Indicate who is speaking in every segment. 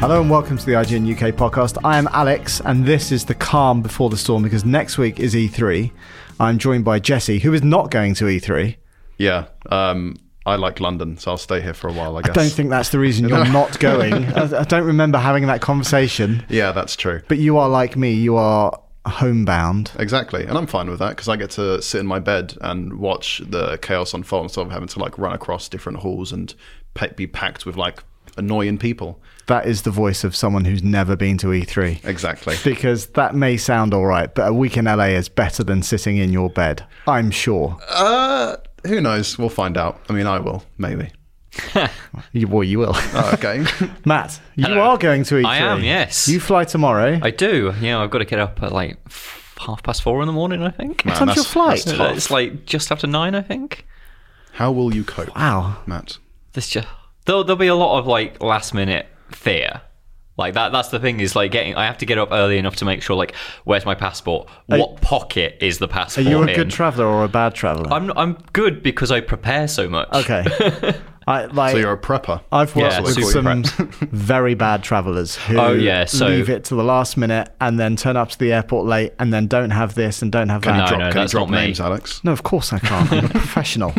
Speaker 1: Hello and welcome to the IGN UK podcast. I am Alex, and this is the calm before the storm because next week is E3. I'm joined by Jesse, who is not going to E E3.
Speaker 2: Yeah. Um, I like London, so I'll stay here for a while, I guess.
Speaker 1: I don't think that's the reason you're not going. I, I don't remember having that conversation.
Speaker 2: Yeah, that's true.
Speaker 1: But you are like me, you are homebound.
Speaker 2: Exactly. And I'm fine with that because I get to sit in my bed and watch the chaos unfold instead of having to like run across different halls and pe- be packed with like annoying people.
Speaker 1: That is the voice of someone who's never been to E3.
Speaker 2: Exactly.
Speaker 1: Because that may sound all right, but a week in LA is better than sitting in your bed. I'm sure.
Speaker 2: Uh, who knows? We'll find out. I mean, I will, maybe.
Speaker 1: You, well, you will.
Speaker 2: Oh, okay.
Speaker 1: Matt, you
Speaker 3: Hello.
Speaker 1: are going to E3.
Speaker 3: I am, yes.
Speaker 1: You fly tomorrow.
Speaker 3: I do. Yeah, I've got to get up at like f- half past four in the morning. I think
Speaker 2: Man,
Speaker 1: time's your
Speaker 2: that's-
Speaker 1: flight?
Speaker 2: that's tough.
Speaker 3: it's like just after nine. I think
Speaker 2: How will you cope?
Speaker 1: wow.
Speaker 2: Matt.
Speaker 3: this just there'll, there'll be a lot of like last minute fear. Like that. That's the thing is like getting. I have to get up early enough to make sure like where's my passport? what pocket is the
Speaker 1: Are
Speaker 3: passport?
Speaker 1: you a
Speaker 3: in?
Speaker 1: good traveller or a bad traveller?
Speaker 3: I'm I'm good because I prepare so much.
Speaker 1: okay. I like.
Speaker 2: So you're a prepper.
Speaker 1: I've worked
Speaker 3: Yeah,
Speaker 1: with
Speaker 3: super
Speaker 1: some
Speaker 3: prep.
Speaker 1: very bad travellers who
Speaker 3: Oh, yeah, so-
Speaker 1: leave it to the last minute and then turn up to the airport late and then don't have this and don't have
Speaker 2: Can
Speaker 1: that.
Speaker 2: you drop,
Speaker 3: no,
Speaker 2: can you
Speaker 3: that's
Speaker 2: drop
Speaker 3: not me.
Speaker 2: names, Alex?
Speaker 1: No, of course I can't. I'm a professional.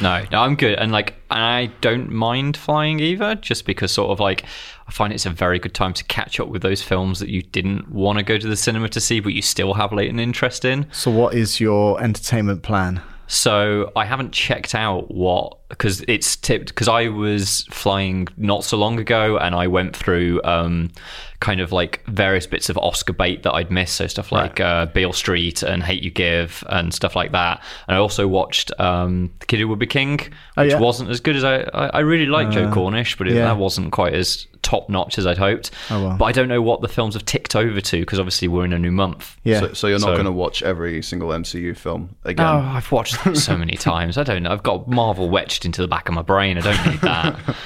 Speaker 3: No, no, I'm good, and like I don't mind flying either, just because sort of like I find it's a very good time to catch up with those films that you didn't want to go to the cinema to see, but you still have latent interest in.
Speaker 1: So, what is your entertainment plan?
Speaker 3: So I haven't checked out what because it's tipped because I was flying not so long ago and I went through um, kind of like various bits of Oscar bait that I'd missed, so stuff like uh, Beale Street and Hate You Give and stuff like that. And I also watched um, The Kid Who Would Be King, which
Speaker 1: Oh, yeah. Uh,
Speaker 3: wasn't as good as I I, I really like Joe Cornish, but it,
Speaker 1: yeah.
Speaker 3: that wasn't quite as top notch as I'd hoped.
Speaker 1: Oh, well.
Speaker 3: But I don't know what the films have ticked over to because obviously we're in a new month.
Speaker 1: Yeah.
Speaker 2: So, so you're not
Speaker 3: So-
Speaker 2: going to watch every single MCU film again?
Speaker 3: Oh, I've watched that so many times. I don't know. I've got Marvel wedged into the back of my brain. I don't need that.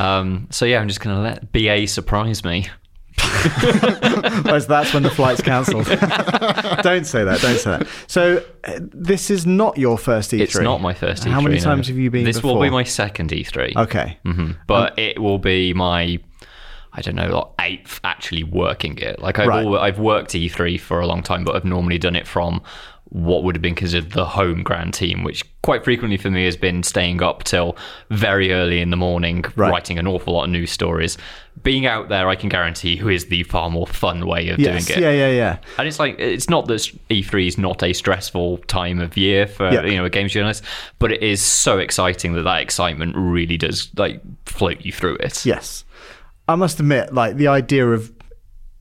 Speaker 3: um, so yeah, I'm just gonna let BA surprise me.
Speaker 1: Whereas that's when the flight's cancelled. don't say that. Don't say that. So, uh, this is not your first E3.
Speaker 3: It's not my first E3.
Speaker 1: E How many
Speaker 3: no.
Speaker 1: times have you been
Speaker 3: This
Speaker 1: before? Oh,
Speaker 3: will be my second E E3.
Speaker 1: Okay.
Speaker 3: Mhm.
Speaker 1: Um,
Speaker 3: But it will be my, I don't know, like eighth actually working it. Like I've
Speaker 1: Right.
Speaker 3: al- I've worked E3 for a long time, but I've normally done it from what would have been considered the home grand team, which quite frequently for me has been staying up till very early in the morning,
Speaker 1: Right.
Speaker 3: writing an awful lot of news stories. Being out there, I can guarantee, who is the far more fun way of
Speaker 1: Yes.
Speaker 3: doing it.
Speaker 1: Yeah, yeah, yeah.
Speaker 3: And it's like it's not that E3 is not a stressful time of year for
Speaker 1: Yeah.
Speaker 3: you know a games journalist, but it is so exciting that that excitement really does like float you through it.
Speaker 1: Yes. I must admit, like the idea of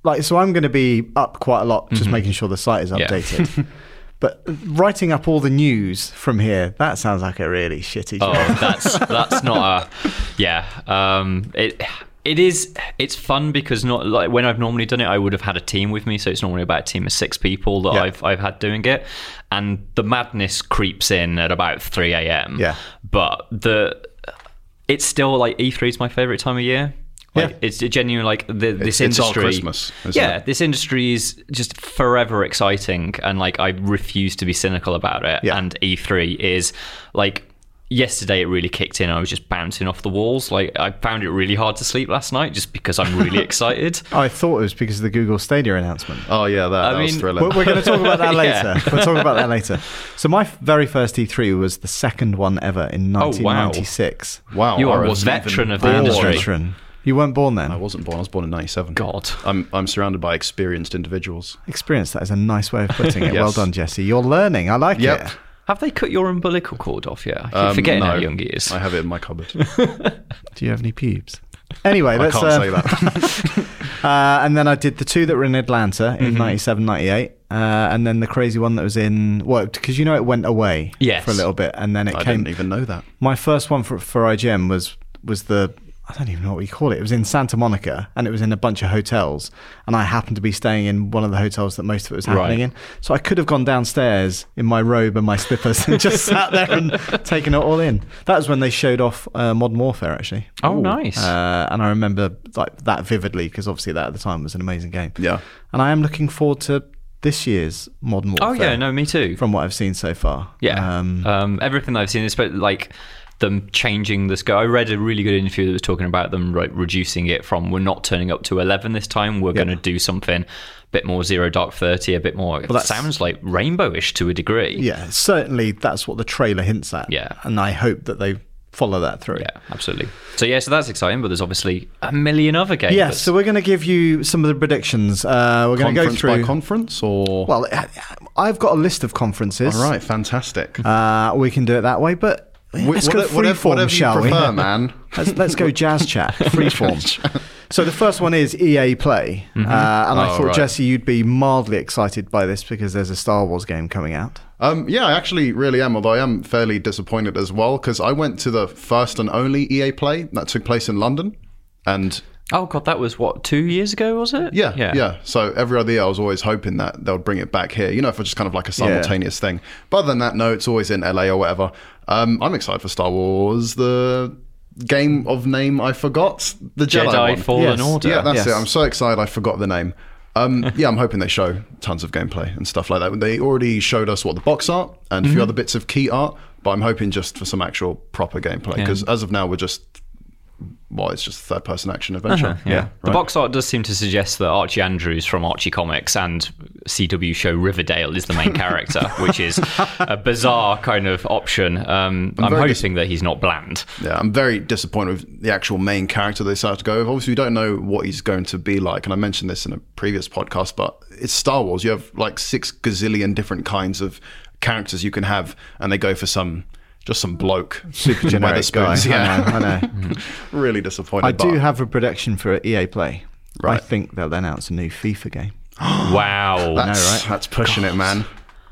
Speaker 1: like so I'm gonna be up quite a lot just making sure the site is
Speaker 3: Yeah.
Speaker 1: updated. but writing up all the news from here, that sounds like a really shitty job.
Speaker 3: Oh, that's that's not a yeah. Um, it it is it's fun because not like when I've normally done it, I would have had a team with me, so it's normally about a team of six people that
Speaker 1: Yeah.
Speaker 3: I've I've had doing it, and the madness creeps in at about three a.m.
Speaker 1: Yeah.
Speaker 3: E but the it's still like E3 is my favorite time of year. Like,
Speaker 1: Yeah.
Speaker 3: It's a genuine, like, the, this
Speaker 2: it's our
Speaker 3: industry.
Speaker 2: Christmas, isn't
Speaker 3: yeah,
Speaker 2: it?
Speaker 3: this industry is just forever exciting. And, like, I refuse to be cynical about it.
Speaker 1: Yeah.
Speaker 3: And E3 is, like, yesterday it really kicked in. I was just bouncing off the walls. Like, I found it really hard to sleep last night just because I'm really excited.
Speaker 1: I thought it was because of the Google Stadia announcement.
Speaker 2: Oh yeah, that, that was
Speaker 3: mean-
Speaker 2: thrilling.
Speaker 1: We're, we're going to talk about that
Speaker 3: Yeah.
Speaker 1: later. We'll talk about that later. So my f- very first E3 was the second one ever in
Speaker 3: wow.
Speaker 1: 1996.
Speaker 2: wow,
Speaker 3: you
Speaker 2: I
Speaker 3: are a
Speaker 2: wasn't even
Speaker 3: veteran of the
Speaker 2: born.
Speaker 1: Born
Speaker 3: industry.
Speaker 1: veteran. You weren't born
Speaker 2: I
Speaker 1: then.
Speaker 2: wasn't born. I was born in '97.
Speaker 3: God.
Speaker 2: I'm I'm surrounded by experienced individuals.
Speaker 1: Experience. That is a nice way of putting it.
Speaker 2: Yes.
Speaker 1: Well done, Jesse. You're learning. I like
Speaker 2: Yep.
Speaker 1: it.
Speaker 3: Have they cut your umbilical cord off yet? I keep
Speaker 2: Um,
Speaker 3: forgetting how
Speaker 2: no,
Speaker 3: young it is.
Speaker 2: I have it in my cupboard.
Speaker 1: Do you have any pubes? Anyway,
Speaker 2: I
Speaker 1: let's.
Speaker 2: can't
Speaker 1: um,
Speaker 2: say that.
Speaker 1: Uh, and then I did the two that were in Atlanta in
Speaker 2: Mm-hmm.
Speaker 1: 97, 98. Uh, and then the crazy one that was in, well, because you know it went away
Speaker 3: Yes.
Speaker 1: for a little bit. And then it
Speaker 2: I
Speaker 1: came.
Speaker 2: didn't even know that.
Speaker 1: My first one for, for IGM was was the I don't even know what we call it. It was in Santa Monica, and it was in a bunch of hotels. And I happened to be staying in one of the hotels that most of it was happening
Speaker 3: Right.
Speaker 1: in. So I could have gone downstairs in my robe and my slippers and just sat there and taken it all in. That was when they showed off uh, Modern Warfare, actually.
Speaker 3: Oh, nice.
Speaker 1: Uh, and I remember like that vividly because obviously that at the time was an amazing game.
Speaker 2: Yeah.
Speaker 1: And I am looking forward to this year's Modern
Speaker 3: oh,
Speaker 1: Warfare.
Speaker 3: yeah, no, me too.
Speaker 1: From what I've seen so far.
Speaker 3: Yeah. Um, everything that I've seen, it's about like them changing the scope. I read a really good interview that was talking about them like reducing it from we're not turning up to eleven this time. We're going to do something a bit more zero dark thirty, a bit more. Well, that
Speaker 1: that's-
Speaker 3: sounds like rainbowish to a degree.
Speaker 1: Yeah, certainly that's what the trailer hints at.
Speaker 3: Yeah.
Speaker 1: And I hope that they follow that through.
Speaker 3: Yeah, absolutely. So yeah, so that's exciting, but there's obviously a million other games.
Speaker 1: Yeah, so we're going to give you some of the predictions. Uh, we're going to go
Speaker 2: Conference
Speaker 1: through.
Speaker 2: by conference, or
Speaker 1: well, I- I've got a list of conferences.
Speaker 2: all right, fantastic.
Speaker 1: Uh, we can do it that way, but let's
Speaker 2: Wh-
Speaker 1: go
Speaker 2: whatever- whatever,
Speaker 1: freeform,
Speaker 2: whatever
Speaker 1: shall
Speaker 2: you prefer,
Speaker 1: we?
Speaker 2: man.
Speaker 1: Let's, let's go jazz chat, freeform. so the first one is EA Play, uh, and I
Speaker 2: Oh,
Speaker 1: thought
Speaker 2: right.
Speaker 1: Jesse, you'd be mildly excited by this because there's a Star Wars game coming out.
Speaker 2: Um, yeah, I actually really am, although I am fairly disappointed as well because I went to the first and only EA Play that took place in London, and
Speaker 3: Oh god, that was what two years ago, was it?
Speaker 2: Yeah, yeah, So every other year, I was always hoping that they'll bring it back here. You know, for just kind of like a simultaneous thing. But other than that, no, it's always in LA or whatever. Um, I'm excited for Star Wars. The game of name I forgot. The Jedi,
Speaker 3: Jedi
Speaker 2: one.
Speaker 3: Fallen
Speaker 1: Yes.
Speaker 3: Order.
Speaker 2: Yeah, that's
Speaker 1: Yes.
Speaker 2: it. I'm so excited. I forgot the name. Um, yeah, I'm hoping they show tons of gameplay and stuff like that. They already showed us what the box art and a few other bits of key art, but I'm hoping just for some actual proper gameplay because as of now we're just well, it's just third person action adventure.
Speaker 3: Yeah. The box art does seem to suggest that Archie Andrews from Archie Comics and CW show Riverdale is the main character, which is a bizarre kind of option. Um, I'm,
Speaker 2: very
Speaker 3: hoping
Speaker 2: dis-
Speaker 3: that he's not bland.
Speaker 2: Yeah, I'm very disappointed with the actual main character they decided to go with. Obviously, we don't know what he's going to be like, and I mentioned this in a previous podcast, but it's Star Wars. You have like six gazillion different kinds of characters you can have, and they go for some just some bloke, super
Speaker 1: Generic guy.
Speaker 2: Yeah,
Speaker 1: I know. I know.
Speaker 2: really disappointed.
Speaker 1: I do
Speaker 2: but-
Speaker 1: have a prediction for EA Play. I
Speaker 2: Right.
Speaker 1: think they'll announce a new FIFA game.
Speaker 3: wow.
Speaker 2: That's,
Speaker 1: right?
Speaker 2: that's pushing it, man.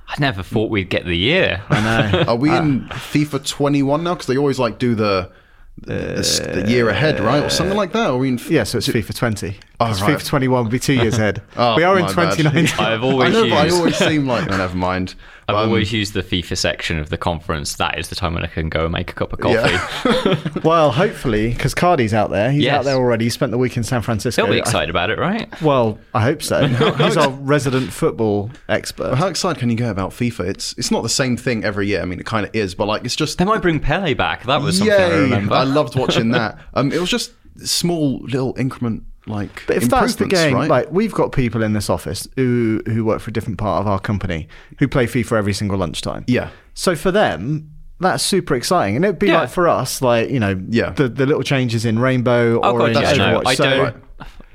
Speaker 3: I never thought we'd get the year.
Speaker 2: Are we
Speaker 1: Uh,
Speaker 2: in FIFA 21 now? Because they always like do the. The, the, the year ahead, right, or something like that. Are we in?
Speaker 1: Uh, Yeah, so it's FIFA 20. 'Cause
Speaker 2: Oh, right.
Speaker 1: FIFA 21 will be two years ahead.
Speaker 2: Oh,
Speaker 1: we are in
Speaker 2: my bad.
Speaker 1: 2019.
Speaker 3: I've always
Speaker 2: I know, but I
Speaker 3: used-
Speaker 2: always seem like. Oh, never mind.
Speaker 3: I've
Speaker 2: Um,
Speaker 3: always used the FIFA section of the conference. That is the time when I can go and make a cup of coffee.
Speaker 2: Yeah.
Speaker 1: well, hopefully, because Cardi's out there. He's
Speaker 3: Yes.
Speaker 1: out there already. He spent the week in San Francisco.
Speaker 3: He'll be
Speaker 1: I-
Speaker 3: excited about it, right?
Speaker 1: well, I hope so. He's our resident football expert.
Speaker 2: How excited can you get about FIFA? It's it's not the same thing every year. I mean, it kind of is, but like it's just
Speaker 3: They might bring Pele back. That was something I
Speaker 2: yay!
Speaker 3: remember.
Speaker 2: I, loved watching that. Um, it was just small little increment like
Speaker 1: But if that's the
Speaker 2: improvements,
Speaker 1: game,
Speaker 2: right?
Speaker 1: like we've got people in this office who who work for a different part of our company who play FIFA every single lunchtime.
Speaker 2: yeah,
Speaker 1: So for them, that's super exciting, and it'd be
Speaker 3: Yeah.
Speaker 1: like for us, like you know,
Speaker 2: Yeah.
Speaker 1: the, the little changes in Rainbow
Speaker 3: Oh,
Speaker 1: or
Speaker 3: God,
Speaker 1: in
Speaker 3: yeah,
Speaker 2: that's
Speaker 3: no,
Speaker 1: Overwatch.
Speaker 3: I
Speaker 1: So-
Speaker 3: don't.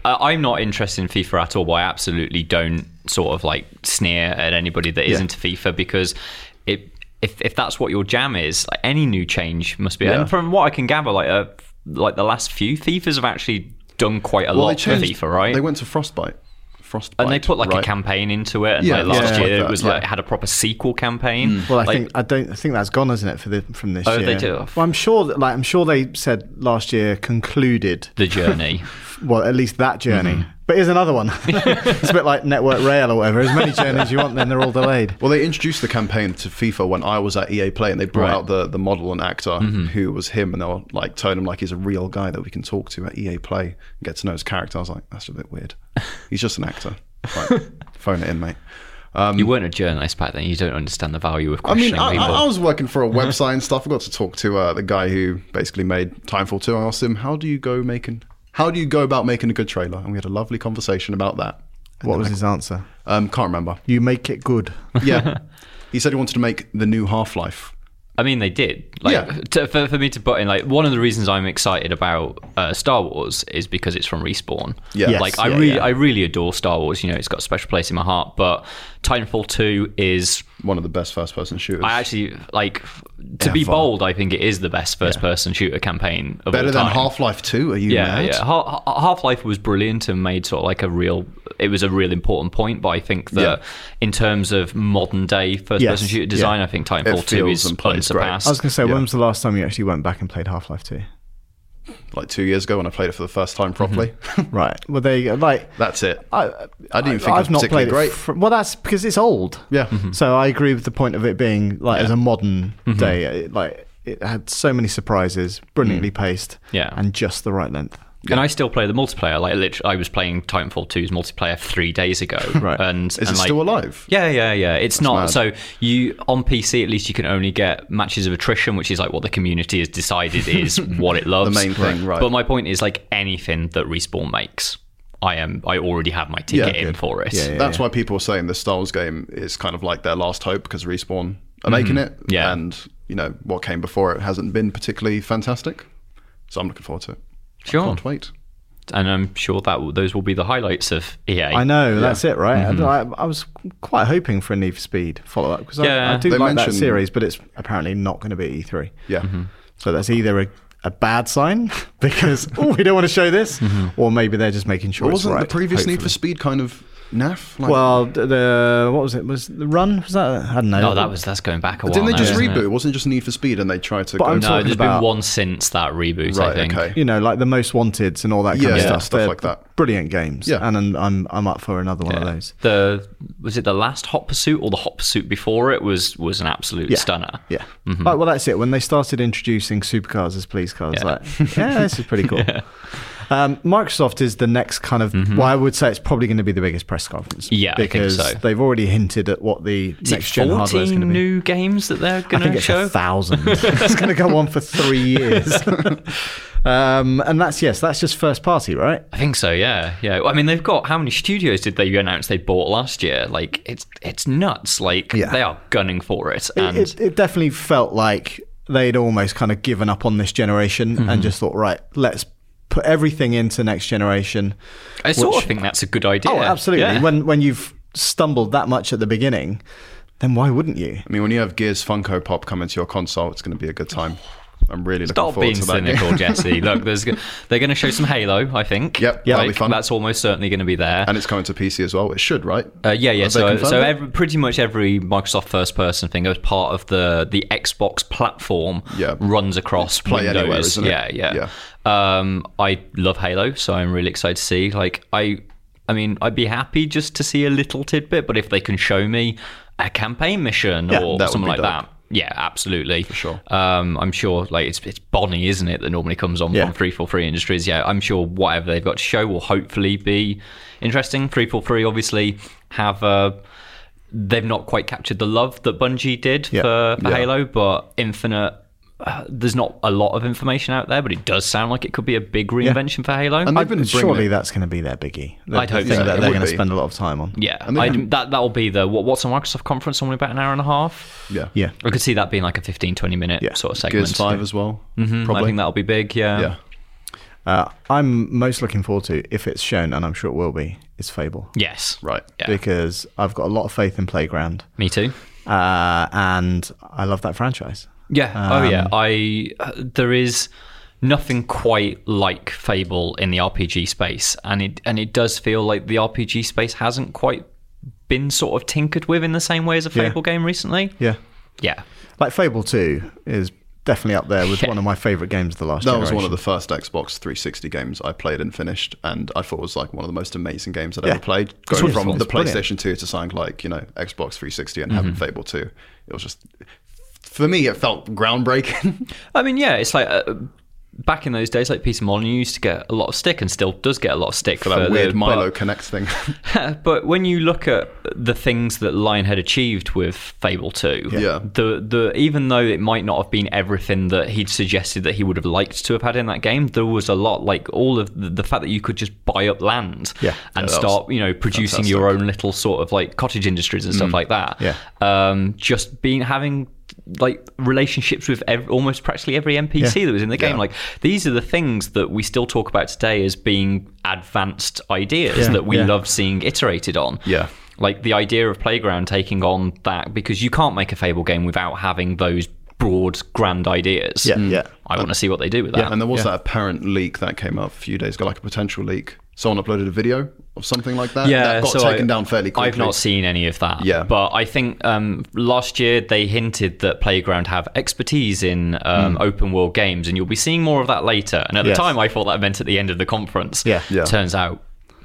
Speaker 3: I, uh, I'm not interested in FIFA at all. But I absolutely don't sort of like sneer at anybody that not FIFA because it. If, if that's what your jam is, like any new change must be. And from what I can gather, like uh, like the last few FIFAs have actually done quite a
Speaker 2: well, they
Speaker 3: lot for
Speaker 2: changed.
Speaker 3: FIFA, right?
Speaker 2: They went to Frostbite, Frostbite,
Speaker 3: and they put like a
Speaker 2: right?
Speaker 3: campaign into it, and
Speaker 2: Yeah,
Speaker 3: like last
Speaker 2: yeah.
Speaker 3: year
Speaker 2: Like
Speaker 3: it
Speaker 2: that,
Speaker 3: was
Speaker 2: yeah.
Speaker 3: like had a proper sequel campaign.
Speaker 1: Well, I
Speaker 3: Like,
Speaker 1: think I don't I think that's gone, isn't it, for the from this
Speaker 3: Oh,
Speaker 1: year?
Speaker 3: they do.
Speaker 1: Well, I'm sure that like I'm sure they said last year concluded
Speaker 3: the journey. Mm-hmm.
Speaker 1: well at least that journey, but But here's another one. it's a bit like Network Rail or whatever. As many journeys you want, then they're all delayed.
Speaker 2: Well, they introduced the campaign to FIFA when I was at EA Play, and they brought
Speaker 3: Right.
Speaker 2: out the, the model and actor who was him, and they were like telling him like he's a real guy that we can talk to at EA Play and get to know his character. I was like, that's a bit weird. He's just an actor. Right, phone it in, mate.
Speaker 3: you weren't a journalist back then. You don't understand the value of
Speaker 2: Um, I mean,
Speaker 3: questioning
Speaker 2: I,
Speaker 3: people.
Speaker 2: I, I was working for a website and stuff. I got to talk to uh, the guy who basically made Timefall Two. I asked him, "How do you go making? How do you go about making a good trailer?" And we had a lovely conversation about that.
Speaker 1: What was his answer?
Speaker 2: Um, can't remember.
Speaker 1: You make it good.
Speaker 2: Yeah, he said he wanted to make the new Half Life.
Speaker 3: I mean, they did. Like,
Speaker 2: Yeah.
Speaker 3: to, for, for me to put in, like, one of the reasons I'm excited about uh, Star Wars is because it's from Respawn.
Speaker 2: Yeah. Yes,
Speaker 3: like I
Speaker 2: yeah,
Speaker 3: really,
Speaker 2: yeah.
Speaker 3: I really adore Star Wars. You know, it's got a special place in my heart. But Titanfall Two is,
Speaker 2: One of the best first-person shooters.
Speaker 3: I actually like. To be
Speaker 1: Ever.
Speaker 3: bold, I think it is the best first-person shooter campaign of
Speaker 2: Better
Speaker 3: all
Speaker 2: than
Speaker 3: time.
Speaker 2: Half Life Two? Are you
Speaker 3: Yeah,
Speaker 2: mad?
Speaker 3: yeah. Ha- Half Life was brilliant and made sort of like a real. It was a real important point, but I think that
Speaker 2: Yeah.
Speaker 3: in terms of modern day first-person
Speaker 1: Yes,
Speaker 3: shooter design,
Speaker 1: yeah.
Speaker 3: I think Titanfall Two
Speaker 2: feels
Speaker 3: is
Speaker 2: and plays great.
Speaker 3: unsurpassed.
Speaker 1: I was going to say,
Speaker 2: Yeah.
Speaker 1: when was the last time you actually went back and played Half Life 2?
Speaker 2: Like two years ago when I played it for the first time properly.
Speaker 3: Mm-hmm.
Speaker 1: Right. Well, there you go. Like,
Speaker 2: That's it.
Speaker 1: I,
Speaker 2: I didn't think it was particularly great.
Speaker 1: fr- well, that's because it's old.
Speaker 2: Yeah.
Speaker 3: Mm-hmm.
Speaker 2: Mhm.
Speaker 1: So I agree with the point of it being like as a modern day. It, like it had so many surprises, brilliantly paced,
Speaker 3: Mm. Yeah.
Speaker 1: and just the right length.
Speaker 3: And I still play the multiplayer. Like literally, I was playing Titanfall 2's multiplayer three days ago.
Speaker 1: Right.
Speaker 3: And
Speaker 2: Is it still alive?
Speaker 3: Yeah, yeah, yeah. It's not
Speaker 2: mad.
Speaker 3: so you on PC at least you can only get matches of attrition, which is like what the community has decided is what it loves.
Speaker 2: main thing, right.
Speaker 3: But my point is like anything that Respawn makes, I am I already have my ticket
Speaker 2: Yeah,
Speaker 3: in for it.
Speaker 1: yeah.
Speaker 2: That's why people are saying the Star Wars game is kind of like their last hope because Respawn are making it.
Speaker 3: Mm-hmm. Yeah.
Speaker 2: And, you know, what came before it hasn't been particularly fantastic. So I'm looking forward to it.
Speaker 3: Sure.
Speaker 2: Can't wait.
Speaker 3: And I'm sure that will- those will be the highlights of E EA.
Speaker 1: I know that's it, right?
Speaker 3: Mm-hmm.
Speaker 1: And I, I was quite hoping for a Need for Speed follow up because I,
Speaker 3: Yeah.
Speaker 1: I do
Speaker 2: They
Speaker 1: like that
Speaker 2: mentioned-
Speaker 1: series, but it's apparently not going to be E3.
Speaker 2: Yeah.
Speaker 3: Mm-hmm.
Speaker 1: So that's either a, a bad sign because oh we don't want to show this,
Speaker 3: Mm-hmm.
Speaker 1: or maybe they're just making sure.
Speaker 2: But
Speaker 1: it's
Speaker 2: wasn't the
Speaker 1: right,
Speaker 2: previous Need
Speaker 1: hopefully.
Speaker 2: for Speed kind of naff? Like,
Speaker 1: Well, the- the what was it? Was the run? Was that? I don't know.
Speaker 3: No, Oh, that was that's going back a while.
Speaker 2: didn't they
Speaker 3: now,
Speaker 2: just
Speaker 3: isn't
Speaker 2: reboot?
Speaker 3: it?
Speaker 2: Wasn't it just Need for Speed and they tried to
Speaker 1: But
Speaker 2: go
Speaker 1: I'm
Speaker 2: to-
Speaker 3: No,
Speaker 1: talking
Speaker 3: there's
Speaker 1: about-
Speaker 3: been one since that reboot, I
Speaker 2: Right,
Speaker 3: think.
Speaker 2: okay.
Speaker 1: you know, like the most wanted and all that kind
Speaker 2: Yeah,
Speaker 1: of
Speaker 2: yeah,
Speaker 1: stuff.
Speaker 2: stuff
Speaker 1: They're
Speaker 2: like that.
Speaker 1: Brilliant games.
Speaker 2: Yeah.
Speaker 1: And I'm, I'm I'm up for another one of
Speaker 3: Yeah.
Speaker 1: those.
Speaker 3: The was it the last Hot Pursuit or the Hot Pursuit before it was was an absolute stunner.
Speaker 1: Yeah.
Speaker 3: Mm-hmm.
Speaker 1: Like, well, that's it. When they started introducing supercars as police cars, like, yeah, this is pretty cool. Um, Microsoft is the next kind of. Well, I would say it's probably going to be the biggest press conference.
Speaker 3: Mm-hmm. Yeah, I think
Speaker 1: because
Speaker 3: so.
Speaker 1: they've already hinted at what the
Speaker 3: Is it
Speaker 1: next gen hardware is going to
Speaker 3: 14
Speaker 1: be.
Speaker 3: new games that they're
Speaker 1: I
Speaker 3: going
Speaker 1: think
Speaker 3: to
Speaker 1: it's
Speaker 3: show?
Speaker 1: a thousand. it's going to go on for three years. um, and that's yes, that's just first party, right?
Speaker 3: I think so. Yeah, yeah. I mean, they've got how many studios did they announce they bought last year? Like, it's it's nuts. Like,
Speaker 1: Yeah.
Speaker 3: they are gunning for it,
Speaker 1: It-
Speaker 3: and
Speaker 1: it, it definitely felt like they'd almost kind of given up on this generation and just thought, right, let's put everything into next generation.
Speaker 3: I sort
Speaker 1: which-
Speaker 3: of think that's a good idea.
Speaker 1: Oh, absolutely.
Speaker 3: Yeah.
Speaker 1: When when you've stumbled that much at the beginning, then why wouldn't you?
Speaker 2: I mean, when you have Gears Funko Pop coming to your console, it's going to be a good time. I'm really looking
Speaker 3: Stop
Speaker 2: forward
Speaker 3: being
Speaker 2: to that. game.
Speaker 3: cynical, Jesse. Look, there's go- they're going to show some Halo. I think.
Speaker 2: Yep, that'll be
Speaker 3: Like,
Speaker 2: fun.
Speaker 3: That's almost certainly going to be there.
Speaker 2: And it's coming to PC as well. It should, right?
Speaker 3: Uh, yeah, yeah.
Speaker 2: Have they
Speaker 3: So,
Speaker 2: confirmed
Speaker 3: so
Speaker 2: it?
Speaker 3: every, pretty much every Microsoft first-person thing as part of the the Xbox platform
Speaker 2: Yeah.
Speaker 3: runs across
Speaker 2: Play
Speaker 3: Windows.
Speaker 2: anywhere, isn't it?
Speaker 3: Yeah, yeah. Um, I love Halo, so I'm really excited to see. Like, I, I mean, I'd be happy just to see a little tidbit, but if they can show me a campaign mission or
Speaker 2: that would
Speaker 3: something
Speaker 2: be
Speaker 3: like
Speaker 2: dope.
Speaker 3: that. Yeah, absolutely. For
Speaker 2: sure.
Speaker 3: Um, I'm sure like it's it's Bonnie, isn't it, that normally comes on
Speaker 1: Yeah.
Speaker 3: from 343 Industries. Yeah, I'm sure whatever they've got to show will hopefully be interesting. 343 obviously have uh they've not quite captured the love that Bungie did
Speaker 1: Yeah.
Speaker 3: for, for Halo, but Infinite uh, there's not a lot of information out there, but it does sound like it could be a big reinvention for Halo.
Speaker 2: And they've been bringing
Speaker 1: Surely
Speaker 2: it-
Speaker 1: that's going to be their biggie. The,
Speaker 3: I'd hope
Speaker 1: the thing
Speaker 3: so.
Speaker 1: that
Speaker 3: It
Speaker 1: they're
Speaker 2: would
Speaker 1: going to
Speaker 2: be.
Speaker 1: spend a lot of time on.
Speaker 3: yeah,
Speaker 2: and they
Speaker 3: I,
Speaker 2: haven't-
Speaker 3: that that'll be the what, what's a Microsoft conference? Only about an hour and a half.
Speaker 2: Yeah.
Speaker 1: Yeah.
Speaker 3: I could see that being like a 15, 20 minute
Speaker 1: Yeah.
Speaker 3: sort of segment.
Speaker 2: Gears 5 as well.
Speaker 3: Mm, I
Speaker 2: Probably.
Speaker 3: think that'll be big. Yeah.
Speaker 2: yeah.
Speaker 1: Uh, I'm most looking forward to, if it's shown, and I'm sure it will be, is Fable.
Speaker 3: Yes.
Speaker 2: Right.
Speaker 3: Yeah.
Speaker 1: Because I've got a lot of faith in Playground,
Speaker 3: Me too.
Speaker 1: uh, and I love that franchise.
Speaker 3: Yeah. oh yeah. I uh, there is nothing quite like Fable in the RPG space, and it and it does feel like the RPG space hasn't quite been sort of tinkered with in the same way as a
Speaker 1: Yeah.
Speaker 3: Fable game recently.
Speaker 1: Yeah,
Speaker 3: Yeah.
Speaker 1: like Fable Two is definitely up there with one of my favorite games of the last.
Speaker 2: That was
Speaker 1: generation.
Speaker 2: one of the first Xbox 360 games I played and finished, and I thought it was like one of the most amazing games I'd
Speaker 1: Yeah.
Speaker 2: ever played.
Speaker 1: It's
Speaker 2: Going from
Speaker 1: wonderful.
Speaker 2: the
Speaker 1: It's brilliant.
Speaker 2: PlayStation 2 to something like you know Xbox 360 and
Speaker 3: Mm-hmm.
Speaker 2: having Fable 2, it was just for me it felt groundbreaking.
Speaker 3: I mean, yeah, it's like uh, back in those days, like Peter Molyneux used to get a lot of stick and still does get a lot of stick for,
Speaker 2: that
Speaker 3: the-
Speaker 2: weird Milo
Speaker 3: But,
Speaker 2: Connect thing.
Speaker 3: but when you look at the things that Lionhead achieved with Fable Two,
Speaker 2: Yeah.
Speaker 3: the the even though it might not have been everything that he'd suggested that he would have liked to have had in that game, there was a lot like all of the, the fact that you could just buy up land
Speaker 1: Yeah.
Speaker 3: and
Speaker 2: Yeah, that
Speaker 3: start you know producing your own little sort of like cottage industries and
Speaker 2: Mm.
Speaker 3: stuff like that.
Speaker 1: Yeah.
Speaker 3: um, just being having like relationships with ev almost practically every NPC that was in the game. Like these are the things that we still talk about today as being advanced ideas that we
Speaker 1: Yeah.
Speaker 3: love seeing iterated on.
Speaker 2: Yeah.
Speaker 3: Like the idea of Playground taking on that because you can't make a Fable game without having those broad, grand ideas.
Speaker 1: Yeah, Mm. yeah.
Speaker 3: I want to see what they do with that.
Speaker 2: and there was that apparent leak that came up a few days ago, like a potential leak. Someone uploaded a video of something like that.
Speaker 3: yeah,
Speaker 2: that got
Speaker 3: so
Speaker 2: taken
Speaker 3: I-
Speaker 2: down fairly quickly.
Speaker 3: I've not seen any of that.
Speaker 2: Yeah.
Speaker 3: but I think um, last year they hinted that Playground have expertise in um,
Speaker 2: Hmm.
Speaker 3: open world games, and you'll be seeing more of that later. And at
Speaker 1: Yes.
Speaker 3: the time, I thought that meant at the end of the conference.
Speaker 1: Yeah.
Speaker 2: Yeah.
Speaker 3: Turns out,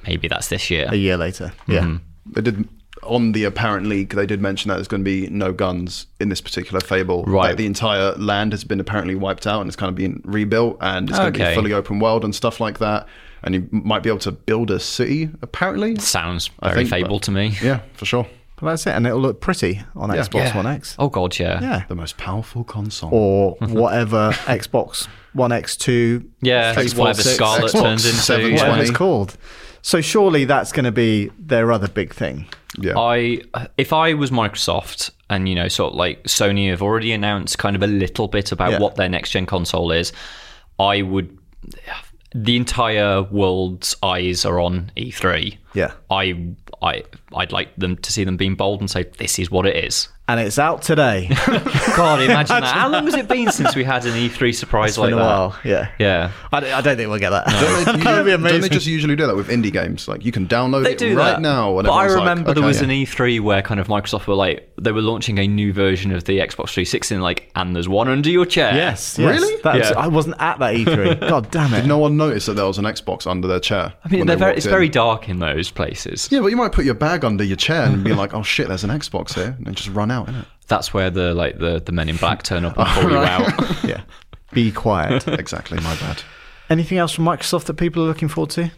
Speaker 3: maybe that's this year.
Speaker 1: a year later.
Speaker 3: Mm-hmm.
Speaker 1: Yeah,
Speaker 2: They did on the apparent leak. They did mention that there's going to be no guns in this particular fable.
Speaker 3: Right.
Speaker 2: That the entire land has been apparently wiped out and it's kind of being rebuilt and it's going to
Speaker 3: Okay.
Speaker 2: be fully open world and stuff like that. And you might be able to build a city. Apparently.
Speaker 3: Sounds
Speaker 2: I
Speaker 3: very
Speaker 2: think- uh,
Speaker 3: Fable to me.
Speaker 2: Yeah, for sure.
Speaker 1: Well, that's it, and it'll look pretty on Xbox
Speaker 3: Yeah.
Speaker 1: One X
Speaker 3: Oh God, yeah.
Speaker 1: Yeah.
Speaker 2: The most powerful console.
Speaker 1: or whatever Xbox One X two.
Speaker 3: Yeah, it's
Speaker 1: Xbox
Speaker 3: whatever
Speaker 1: Six,
Speaker 3: Scarlet
Speaker 2: Xbox
Speaker 3: turns into.
Speaker 2: 720.
Speaker 1: whatever it's
Speaker 2: 20.
Speaker 1: called. So surely that's going to be their other big thing.
Speaker 2: yeah.
Speaker 3: I if I was Microsoft and you know sort of like Sony have already announced kind of a little bit about
Speaker 1: Yeah.
Speaker 3: what their next gen console is, I would the entire world's eyes are on E3.
Speaker 1: Yeah.
Speaker 3: I I I'd like them to see them being bold and say this is what it is.
Speaker 1: And it's out today.
Speaker 3: God, imagine that. How long has it been since we had an E3 surprise
Speaker 1: It's been
Speaker 3: like
Speaker 1: a
Speaker 3: that?
Speaker 1: while. Yeah.
Speaker 3: Yeah.
Speaker 1: I, don't- I don't think we'll get that.
Speaker 2: Don't they,
Speaker 1: That'd be
Speaker 2: usually- don't they
Speaker 1: amazing.
Speaker 2: just usually do that with indie games? Like you can download
Speaker 3: They
Speaker 2: it
Speaker 3: do
Speaker 2: right
Speaker 3: that.
Speaker 2: now. And
Speaker 3: But I
Speaker 2: everyone's like,
Speaker 3: remember there
Speaker 2: okay,
Speaker 3: was
Speaker 2: yeah.
Speaker 3: an e- E3 where kind of Microsoft were like they were launching a new version of the Xbox 360 and like and there's one under your chair.
Speaker 1: Yes, yes.
Speaker 2: Really?
Speaker 1: That was-
Speaker 3: Yeah.
Speaker 1: I wasn't at that E3. God damn it.
Speaker 2: No one noticed that there was an Xbox under their chair.
Speaker 3: I mean,
Speaker 2: when
Speaker 3: they're
Speaker 2: they
Speaker 3: very,
Speaker 2: walked
Speaker 3: it's
Speaker 2: in.
Speaker 3: very dark in those places.
Speaker 2: Yeah, but you might put your bag under your chair and be like, "Oh shit, there's an Xbox here," and then just run out. Innit?
Speaker 3: That's where the like the, the men in black turn up and pull you out.
Speaker 1: Yeah. Be quiet.
Speaker 2: Exactly, my bad.
Speaker 1: Anything else from Microsoft that people are looking forward to?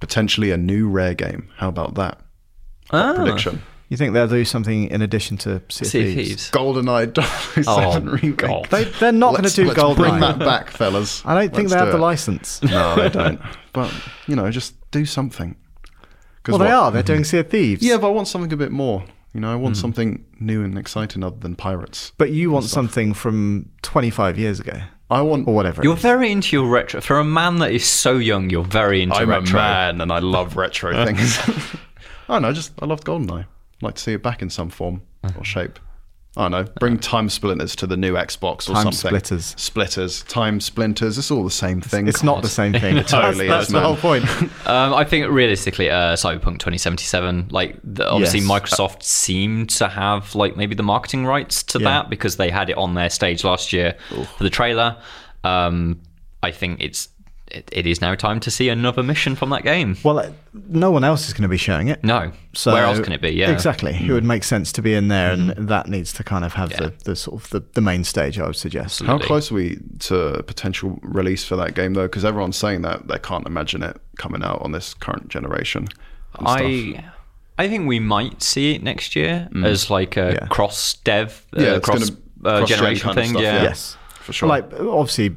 Speaker 2: Potentially a new rare game. How about that?
Speaker 3: Ah.
Speaker 2: Hot Prediction.
Speaker 1: You think they'll do something in addition to Sea of
Speaker 3: Sea of
Speaker 1: Thieves?
Speaker 3: Thieves.
Speaker 2: GoldenEye 007
Speaker 3: Oh,
Speaker 2: remake.
Speaker 3: God.
Speaker 1: They, they're not going to
Speaker 2: Let's-
Speaker 1: do
Speaker 2: let's
Speaker 1: Goldeneye.
Speaker 2: Bring that back, fellas.
Speaker 1: I don't think
Speaker 2: Let's
Speaker 1: they
Speaker 2: do
Speaker 1: have the
Speaker 2: it.
Speaker 1: license.
Speaker 2: No, they don't. But you know, just do something. 'Cause
Speaker 1: well, they
Speaker 2: what-
Speaker 1: are. They're doing Sea of Thieves.
Speaker 2: Yeah, but I want something a bit more. You know, I
Speaker 3: Hmm.
Speaker 2: want something new and exciting other than pirates.
Speaker 1: But you want something from 25 years ago
Speaker 2: I want
Speaker 1: or whatever. it
Speaker 3: You're
Speaker 1: is.
Speaker 3: very into your retro. For a man that is so young, you're very into
Speaker 2: I'm
Speaker 3: retro.
Speaker 2: a man and I love
Speaker 3: Uh.
Speaker 2: retro things. I don't know, just I love Goldeneye. I'd like to see it back in some form
Speaker 3: Uh-huh.
Speaker 2: or shape. I don't know.
Speaker 3: Uh.
Speaker 2: Bring time splinters to the new Xbox or
Speaker 1: Time
Speaker 2: something.
Speaker 1: splitters.
Speaker 2: Splitters, time splinters. It's all the same thing.
Speaker 1: it's not the same thing.
Speaker 2: totally
Speaker 1: that's, that's
Speaker 2: is,
Speaker 1: the
Speaker 2: man.
Speaker 1: whole point.
Speaker 3: Um, I think realistically, uh, Cyberpunk 2077, like the, obviously
Speaker 1: Yes.
Speaker 3: Microsoft seemed to have like maybe the marketing rights to
Speaker 1: Yeah.
Speaker 3: that because they had it on their stage last year for the trailer. Um, I think it's it, it is now time to see another mission from that game.
Speaker 1: well, uh, no one else is going to be showing it.
Speaker 3: No,
Speaker 1: So
Speaker 3: where else can it be? Yeah, Mm-hmm.
Speaker 1: exactly. It would make sense to be in there, and that needs to kind of have the, the sort of the, the main stage. I would suggest.
Speaker 2: How close are we to a potential release for that game though? Because everyone's saying that they can't imagine it coming out on this current generation. and stuff.
Speaker 3: I I think we might see it next year as like a
Speaker 1: Mm. Yeah.
Speaker 3: cross dev, uh,
Speaker 2: Yeah, it's
Speaker 3: cross,
Speaker 2: gonna-
Speaker 3: uh,
Speaker 2: cross-gen
Speaker 3: generation
Speaker 2: kind of
Speaker 3: thing.
Speaker 2: stuff,
Speaker 3: yeah.
Speaker 2: yeah.
Speaker 1: Yes,
Speaker 2: for sure.
Speaker 1: Like obviously,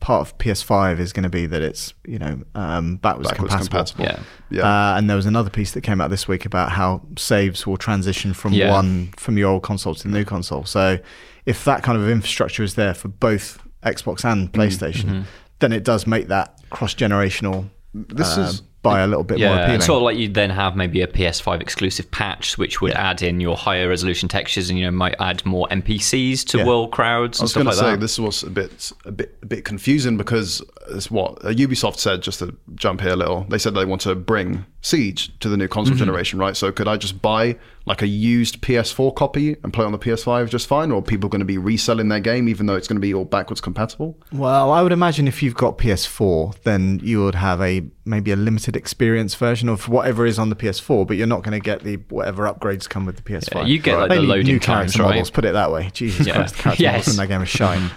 Speaker 1: part of PS5 is going to be that it's you know um, backwards,
Speaker 2: Backwards
Speaker 1: compatible.
Speaker 2: compatible.
Speaker 3: Yeah.
Speaker 2: Yeah.
Speaker 1: Uh, and there was another piece that came out this week about how saves will transition from
Speaker 3: Yeah.
Speaker 1: one from your old console to the new console. So if that kind of infrastructure is there for both Xbox
Speaker 2: Mm-hmm.
Speaker 1: and PlayStation,
Speaker 3: Mm-hmm.
Speaker 1: then it does make that cross generational
Speaker 2: This is-
Speaker 1: by a little bit more
Speaker 3: Yeah,
Speaker 1: appealing.
Speaker 3: and sort of like you'd then have maybe a PS5 exclusive patch, which would add in your higher resolution textures, and you know might add more NPCs to
Speaker 1: Yeah.
Speaker 3: world crowds
Speaker 2: I
Speaker 3: and
Speaker 2: was
Speaker 3: stuff
Speaker 2: going
Speaker 3: like
Speaker 2: to say
Speaker 3: that.
Speaker 2: this was a bit a bit a bit confusing because it's what uh, Ubisoft said. Just to jump here a little, they said they want to bring Siege to the new
Speaker 3: Mm-hmm.
Speaker 2: console generation, right? So could I just buy like a used PS4 copy and play on the PS5 just fine, or are people going to be reselling their game even though it's going to be all backwards compatible?
Speaker 1: Well, I would imagine if you've got PS4, then you would have a maybe a limited experience version of whatever is on the PS4, but you're not going to get the whatever upgrades come with the PS5.
Speaker 3: you get, like,
Speaker 1: They
Speaker 3: the
Speaker 1: need
Speaker 3: loading
Speaker 1: new character
Speaker 3: times, right?
Speaker 1: models. Put it that way. Jesus
Speaker 3: Yeah.
Speaker 1: Christ, the character
Speaker 3: Yes.
Speaker 1: models in that game are shine.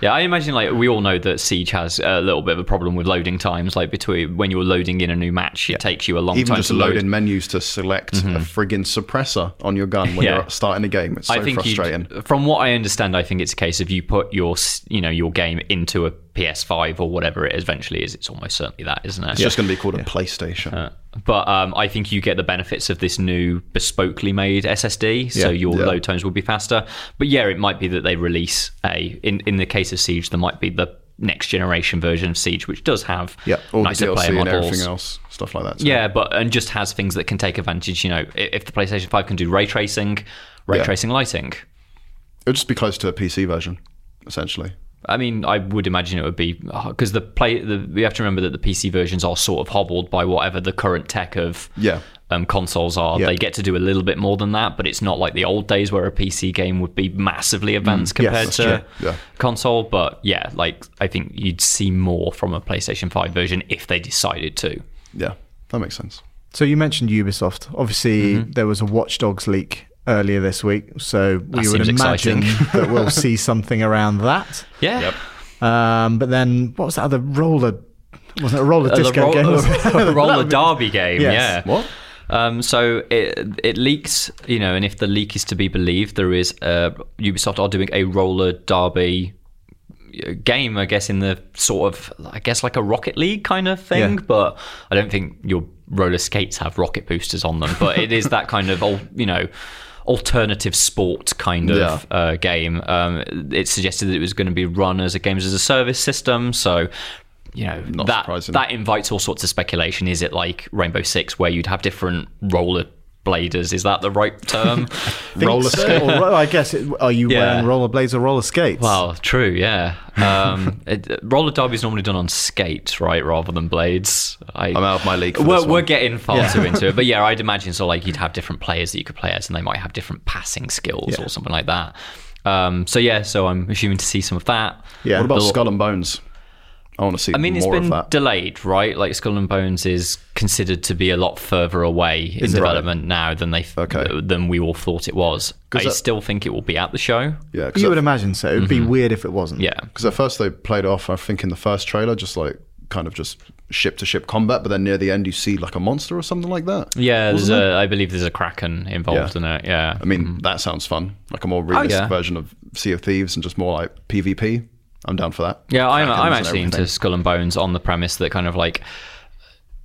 Speaker 3: Yeah, I imagine like we all know that Siege has a little bit of a problem with loading times. Like between when you're loading in a new match, it takes you a long
Speaker 2: Even
Speaker 3: time
Speaker 2: just
Speaker 3: to load. Mm-hmm.
Speaker 2: loading menus to select a friggin' suppressor on your gun when
Speaker 3: Yeah.
Speaker 2: you're starting a game. It's so
Speaker 3: I think you'd- uh,
Speaker 2: frustrating.
Speaker 3: from what I understand, I think it's a case of you put your s- you know your game into a PS5 or whatever it eventually is. It's almost certainly that, isn't it?
Speaker 2: It's just going to be called a PlayStation.
Speaker 3: But um, I think you get the benefits of this new bespokely made SSD, so
Speaker 2: Yeah,
Speaker 3: your
Speaker 2: yeah.
Speaker 3: load times will be faster. But yeah, it might be that they release a in in the case of Siege, there might be the next generation version of Siege, which does have
Speaker 2: yeah, all
Speaker 3: nicer
Speaker 2: the DLC
Speaker 3: player
Speaker 2: and
Speaker 3: models.
Speaker 2: everything else, stuff like that. too.
Speaker 3: Yeah, but and just has things that can take advantage. You know, i- if the PlayStation Five can do ray tracing, ray
Speaker 2: Yeah.
Speaker 3: tracing lighting.
Speaker 2: It'll just be close to a PC version, essentially.
Speaker 3: I mean, I would imagine it would be because the play. The, we have to remember that the PC versions are sort of hobbled by whatever the current tech of
Speaker 2: Yeah.
Speaker 3: um, consoles are.
Speaker 2: Yeah.
Speaker 3: They get to do a little bit more than that, but it's not like the old days where a PC game would be massively advanced compared
Speaker 1: that's
Speaker 3: to
Speaker 2: true. Mm, Yeah.
Speaker 3: console. But yeah, like I think you'd see more from a PlayStation Five version if they decided to.
Speaker 2: Yeah, that makes sense.
Speaker 1: So you mentioned Ubisoft. Obviously,
Speaker 3: Mm-hmm.
Speaker 1: there was a Watch Dogs leak earlier this week, so we would
Speaker 3: seems
Speaker 1: imagine
Speaker 3: exciting.
Speaker 1: that we'll see something around that.
Speaker 3: Yeah.
Speaker 1: Um, but then, what was that other roller? Wasn't it a roller
Speaker 3: Uh, the
Speaker 1: disco
Speaker 3: roll-
Speaker 1: game?
Speaker 3: uh, roller derby game.
Speaker 1: Yes.
Speaker 3: Yeah.
Speaker 2: What?
Speaker 3: Um, so it it leaks, you know, and if the leak is to be believed, there is uh, Ubisoft are doing a roller derby uh, game, I guess, in the sort of I guess like a Rocket League kind of thing,
Speaker 1: Yeah.
Speaker 3: but I don't think your roller skates have rocket boosters on them, but it is that kind of al- you know alternative sport kind of
Speaker 2: Yeah.
Speaker 3: uh, game. Um, it suggested that it was going to be run as a games as a service system, so. You know
Speaker 2: Not
Speaker 3: that
Speaker 2: surprising.
Speaker 3: that invites all sorts of speculation. Is it like Rainbow Six, where you'd have different roller bladers? Is that the right term?
Speaker 2: Roller skate.
Speaker 1: or, ro- I guess. It, are you
Speaker 3: Yeah.
Speaker 1: wearing rollerblades or roller skates?
Speaker 3: well, true, yeah. Um, it, roller derby is normally done on skates, right, rather than blades. I,
Speaker 2: I'm out of my league for
Speaker 3: we're,
Speaker 2: this
Speaker 3: we're
Speaker 2: one.
Speaker 3: getting far too into it, but yeah, I'd imagine so. Like you'd have different players that you could play as, and they might have different passing skills or something like that. Um, so yeah, so I'm assuming to see some of that.
Speaker 1: Yeah.
Speaker 2: What about
Speaker 3: The-
Speaker 2: Skull and Bones? I want to see
Speaker 3: I mean, it's
Speaker 2: more
Speaker 3: been
Speaker 2: of that.
Speaker 3: delayed, right? Like Skull and Bones is considered to be a lot further away in
Speaker 2: it?
Speaker 3: development now than they
Speaker 2: Okay.
Speaker 3: than we all thought it was. I
Speaker 2: that-
Speaker 3: still think it will be at the show.
Speaker 2: yeah,
Speaker 1: you would
Speaker 2: because
Speaker 1: imagine so. It'd be weird if it wasn't.
Speaker 3: Mm-hmm. Yeah.
Speaker 2: at first they played off, I think, in the first trailer, just like kind of just ship to ship combat, but then near the end you see like a monster or something like that.
Speaker 3: Yeah, there's a, I believe there's a kraken involved
Speaker 2: Yeah.
Speaker 3: in it. Yeah,
Speaker 2: I mean, that sounds fun. Like a more realistic
Speaker 3: yeah.
Speaker 2: version of Sea of Thieves and just more like PvP. I'm down for that.
Speaker 3: yeah, I'm,
Speaker 2: Krakens
Speaker 3: I'm
Speaker 2: and
Speaker 3: actually
Speaker 2: everything.
Speaker 3: into Skull and Bones on the premise that kind of like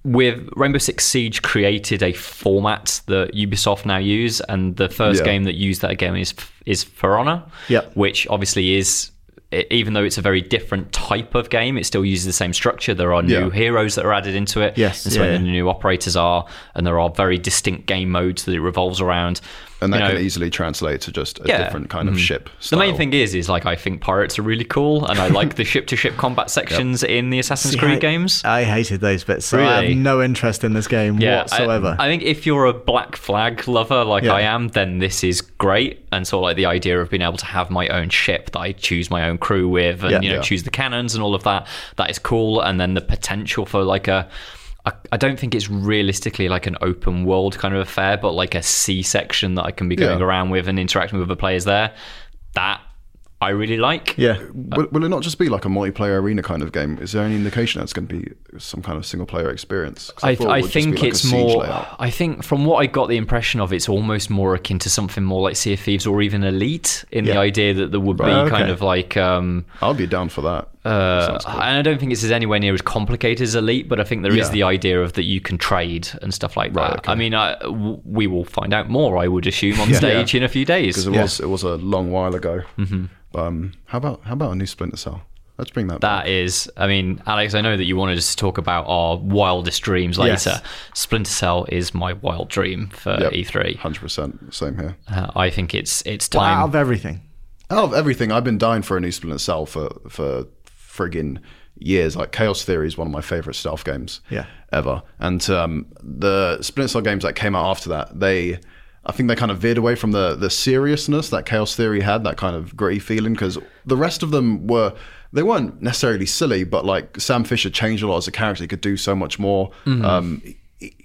Speaker 3: with Rainbow Six Siege created a format that Ubisoft now use, and the first
Speaker 2: Yeah.
Speaker 3: game that used that again is is For Honor,
Speaker 1: Yeah.
Speaker 3: which obviously is. i- Even though it's a very different type of game, it still uses the same structure. There are new
Speaker 2: Yeah.
Speaker 3: heroes that are added into it.
Speaker 1: Yes,
Speaker 3: and so
Speaker 1: yeah,
Speaker 3: the
Speaker 1: yeah.
Speaker 3: new operators are, and there are very distinct game modes that it revolves around.
Speaker 2: And
Speaker 3: You
Speaker 2: that
Speaker 3: know,
Speaker 2: can easily translate to just a
Speaker 3: Yeah. Mm-hmm.
Speaker 2: different kind of ship.
Speaker 3: The main
Speaker 2: style.
Speaker 3: thing is, is like I think pirates are really cool, and I like the ship-to-ship combat sections in the Assassin's
Speaker 1: See,
Speaker 3: Creed
Speaker 1: I-
Speaker 3: games.
Speaker 1: I hated those bits. So I
Speaker 3: Really?
Speaker 1: have no interest in this game
Speaker 3: yeah, I-
Speaker 1: whatsoever.
Speaker 3: I, think if you're a Black Flag lover like
Speaker 1: Yeah.
Speaker 3: I am, then this is great. And sort of like the idea of being able to have my own ship that I choose my own crew with, and
Speaker 1: Yeah.
Speaker 3: you know
Speaker 2: Yeah.
Speaker 3: choose the cannons and all of that. That is cool. And then the potential for like a I I don't think it's realistically like an open world kind of affair, but like a C section that I can be going
Speaker 2: Yeah.
Speaker 3: around with and interacting with other players there. That I really like.
Speaker 1: yeah.
Speaker 2: Will, will it not just be like a multiplayer arena kind of game? Is there any indication that's going to be some kind of single player experience? 'Cause
Speaker 3: I,
Speaker 2: thought it
Speaker 3: I
Speaker 2: would just be
Speaker 3: think
Speaker 2: like a
Speaker 3: it's
Speaker 2: siege
Speaker 3: more.
Speaker 2: layout.
Speaker 3: I think from what I got the impression of, it's almost more akin to something more like Sea of Thieves or even Elite in the
Speaker 1: Yeah.
Speaker 3: idea that there would be
Speaker 1: Right,
Speaker 3: kind
Speaker 1: okay.
Speaker 3: of like. Um,
Speaker 2: I'll be down for that.
Speaker 3: uh,
Speaker 2: Sounds cool.
Speaker 3: And I don't think it's as anywhere near as complicated as Elite, but I think there is
Speaker 2: Yeah.
Speaker 3: the idea of that you can trade and stuff like
Speaker 2: Right,
Speaker 3: that.
Speaker 2: okay.
Speaker 3: I mean, I, w- we will find out more, I would assume, on stage in a few days.
Speaker 2: Because it was it was a long while ago.
Speaker 3: Mm-hmm.
Speaker 2: Um, how about how about a new Splinter Cell? Let's bring that. back.
Speaker 3: That is, I mean, Alex, I know that you wanted us to talk about our wildest dreams
Speaker 1: Yes.
Speaker 3: later. Splinter Cell is my wild dream for
Speaker 2: Yep.
Speaker 3: E3.
Speaker 2: Hundred percent. Same here.
Speaker 3: Uh, I think it's it's time.
Speaker 1: Out of everything.
Speaker 2: Out of everything, I've been dying for a new Splinter Cell for for friggin' years. Like Chaos Theory is one of my favorite stealth games
Speaker 1: Yeah.
Speaker 2: ever. And um, the Splinter Cell games that came out after that, they I think they kind of veered away from the the seriousness that Chaos Theory had, that kind of gritty feeling, because the rest of them were they weren't necessarily silly, but like Sam Fisher changed a lot as a character. He could do so much more.
Speaker 3: Mm-hmm.
Speaker 2: Um, he,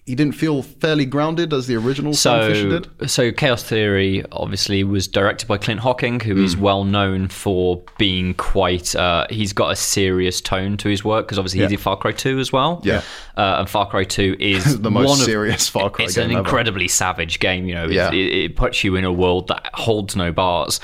Speaker 2: he didn't feel fairly grounded as the original Sam Fisher
Speaker 3: So,
Speaker 2: did.
Speaker 3: so Chaos Theory obviously was directed by Clint Hocking, who is
Speaker 2: Hmm.
Speaker 3: well known for being quite. Uh, he's got a serious tone to his work because obviously
Speaker 1: Yeah.
Speaker 3: he did Far Cry Two as well.
Speaker 2: Yeah.
Speaker 3: uh, and Far Cry Two is
Speaker 2: The most
Speaker 3: one of-
Speaker 2: serious Far Cry
Speaker 3: It's
Speaker 2: game
Speaker 3: an
Speaker 2: ever.
Speaker 3: incredibly savage game. You know, It's-
Speaker 2: Yeah.
Speaker 3: it, it puts you in a world that holds no bars.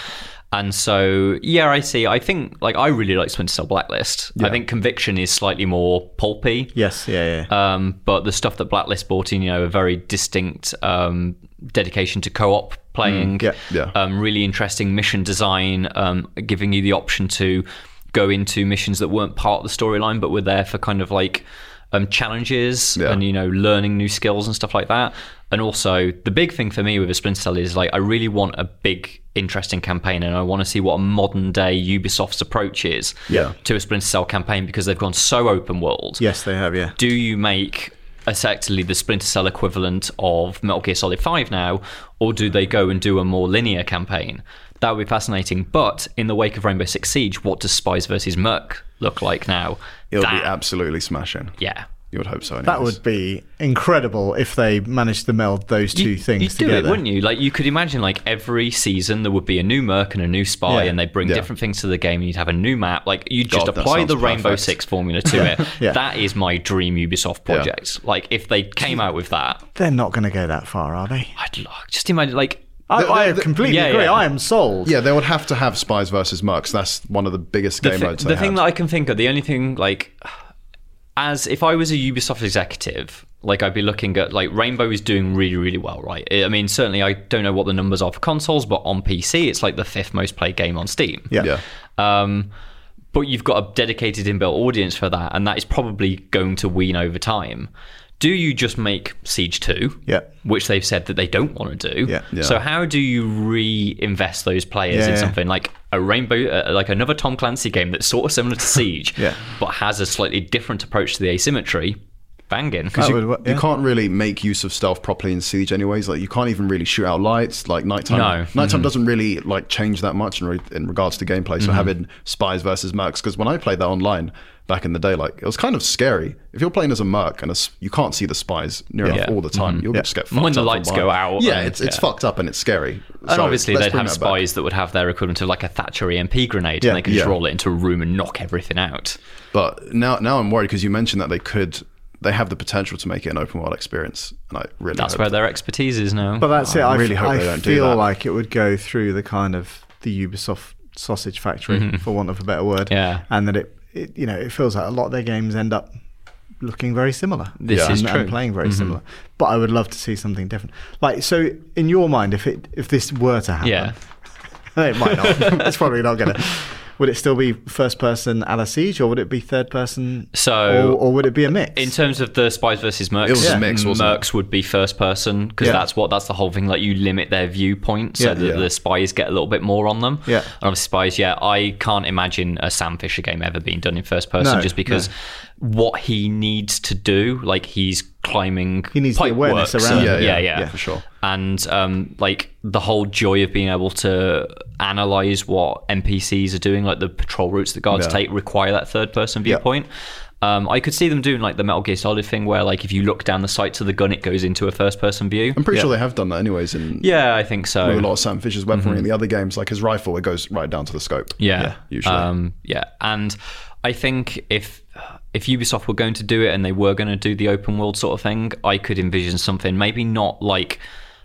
Speaker 3: And so, yeah, I see. I think, like, I really like Splinter Cell Blacklist. I think Conviction is slightly more pulpy.
Speaker 1: Yes, yeah, yeah.
Speaker 3: Um, but the stuff that Blacklist brought in, you know, a very distinct um, dedication to co-op playing,
Speaker 1: Mm, yeah,
Speaker 2: yeah.
Speaker 3: Um, really interesting mission design, um, giving you the option to go into missions that weren't part of the storyline but were there for kind of like um, challenges
Speaker 2: Yeah.
Speaker 3: and you know learning new skills and stuff like that. And also the big thing for me with a Splinter Cell is like I really want a big interesting campaign and I want to see what a modern day Ubisoft's approach is
Speaker 1: Yeah.
Speaker 3: to a Splinter Cell campaign because they've gone so open world
Speaker 1: yes, they have, yeah.
Speaker 3: do you make effectively the Splinter Cell equivalent of Metal Gear Solid 5 now, or do they go and do a more linear campaign? That would be fascinating. But in the wake of Rainbow Six Siege, what does Spies versus Merc look like now?
Speaker 2: It'll
Speaker 3: That-
Speaker 2: be absolutely smashing.
Speaker 3: yeah.
Speaker 2: You would hope so. Anyways.
Speaker 1: That would be incredible if they managed to meld those two
Speaker 3: You-
Speaker 1: things
Speaker 3: You'd do
Speaker 1: together.
Speaker 3: it, wouldn't you? Like you could imagine, like every season there would be a new Merc and a new Spy,
Speaker 1: Yeah.
Speaker 3: and they bring different things to the game. and You'd have a new map. Like you'd just
Speaker 2: God, that
Speaker 3: apply
Speaker 2: sounds
Speaker 3: the Rainbow
Speaker 2: perfect.
Speaker 3: Six formula to it.
Speaker 1: Yeah.
Speaker 3: That is my dream Ubisoft
Speaker 2: Yeah.
Speaker 3: project. Like if they came out with that,
Speaker 1: They're not going to go that far, are they?
Speaker 3: I'd lo- just imagine like
Speaker 1: I,
Speaker 2: The-
Speaker 1: I
Speaker 2: the- the-
Speaker 1: completely
Speaker 3: yeah,
Speaker 1: agree.
Speaker 3: yeah.
Speaker 1: I am sold.
Speaker 2: Yeah, they would have to have spies versus mercs. That's one of the biggest game
Speaker 3: thi-
Speaker 2: modes.
Speaker 3: the
Speaker 2: they
Speaker 3: thing
Speaker 2: had.
Speaker 3: that I can think of, the only thing like, as if I was a Ubisoft executive, like I'd be looking at like Rainbow is doing really really well, right? I I mean, certainly I don't know what the numbers are for consoles, but on PC it's like the fifth most played game on Steam.
Speaker 1: Yeah.
Speaker 2: yeah.
Speaker 3: Um, but you've got a dedicated inbuilt audience for that, and that is probably going to wean over time. Do you just make Siege 2?
Speaker 1: Yeah.
Speaker 3: Which they've said that they don't want to do.
Speaker 1: Yeah.
Speaker 2: Yeah.
Speaker 3: So how do you reinvest those players
Speaker 1: Yeah,
Speaker 3: in
Speaker 1: yeah.
Speaker 3: something like a rainbow, uh, like another Tom Clancy game that's sort of similar to Siege,
Speaker 1: Yeah.
Speaker 3: but has a slightly different approach to the asymmetry? Banging.
Speaker 1: That
Speaker 2: you,
Speaker 1: would wo- yeah.
Speaker 2: you can't really make use of stealth properly in siege anyways like you can't even really shoot out lights like nighttime
Speaker 3: No.
Speaker 2: nighttime
Speaker 1: Mm-hmm.
Speaker 2: doesn't really like change that much in, re- in regards to gameplay so having spies versus mercs because when i played that online back in the day like it was kind of scary if you're playing as a merc and a s you can't see the spies near enough
Speaker 3: Yeah.
Speaker 2: all the time
Speaker 1: Mm-hmm.
Speaker 2: you'll just get fucked
Speaker 3: When the
Speaker 2: up from
Speaker 3: lights go
Speaker 2: behind.
Speaker 3: out
Speaker 2: yeah
Speaker 3: and-
Speaker 2: it's, it's
Speaker 3: yeah.
Speaker 2: fucked up and it's scary
Speaker 3: And
Speaker 2: So
Speaker 3: obviously,
Speaker 2: let's
Speaker 3: they'd
Speaker 2: bring
Speaker 3: have
Speaker 2: that back.
Speaker 3: spies that would have their equivalent of like a Thatcher EMP grenade,
Speaker 1: Yeah.
Speaker 3: and they could just
Speaker 2: Yeah.
Speaker 3: roll it into a room and knock everything out.
Speaker 2: But now, now I'm worried because you mentioned that they could, they have the potential to make it an open world experience, and I really
Speaker 3: That's
Speaker 2: hope
Speaker 3: where their expertise is now.
Speaker 1: But that's it. I,
Speaker 2: really hope
Speaker 1: I
Speaker 2: they don't do
Speaker 1: feel
Speaker 2: that.
Speaker 1: like it would go through the kind of the Ubisoft sausage factory, for want of a better word.
Speaker 3: Yeah.
Speaker 1: And that it, it, you know, it feels like a lot of their games end up looking very similar.
Speaker 3: This
Speaker 2: Yeah.
Speaker 3: is
Speaker 1: and,
Speaker 3: true.
Speaker 1: and playing very similar. But I would love to see something different. Like, so in your mind, if it if this were to happen,
Speaker 3: Yeah.
Speaker 1: it might not. it's probably not gonna. Would it still be first person a la siege, or would it be third person?
Speaker 3: So-
Speaker 1: or, or would it be a mix?
Speaker 3: In terms of the spies versus mercs,
Speaker 2: It was a Yeah. mix, wasn't it?
Speaker 3: mercs would be first person because
Speaker 1: Yeah.
Speaker 3: that's what that's the whole thing. Like you limit their viewpoint so
Speaker 1: Yeah.
Speaker 3: that
Speaker 2: Yeah.
Speaker 3: the spies get a little bit more on them.
Speaker 1: Yeah.
Speaker 3: and obviously spies. Yeah, I can't imagine a Sam Fisher game ever being done in first person
Speaker 1: No,
Speaker 3: just because what he needs to do, like he's climbing.
Speaker 1: He needs the
Speaker 3: pipe
Speaker 1: awareness
Speaker 3: works
Speaker 1: around
Speaker 3: and-
Speaker 2: it. Yeah,
Speaker 3: Yeah, yeah,
Speaker 2: yeah, for sure.
Speaker 3: And um, like the whole joy of being able to analyze what NPCs are doing, like the patrol routes that guards
Speaker 2: Yeah.
Speaker 3: take, require that third person viewpoint. Um, I could see them doing like the Metal Gear Solid thing, where like if you look down the sights of the gun, it goes into a first person view.
Speaker 2: I'm pretty sure they have done that anyways in
Speaker 3: Yeah, I think so.
Speaker 2: with a lot of Sam Fisher's weaponry in the other games. Like his rifle, it goes right down to the scope.
Speaker 3: Yeah,
Speaker 2: usually.
Speaker 3: Um, yeah, and I think if if Ubisoft were going to do it and they were going to do the open world sort of thing, I could envision something maybe not like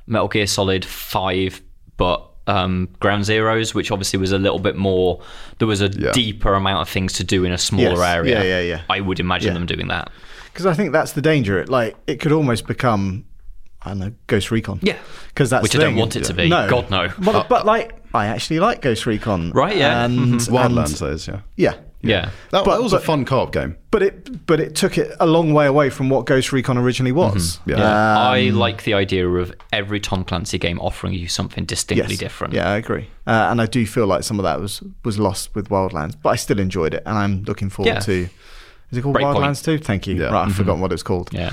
Speaker 3: Metal Gear Solid Five, but um, Ground Zeroes, which obviously was a little bit more. There was a
Speaker 2: Yeah.
Speaker 3: deeper amount of things to do in a smaller
Speaker 1: Yes.
Speaker 3: area.
Speaker 1: Yeah, yeah, yeah.
Speaker 3: I would imagine them doing that.
Speaker 1: Because I think that's the danger. It like it could almost become, I don't know, Ghost Recon.
Speaker 3: Yeah.
Speaker 1: because that's
Speaker 3: Which
Speaker 1: the
Speaker 3: I don't
Speaker 1: thing.
Speaker 3: want it to be. God, no. Uh,
Speaker 1: But, but like, I actually like Ghost Recon.
Speaker 3: Right, yeah. Mm-hmm.
Speaker 1: And, and-
Speaker 2: Wildlands, that is, yeah.
Speaker 1: yeah,
Speaker 3: Yeah.
Speaker 2: That,
Speaker 1: But-
Speaker 2: that was a
Speaker 1: but-
Speaker 2: fun co-op game.
Speaker 1: But it but it took it a long way away from what Ghost Recon originally
Speaker 3: Mm-hmm.
Speaker 1: was. Um,
Speaker 2: Yeah.
Speaker 3: I like the idea of every Tom Clancy game offering you something distinctly different.
Speaker 1: Yeah, I agree. Uh, and I do feel like some of that was was lost with Wildlands, but I still enjoyed it, and I'm looking forward
Speaker 3: Yeah.
Speaker 1: to. Is it called
Speaker 3: Breakpoint.
Speaker 1: Wildlands 2? Thank you.
Speaker 2: Yeah.
Speaker 1: Right, I've forgotten what it's called.
Speaker 3: Yeah.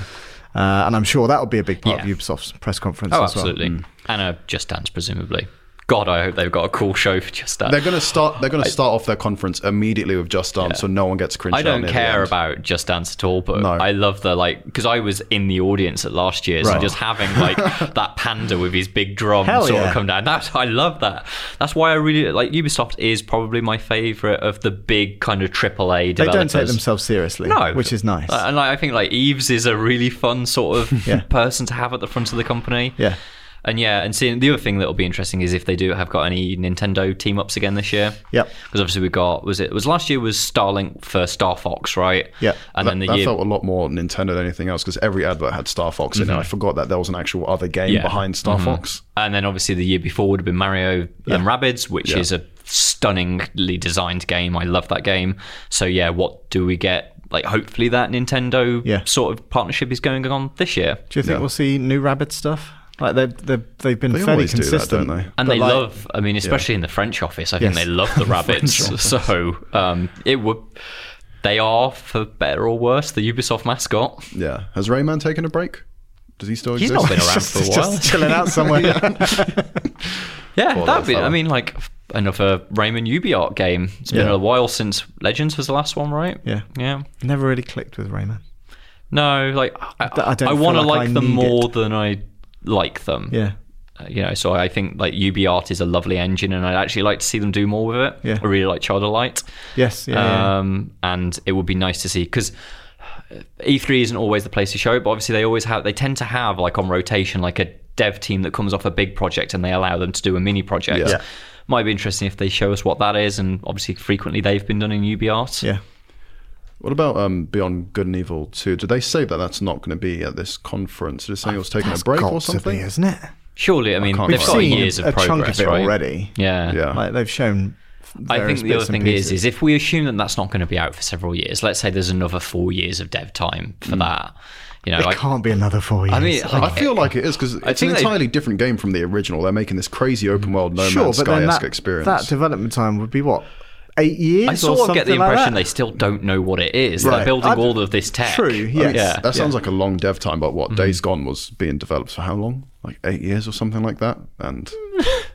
Speaker 1: Uh, and I'm sure that'll be a big part
Speaker 3: Yeah.
Speaker 1: of Ubisoft's press conference
Speaker 3: Oh,
Speaker 1: as well. Mm.
Speaker 3: absolutely. And a Just Dance, presumably. God, I hope they've got a cool show for Just Dance.
Speaker 2: They're gonna start. They're gonna start off their conference immediately with Just Dance, so no one gets cringed.
Speaker 3: I
Speaker 2: out
Speaker 3: don't
Speaker 2: near the
Speaker 3: care
Speaker 2: end.
Speaker 3: about Just Dance at all, but
Speaker 2: No.
Speaker 3: I love the like because I was in the audience at last year's, so
Speaker 2: Right.
Speaker 3: just having like that panda with his big drum
Speaker 1: Hell
Speaker 3: sort
Speaker 1: yeah.
Speaker 3: of come down. That's I love that. That's why I really like Ubisoft is probably my favorite of the big kind of AAA
Speaker 1: They don't
Speaker 3: developers.
Speaker 1: take themselves seriously,
Speaker 3: No,
Speaker 1: which is nice.
Speaker 3: Uh, and like, I think like Eves is a really fun sort of
Speaker 1: Yeah.
Speaker 3: person to have at the front of the company.
Speaker 1: Yeah.
Speaker 3: And yeah, and seeing the other thing that'll be interesting is if they do have got any Nintendo team ups again this year.
Speaker 1: Yep.
Speaker 3: Because obviously we got was it was last year was Starlink for Star Fox, right?
Speaker 1: Yeah.
Speaker 3: And
Speaker 2: That,
Speaker 3: then the
Speaker 2: that
Speaker 3: year
Speaker 2: felt a lot more Nintendo than anything else because every advert had Star Fox in it. I forgot that there was an actual other game
Speaker 3: Mm-hmm. Yeah. Mm-hmm.
Speaker 2: behind Star Fox.
Speaker 3: and then obviously the year before would have been Mario and Rabbids, which is a stunningly designed game. I love that game. So yeah, what do we get? Like hopefully that Nintendo
Speaker 1: Yeah.
Speaker 3: sort of partnership is going on this year.
Speaker 1: do you think
Speaker 2: Yeah.
Speaker 1: we'll see new rabbit stuff? Like they they they've been
Speaker 2: They
Speaker 1: fairly
Speaker 2: always do that,
Speaker 1: consistent,
Speaker 2: don't they?
Speaker 1: But
Speaker 3: And they
Speaker 1: like-
Speaker 3: love, I mean, especially in the French office, I think
Speaker 1: Yes.
Speaker 3: they love the rabbits. so um, it would, they are, for better or worse, the Ubisoft mascot.
Speaker 2: Yeah. Has Rayman taken a break? Does he still
Speaker 3: He's
Speaker 2: exist?
Speaker 3: not been around for a
Speaker 1: Just
Speaker 3: while.
Speaker 1: chilling out somewhere.
Speaker 3: Yeah,
Speaker 2: Poor
Speaker 3: that'd
Speaker 2: little
Speaker 3: be, I
Speaker 2: fella.
Speaker 3: mean, like another Raymond Ubiart game. It's been
Speaker 1: Yeah.
Speaker 3: a while since Legends was the last one, right?
Speaker 1: Yeah.
Speaker 3: Yeah.
Speaker 1: Never really clicked with Rayman.
Speaker 3: No, like I,
Speaker 1: I
Speaker 3: I,
Speaker 1: don't feel
Speaker 3: want to
Speaker 1: like
Speaker 3: like
Speaker 1: I
Speaker 3: them
Speaker 1: need
Speaker 3: more
Speaker 1: it.
Speaker 3: than I like them.
Speaker 1: Yeah,
Speaker 3: Uh, you know, so I think like UbiArt is a lovely engine, and I'd actually like to see them do more with it.
Speaker 1: Yeah.
Speaker 3: I really like Child of Light.
Speaker 1: yes, yeah, yeah.
Speaker 3: Um, and it would be nice to see because E3 isn't always the place to show it, but obviously they always have. They tend to have like on rotation, like a dev team that comes off a big project, and they allow them to do a mini project.
Speaker 2: Yeah.
Speaker 3: Might be interesting if they show us what that is, and obviously frequently they've been done in UbiArt.
Speaker 1: yeah.
Speaker 2: What about um, Beyond Good and Evil 2? Did they say that that's not going to be at this conference? Did they say it was taking a
Speaker 1: That's
Speaker 2: break
Speaker 1: got
Speaker 2: or
Speaker 1: to
Speaker 2: something?
Speaker 1: be, isn't it?
Speaker 3: Surely, I mean
Speaker 2: can't
Speaker 3: they've
Speaker 2: We've
Speaker 3: got
Speaker 2: seen
Speaker 3: years of
Speaker 1: a
Speaker 3: progress
Speaker 1: chunk of it
Speaker 3: right?
Speaker 1: already.
Speaker 3: Yeah.
Speaker 2: Yeah.
Speaker 1: Like they've shown.
Speaker 3: I
Speaker 1: various
Speaker 3: think the
Speaker 1: bits
Speaker 3: other
Speaker 1: and
Speaker 3: thing is,
Speaker 1: pieces.
Speaker 3: is if we assume that that's not going to be out for several years, let's say there's another four years of dev time for that. You know,
Speaker 1: Hmm. it
Speaker 3: I,
Speaker 1: can't be another four years.
Speaker 3: I mean,
Speaker 2: I feel like it is because it's an
Speaker 3: think they-
Speaker 2: entirely different game from the original. They're making this crazy open world No
Speaker 1: sure,
Speaker 2: Man's
Speaker 1: but then
Speaker 2: Sky-esque
Speaker 1: that,
Speaker 2: experience.
Speaker 1: that development time would be what eight years.
Speaker 3: I
Speaker 1: or
Speaker 3: sort of
Speaker 1: something
Speaker 3: get the
Speaker 1: like
Speaker 3: impression
Speaker 1: that?
Speaker 3: they still don't know what it is.
Speaker 1: Right.
Speaker 3: They're building
Speaker 1: I'd-
Speaker 3: all of this tech.
Speaker 1: True. Yes.
Speaker 3: Yeah. Mm-hmm.
Speaker 2: That sounds like a long dev time, but what Days Gone was being developed for how long? Like eight years or something like that, and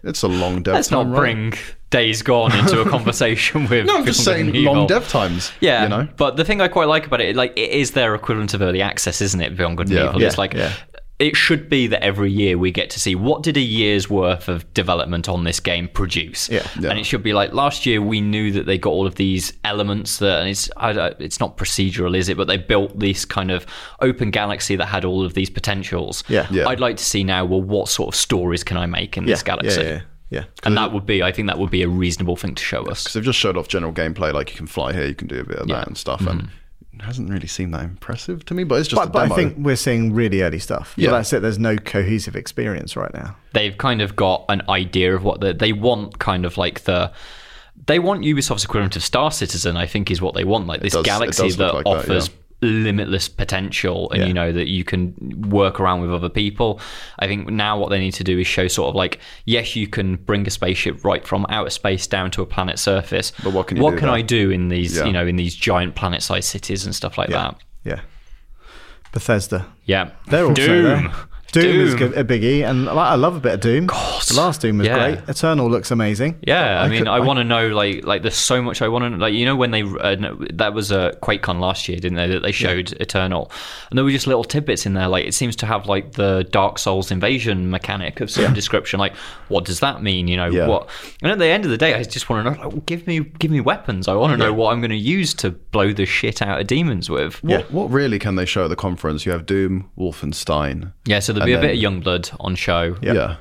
Speaker 2: it's a long dev
Speaker 3: Let's
Speaker 2: time.
Speaker 3: not
Speaker 2: right?
Speaker 3: bring Days Gone into a conversation with.
Speaker 2: No, I'm just
Speaker 3: Beyond
Speaker 2: saying
Speaker 3: Good and Evil.
Speaker 2: long dev times.
Speaker 3: Yeah,
Speaker 2: you know.
Speaker 3: but the thing I quite like about it, like, it is their equivalent of early access, isn't it? Beyond Good and
Speaker 2: Yeah.
Speaker 3: Evil, it's
Speaker 1: Yeah,
Speaker 3: like
Speaker 1: yeah.
Speaker 3: it should be that every year we get to see what did a year's worth of development on this game produce.
Speaker 1: Yeah.
Speaker 2: Yeah.
Speaker 3: and it should be like last year we knew that they got all of these elements that, and it's I, don't- it's not procedural, is it? But they built this kind of open galaxy that had all of these potentials.
Speaker 1: Yeah.
Speaker 2: Yeah.
Speaker 3: I'd like to see now. Well, what sort of stories can I make in
Speaker 1: yeah.
Speaker 3: this galaxy?
Speaker 1: Yeah, yeah, yeah.
Speaker 3: And that would be, I think, that would be a reasonable thing to show us.
Speaker 2: because they've just showed off general gameplay, like you can fly here, you can do a bit of that and stuff, and it hasn't really seemed that impressive to me. Mm-hmm. But it's just
Speaker 1: But,
Speaker 2: a
Speaker 1: but
Speaker 2: demo.
Speaker 1: I think we're seeing really early stuff. Yeah,
Speaker 2: Yeah.
Speaker 1: that's it. There's no cohesive experience right now.
Speaker 3: they've kind of got an idea of what they, they want kind of like the they want ubisoft's equivalent of star citizen i think is what they want like this
Speaker 2: does- it
Speaker 3: galaxy
Speaker 2: does look
Speaker 3: that
Speaker 2: like that,
Speaker 3: offers limitless potential and
Speaker 1: Yeah.
Speaker 3: you know that you can work around with other people i think now what they need to do is show sort of like yes you can bring a spaceship right from outer space down to a planet's surface
Speaker 2: But what can you
Speaker 3: what
Speaker 2: do
Speaker 3: can
Speaker 2: there?
Speaker 3: i do in these
Speaker 2: Yeah.
Speaker 3: you know in these giant planet sized cities and stuff like that
Speaker 1: Yeah. Bethesda.
Speaker 3: yeah
Speaker 1: They're also
Speaker 3: doom
Speaker 1: there. Doom, is
Speaker 3: Doom.
Speaker 1: good, a biggie, and like, I love a bit of Doom.
Speaker 3: course.
Speaker 1: The last Doom was
Speaker 3: Yeah.
Speaker 1: great. Eternal looks amazing.
Speaker 3: Yeah, I, mean,
Speaker 1: could-
Speaker 3: I, want to know like like there's so much I want to like you know when they uh, no- that was a uh, QuakeCon last year, didn't they? That they showed Eternal, and there were just little tidbits in there. Like it seems to have like the Dark Souls invasion mechanic of some description. Like what does that mean? You know
Speaker 2: Yeah.
Speaker 3: what? And at the end of the day, I just want to know. Like, well, give me give me weapons. I want to know what I'm going to use to blow the shit out of demons with.
Speaker 2: what, what really can they show at the conference? You have Doom, Wolfenstein.
Speaker 3: Yeah, so there'll be
Speaker 2: And
Speaker 3: a bit
Speaker 2: then-
Speaker 3: of Youngblood on show.
Speaker 2: Yeah.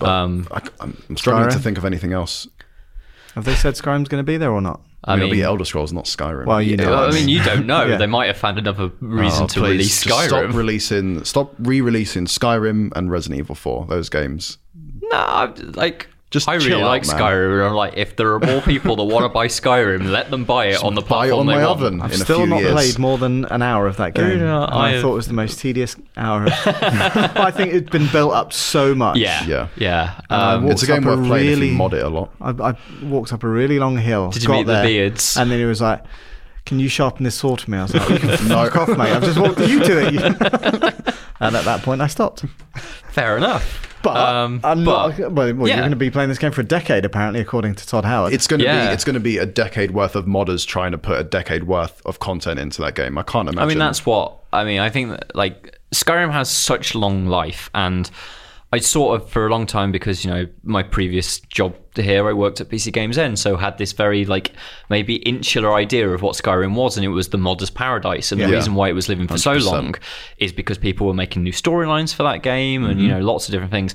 Speaker 3: Um,
Speaker 2: I, am struggling
Speaker 1: Skyrim?
Speaker 2: to think of anything else.
Speaker 1: Have they said Skyrim's going to be there or not?
Speaker 3: I
Speaker 2: It'll be
Speaker 3: mean,
Speaker 2: Elder Scrolls, not Skyrim.
Speaker 1: Well, you know.
Speaker 3: well, I
Speaker 1: that's-
Speaker 3: mean, you don't know.
Speaker 1: Yeah.
Speaker 3: They might have found another reason
Speaker 2: Oh,
Speaker 3: to
Speaker 2: please,
Speaker 3: release
Speaker 2: just
Speaker 3: Skyrim.
Speaker 2: Stop releasing, stop re-releasing Skyrim and Resident Evil 4. Those games.
Speaker 3: No, I'm- like
Speaker 2: Just
Speaker 3: I really
Speaker 2: chill out,
Speaker 3: like
Speaker 2: man.
Speaker 3: Skyrim. and I'm like, if there are more people that want to buy Skyrim, let them buy it on the
Speaker 2: buy it
Speaker 3: platform
Speaker 2: on
Speaker 3: they
Speaker 2: my
Speaker 3: want.
Speaker 2: oven.
Speaker 1: I've
Speaker 2: in a
Speaker 1: still
Speaker 2: few
Speaker 1: not
Speaker 2: years.
Speaker 1: played more than an hour of that game.
Speaker 3: Yeah,
Speaker 1: and I,
Speaker 3: I-
Speaker 1: thought it was the most tedious hour. Of- I think it's been built up so much.
Speaker 3: Yeah,
Speaker 2: Yeah.
Speaker 3: yeah.
Speaker 1: I
Speaker 3: Um,
Speaker 1: walked
Speaker 2: it's a game
Speaker 1: up
Speaker 2: worth playing if you mod it a lot.
Speaker 1: I, I walked up a really long hill.
Speaker 3: Did you
Speaker 1: got
Speaker 3: meet the
Speaker 1: there,
Speaker 3: beards?
Speaker 1: And then he was like, "Can you sharpen this sword for me?" I was like, "You can
Speaker 2: No.
Speaker 1: fuck off, mate. I've just walked you to it." and at that point, I stopped.
Speaker 3: fair enough.
Speaker 1: But
Speaker 3: Um,
Speaker 1: I'm
Speaker 3: but-
Speaker 1: not. Well, well,
Speaker 3: yeah.
Speaker 1: you're going to be playing this game for a decade, apparently, according to Todd Howard.
Speaker 2: It's gonna
Speaker 3: Yeah.
Speaker 2: be it's gonna be a decade worth of modders trying to put a decade worth of content into that game. I can't imagine.
Speaker 3: I mean, that's what I mean. I think that like Skyrim has such long life, and I sort of for a long time because you know my previous job here, I worked at PC Games End, so had this very like maybe insular idea of what Skyrim was, and it was the modder's paradise. And the
Speaker 2: Yeah.
Speaker 3: reason why it was living for so
Speaker 2: 100%.
Speaker 3: long is because people were making new storylines for that game, and you
Speaker 1: Mm-hmm.
Speaker 3: know lots of different things.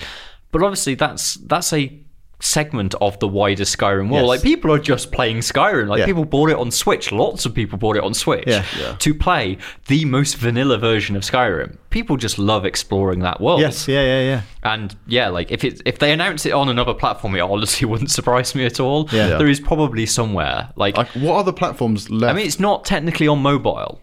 Speaker 3: But obviously, that's that's a segment of the wider Skyrim world.
Speaker 1: Yes.
Speaker 3: Like people are just playing Skyrim. Like
Speaker 1: Yeah.
Speaker 3: people bought it on Switch. Lots of people bought it on Switch
Speaker 1: Yeah.
Speaker 3: to play the most vanilla version of Skyrim. People just love exploring that world.
Speaker 1: yes, yeah, yeah, yeah.
Speaker 3: And yeah, like if it if they announce it on another platform, it honestly wouldn't surprise me at all.
Speaker 1: Yeah. Yeah.
Speaker 3: There is probably somewhere. Like
Speaker 2: like what other platforms left?
Speaker 3: I mean it's not technically on mobile.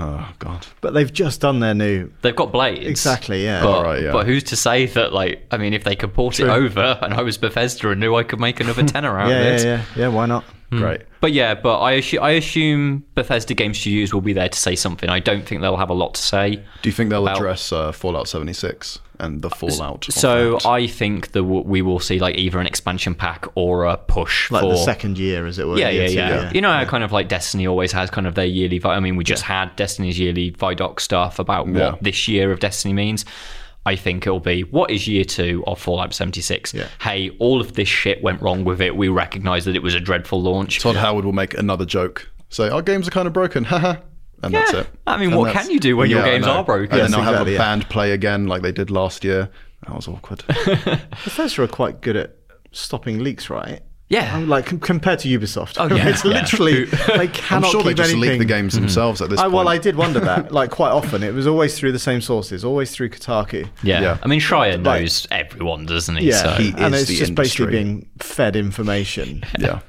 Speaker 2: oh god,
Speaker 1: But they've just done their new.
Speaker 3: They've got blades.
Speaker 1: Exactly, yeah.
Speaker 3: But,
Speaker 2: All right, yeah.
Speaker 3: but who's to say that like I mean if they could port it over and I was Bethesda and knew I could make another tenner out
Speaker 1: Yeah,
Speaker 3: of it.
Speaker 1: yeah, yeah, yeah. Why not?
Speaker 3: Hmm.
Speaker 2: great.
Speaker 3: But yeah, but I assu- I assume Bethesda game studios will be there to say something. I don't think they'll have a lot to say.
Speaker 2: Do you think they'll address uh, Fallout 76 and the Fallout? of
Speaker 3: So
Speaker 2: that?
Speaker 3: I think that w- we will see like either an expansion pack or a push
Speaker 1: Like
Speaker 3: for
Speaker 1: the second year, as it were.
Speaker 3: Yeah, yeah,
Speaker 1: year
Speaker 3: yeah,
Speaker 1: two,
Speaker 3: You know how kind of like Destiny always has kind of their yearly. Vi- I mean, we just had Destiny's yearly Vidoc stuff about what
Speaker 2: Yeah.
Speaker 3: this year of Destiny means. I think it'll be what is year two of Fallout 76.
Speaker 1: Yeah.
Speaker 3: Hey, all of this shit went wrong with it. We recognize that it was a dreadful launch.
Speaker 2: Todd Howard will make another joke. Say our games are kind of broken, haha, and that's
Speaker 3: Yeah.
Speaker 2: it.
Speaker 3: I mean,
Speaker 2: And
Speaker 3: what
Speaker 2: that's-
Speaker 3: can you do when your
Speaker 2: I
Speaker 3: games
Speaker 2: know.
Speaker 3: are broken?
Speaker 2: And
Speaker 3: Yes,
Speaker 2: then I'll
Speaker 1: exactly,
Speaker 2: have
Speaker 1: yeah.
Speaker 2: a band play again like they did last year. That was awkward.
Speaker 1: Bethesda are quite good at stopping leaks, right?
Speaker 3: Yeah.
Speaker 1: I'm like com- compared to Ubisoft.
Speaker 3: Oh, yeah,
Speaker 1: it's
Speaker 3: yeah.
Speaker 1: literally they
Speaker 2: I'm
Speaker 1: cannot
Speaker 2: sure they
Speaker 1: keep
Speaker 2: just
Speaker 1: anything.
Speaker 2: leak the
Speaker 3: Hmm.
Speaker 2: games themselves at this
Speaker 1: I,
Speaker 2: point.
Speaker 1: well, I did wonder that. Like quite often, it was always through the same sources, always through Kotaku.
Speaker 3: yeah.
Speaker 2: Yeah.
Speaker 3: I mean, Shire
Speaker 1: Like-
Speaker 3: knows everyone, doesn't he?
Speaker 1: yeah,
Speaker 3: So.
Speaker 2: He
Speaker 1: and
Speaker 2: is
Speaker 1: it's
Speaker 2: the
Speaker 1: just basically
Speaker 2: industry.
Speaker 1: being fed information.
Speaker 2: Yeah.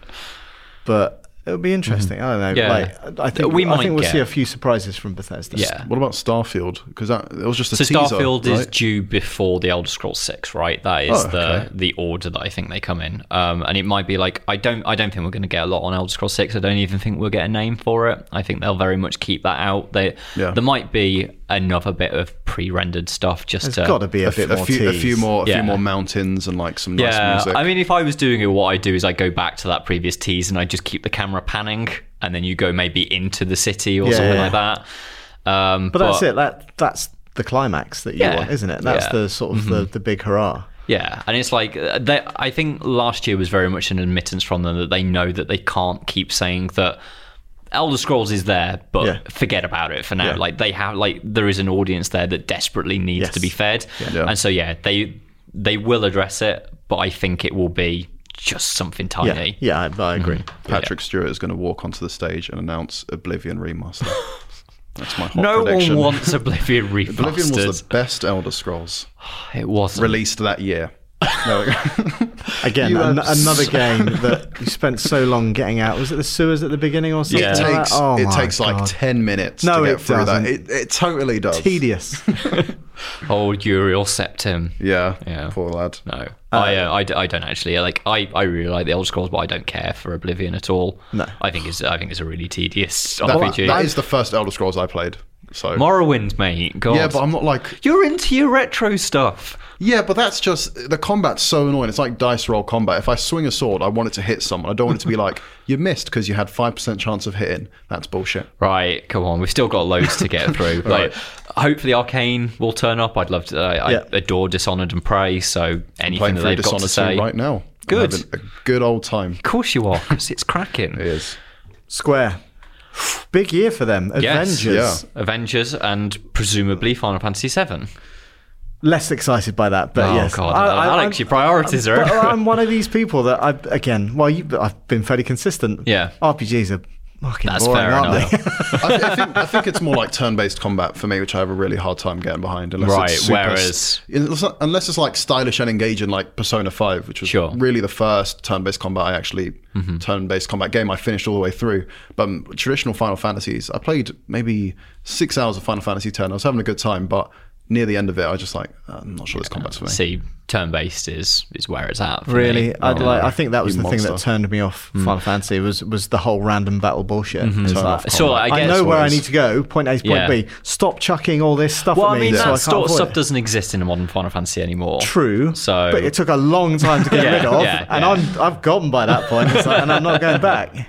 Speaker 1: But it'll be interesting. I don't know.
Speaker 3: Yeah.
Speaker 1: Like I think
Speaker 3: We
Speaker 1: I
Speaker 3: might
Speaker 1: think we'll
Speaker 3: get-
Speaker 1: see a few surprises from Bethesda.
Speaker 3: Yeah.
Speaker 2: What about Starfield? Because that it was just a
Speaker 3: So
Speaker 2: teaser.
Speaker 3: Starfield is
Speaker 2: right?
Speaker 3: due before the Elder Scrolls Six, right? That is
Speaker 2: Oh,
Speaker 3: the
Speaker 2: okay.
Speaker 3: the order that I think they come in. Um, and it might be like I don't I don't think we're going to get a lot on Elder Scrolls Six. I don't even think we'll get a name for it. I think they'll very much keep that out. They
Speaker 2: Yeah.
Speaker 3: there might be another bit of pre rendered stuff just
Speaker 1: There's
Speaker 3: to.
Speaker 1: got to be a,
Speaker 2: a,
Speaker 1: bit
Speaker 2: a
Speaker 1: more
Speaker 2: few, a
Speaker 1: tease.
Speaker 2: few more, a
Speaker 3: Yeah.
Speaker 2: few more mountains and like some
Speaker 3: yeah,
Speaker 2: nice music.
Speaker 3: I mean, if I was doing it, what I do is I go back to that previous tease and I just keep the camera panning, and then you go maybe into the city or
Speaker 1: Yeah,
Speaker 3: something
Speaker 1: yeah.
Speaker 3: like that. Um,
Speaker 1: But that's it. That that's the climax that you
Speaker 3: Yeah.
Speaker 1: want, isn't it? That's
Speaker 3: Yeah.
Speaker 1: the sort of
Speaker 2: Mm-hmm.
Speaker 1: the, the big hurrah.
Speaker 3: Yeah, and it's like uh, they, I think last year was very much an admittance from them that they know that they can't keep saying that Elder Scrolls is there, but
Speaker 1: Yeah.
Speaker 3: forget about it for now.
Speaker 1: Yeah.
Speaker 3: Like they have, like there is an audience there that desperately needs
Speaker 1: Yes.
Speaker 3: to be fed,
Speaker 2: Yeah.
Speaker 3: and so yeah, they they will address it, but I think it will be just something
Speaker 1: Yeah,
Speaker 3: tiny.
Speaker 1: yeah, I, I agree.
Speaker 2: Patrick Stewart is going to walk onto the stage and announce Oblivion remaster. That's my hot
Speaker 3: No
Speaker 2: prediction.
Speaker 3: one wants Oblivion remastered.
Speaker 2: Oblivion was the best Elder Scrolls
Speaker 3: it wasn't.
Speaker 2: released that year. No,
Speaker 1: Again,
Speaker 2: You
Speaker 1: an-
Speaker 2: have s-
Speaker 1: another game that you spent so long getting out. Was it the sewers at the beginning or something?
Speaker 3: Yeah.
Speaker 2: it
Speaker 1: like that?
Speaker 2: takes,
Speaker 1: oh
Speaker 2: it
Speaker 1: my
Speaker 2: takes like
Speaker 1: God.
Speaker 2: 10 minutes
Speaker 1: No,
Speaker 2: to
Speaker 1: it
Speaker 2: get through
Speaker 1: doesn't.
Speaker 2: that. It, it totally does.
Speaker 1: tedious.
Speaker 3: Old Uriel Septim.
Speaker 2: Yeah,
Speaker 3: Yeah.
Speaker 2: poor lad.
Speaker 3: No, I, uh, I, d- I don't actually like. I, I really like the Elder Scrolls, but I don't care for Oblivion at all.
Speaker 1: No.
Speaker 3: I think it's I think it's a really tedious
Speaker 2: That-
Speaker 3: RPG.
Speaker 2: that is the first Elder Scrolls I played. So
Speaker 3: Morrowind, mate. God.
Speaker 2: Yeah, but I'm not like
Speaker 3: you're into your retro stuff.
Speaker 2: Yeah, but that's just the combat's so annoying. It's like dice roll combat. If I swing a sword, I want it to hit someone. I don't want it to be like you missed because you had five percent chance of hitting. That's bullshit.
Speaker 3: Right, come on. We've still got loads to get through. like, hopefully, Arcane will turn up. I'd love to. I,
Speaker 1: Yeah.
Speaker 3: I adore Dishonored and Prey. So anything
Speaker 2: Playing
Speaker 3: that
Speaker 2: through
Speaker 3: they've got
Speaker 2: Dishonored
Speaker 3: to
Speaker 2: 2
Speaker 3: say,
Speaker 2: right now. I'm
Speaker 3: Good.
Speaker 2: having a good old time.
Speaker 3: Of course you are, 'cause it's cracking.
Speaker 2: It is.
Speaker 1: Square. Big year for them.
Speaker 3: Yes.
Speaker 1: Avengers.
Speaker 2: Yeah.
Speaker 3: Avengers and presumably Final Fantasy VII.
Speaker 1: Less excited by
Speaker 2: Uh,
Speaker 1: that, but
Speaker 3: Oh,
Speaker 1: yes.
Speaker 3: God, Alex, your priorities are-
Speaker 1: but I'm one of these people that I again. Well, you, but I've been fairly consistent.
Speaker 3: Yeah.
Speaker 1: RPGs are fucking
Speaker 3: That's
Speaker 1: boring,
Speaker 3: fair
Speaker 1: aren't
Speaker 3: enough.
Speaker 1: they?
Speaker 2: I, I, think, I think it's more like turn-based combat for me, which I have a really hard time getting behind. Unless
Speaker 3: Right,
Speaker 2: It's super,
Speaker 3: whereas-
Speaker 2: unless, unless it's like stylish and engaging, like Persona Five, which was
Speaker 3: Sure. Mm-hmm.
Speaker 2: really the first turn-based combat I actually turn-based combat game I finished all the way through. But um, traditional Final Fantasies, I played maybe six hours of Final Fantasy Ten. I was having a good time, but near the end of it, I was just like, I'm not sure this combat's for me.
Speaker 3: See, turn based is is where it's at. for me.
Speaker 1: Really, I'd
Speaker 3: Yeah. Hmm.
Speaker 1: like. I think that was
Speaker 2: You
Speaker 1: the thing that
Speaker 2: monster.
Speaker 1: turned me off Final Fantasy was was the whole random battle bullshit. It's like,
Speaker 3: Mm-hmm. So like, I
Speaker 1: I
Speaker 3: guess
Speaker 1: know where I
Speaker 3: was-
Speaker 1: need to go. Point A to point
Speaker 3: Yeah.
Speaker 1: B. Stop chucking all this stuff
Speaker 3: Well,
Speaker 1: at
Speaker 3: I
Speaker 1: me.
Speaker 3: mean,
Speaker 1: so
Speaker 3: that
Speaker 1: I can't
Speaker 3: sort of
Speaker 1: avoid
Speaker 3: stuff
Speaker 1: it.
Speaker 3: doesn't exist in modern Final Fantasy anymore.
Speaker 1: True.
Speaker 3: So-
Speaker 1: but it took a long time to get
Speaker 3: Yeah,
Speaker 1: rid of,
Speaker 3: yeah,
Speaker 1: and
Speaker 3: yeah.
Speaker 1: I'm I've gone by that point, it's like, and I'm not going back.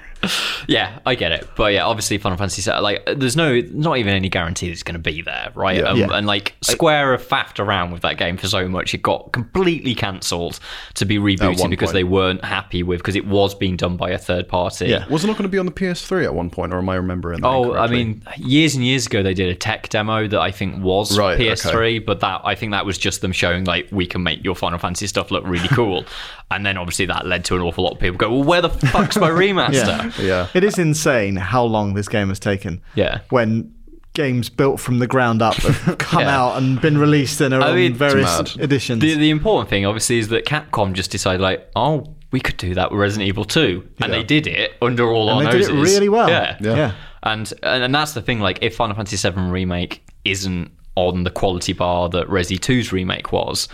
Speaker 3: Yeah, I get it. But yeah, obviously Final Fantasy set like there's no not even any guarantee that it's going to be there, right? Um,
Speaker 1: Yeah.
Speaker 3: And like Square have faffed around with that game for so much it got completely cancelled to be rebooted
Speaker 2: one
Speaker 3: because
Speaker 2: point.
Speaker 3: they weren't happy with because it was being done by a third party.
Speaker 1: Yeah.
Speaker 2: Was it not going to be on the PS3 at one point, or am I remembering? that
Speaker 3: Oh, I
Speaker 2: incorrectly?
Speaker 3: mean, years and years ago they did a tech demo that I think was
Speaker 2: Right,
Speaker 3: PS3,
Speaker 2: okay.
Speaker 3: but that I think that was just them showing like we can make your Final Fantasy stuff look really cool, and then obviously that led to an awful lot of people go, well, where the fuck's my remaster?
Speaker 2: yeah.
Speaker 1: It is insane how long this game has taken.
Speaker 3: Yeah.
Speaker 1: When games built from the ground up have come
Speaker 3: Yeah.
Speaker 1: out and been released in their
Speaker 3: I
Speaker 1: own
Speaker 3: mean,
Speaker 1: various
Speaker 2: mad.
Speaker 1: editions.
Speaker 3: The, the important thing, obviously, is that Capcom just decided, like, oh, we could do that with Resident Evil 2. And
Speaker 2: Yeah.
Speaker 3: they did it under all
Speaker 1: and
Speaker 3: our
Speaker 1: they
Speaker 3: noses.
Speaker 1: did it really well.
Speaker 3: Yeah.
Speaker 1: Yeah.
Speaker 3: And, and and that's the thing, like, if Final Fantasy VII Remake isn't on the quality bar that Resi 2's remake was,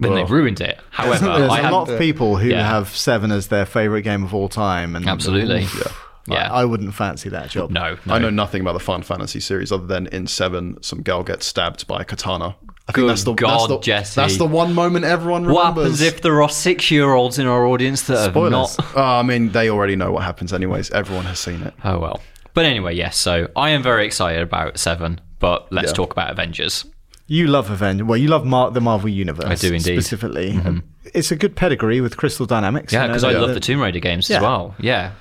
Speaker 3: then they've ruined it. However,
Speaker 1: There's
Speaker 3: I
Speaker 1: a
Speaker 3: have.
Speaker 1: lot of people who
Speaker 3: Yeah.
Speaker 1: have Seven as their favorite game of all time, and
Speaker 3: Absolutely.
Speaker 1: Like,
Speaker 3: Yeah.
Speaker 1: I wouldn't fancy that job.
Speaker 3: no, no.
Speaker 2: I know nothing about the Final Fantasy series other than in seven, some girl gets stabbed by a katana. I think that's the,
Speaker 3: God,
Speaker 2: that's the,
Speaker 3: Jesse.
Speaker 2: That's the one moment everyone remembers.
Speaker 3: What happens if there are six year olds in our audience that have not
Speaker 2: Spoilers. Oh, I mean, they already know what happens, anyways. Everyone has seen it.
Speaker 3: Oh well. But anyway, yes, so I am very excited about Seven, but let's
Speaker 2: Yeah.
Speaker 3: talk about Avengers.
Speaker 1: You love Avengers. Well, you love Mar- the Marvel Universe. I
Speaker 3: do indeed. Mm-hmm.
Speaker 1: Specifically, it's a good pedigree with Crystal Dynamics.
Speaker 3: Yeah,
Speaker 1: you know,
Speaker 3: because I
Speaker 1: the-
Speaker 3: love the Tomb Raider games
Speaker 1: Yeah.
Speaker 3: as well. Yeah.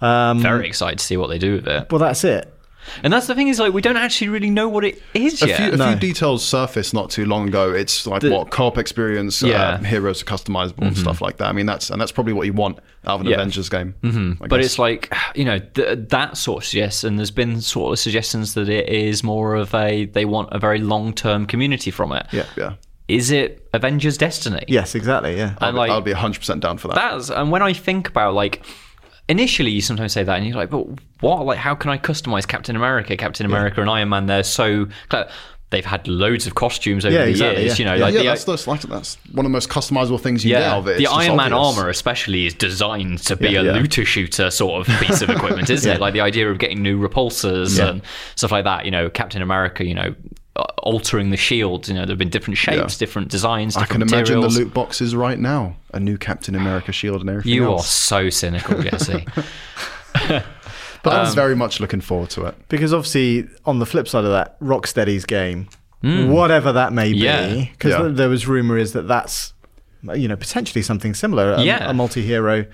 Speaker 2: Um,
Speaker 3: Very excited to see what they do with it.
Speaker 1: Well, that's it.
Speaker 3: And that's the thing is like we don't actually really know what it is
Speaker 2: A,
Speaker 3: yet.
Speaker 2: few, a
Speaker 1: No.
Speaker 2: few details surfaced not too long ago. It's like what co-op experience,
Speaker 3: Yeah. Mm-hmm.
Speaker 2: uh, heroes are customizable and stuff like that. I mean, that's and that's probably what you want out of an
Speaker 3: Yeah. Mm-hmm.
Speaker 2: Avengers game. I
Speaker 3: but
Speaker 2: guess.
Speaker 3: it's like you know th- that sort of suggests, and there's been sort of suggestions that it is more of a they want a very long term community from it.
Speaker 1: Yeah.
Speaker 2: yeah,
Speaker 3: Is it Avengers Destiny?
Speaker 1: Yes, exactly. Yeah.
Speaker 3: And like
Speaker 2: I'd be hundred percent down for that.
Speaker 3: that's and when I think about like initially you sometimes say that and you're like, but what? Like how can I customize Captain America? Captain America and Iron Man, they're so clever. They've had loads of costumes over
Speaker 1: Yeah,
Speaker 3: the
Speaker 1: exactly,
Speaker 3: years,
Speaker 1: yeah.
Speaker 3: you know.
Speaker 2: yeah,
Speaker 3: like
Speaker 2: yeah,
Speaker 3: the,
Speaker 2: that's, that's like that's one of the most customizable things you get out of it. It's
Speaker 3: the
Speaker 2: just
Speaker 3: Iron Man
Speaker 2: obvious.
Speaker 3: armor, especially, is designed to be
Speaker 2: Yeah,
Speaker 3: a
Speaker 2: yeah.
Speaker 3: looter shooter sort of piece of equipment, isn't it? Like the idea of getting new repulsors and stuff like that. You know, Captain America. You know, uh, altering the shield. You know, there've been different shapes, different designs.
Speaker 2: I can
Speaker 3: Different
Speaker 2: imagine the
Speaker 3: materials.
Speaker 2: loot boxes right now. A new Captain America shield and everything.
Speaker 3: You are
Speaker 2: else.
Speaker 3: so cynical, Jesse.
Speaker 2: But I'm very much looking forward to it.
Speaker 1: Because obviously, on the flip side of that, Rocksteady's game, whatever that may
Speaker 3: Hmm. Yeah.
Speaker 1: be, because
Speaker 2: Yeah.
Speaker 1: there was rumor is that that's you know potentially something similar, a,
Speaker 3: Yeah. Mm-hmm.
Speaker 1: a multi-hero,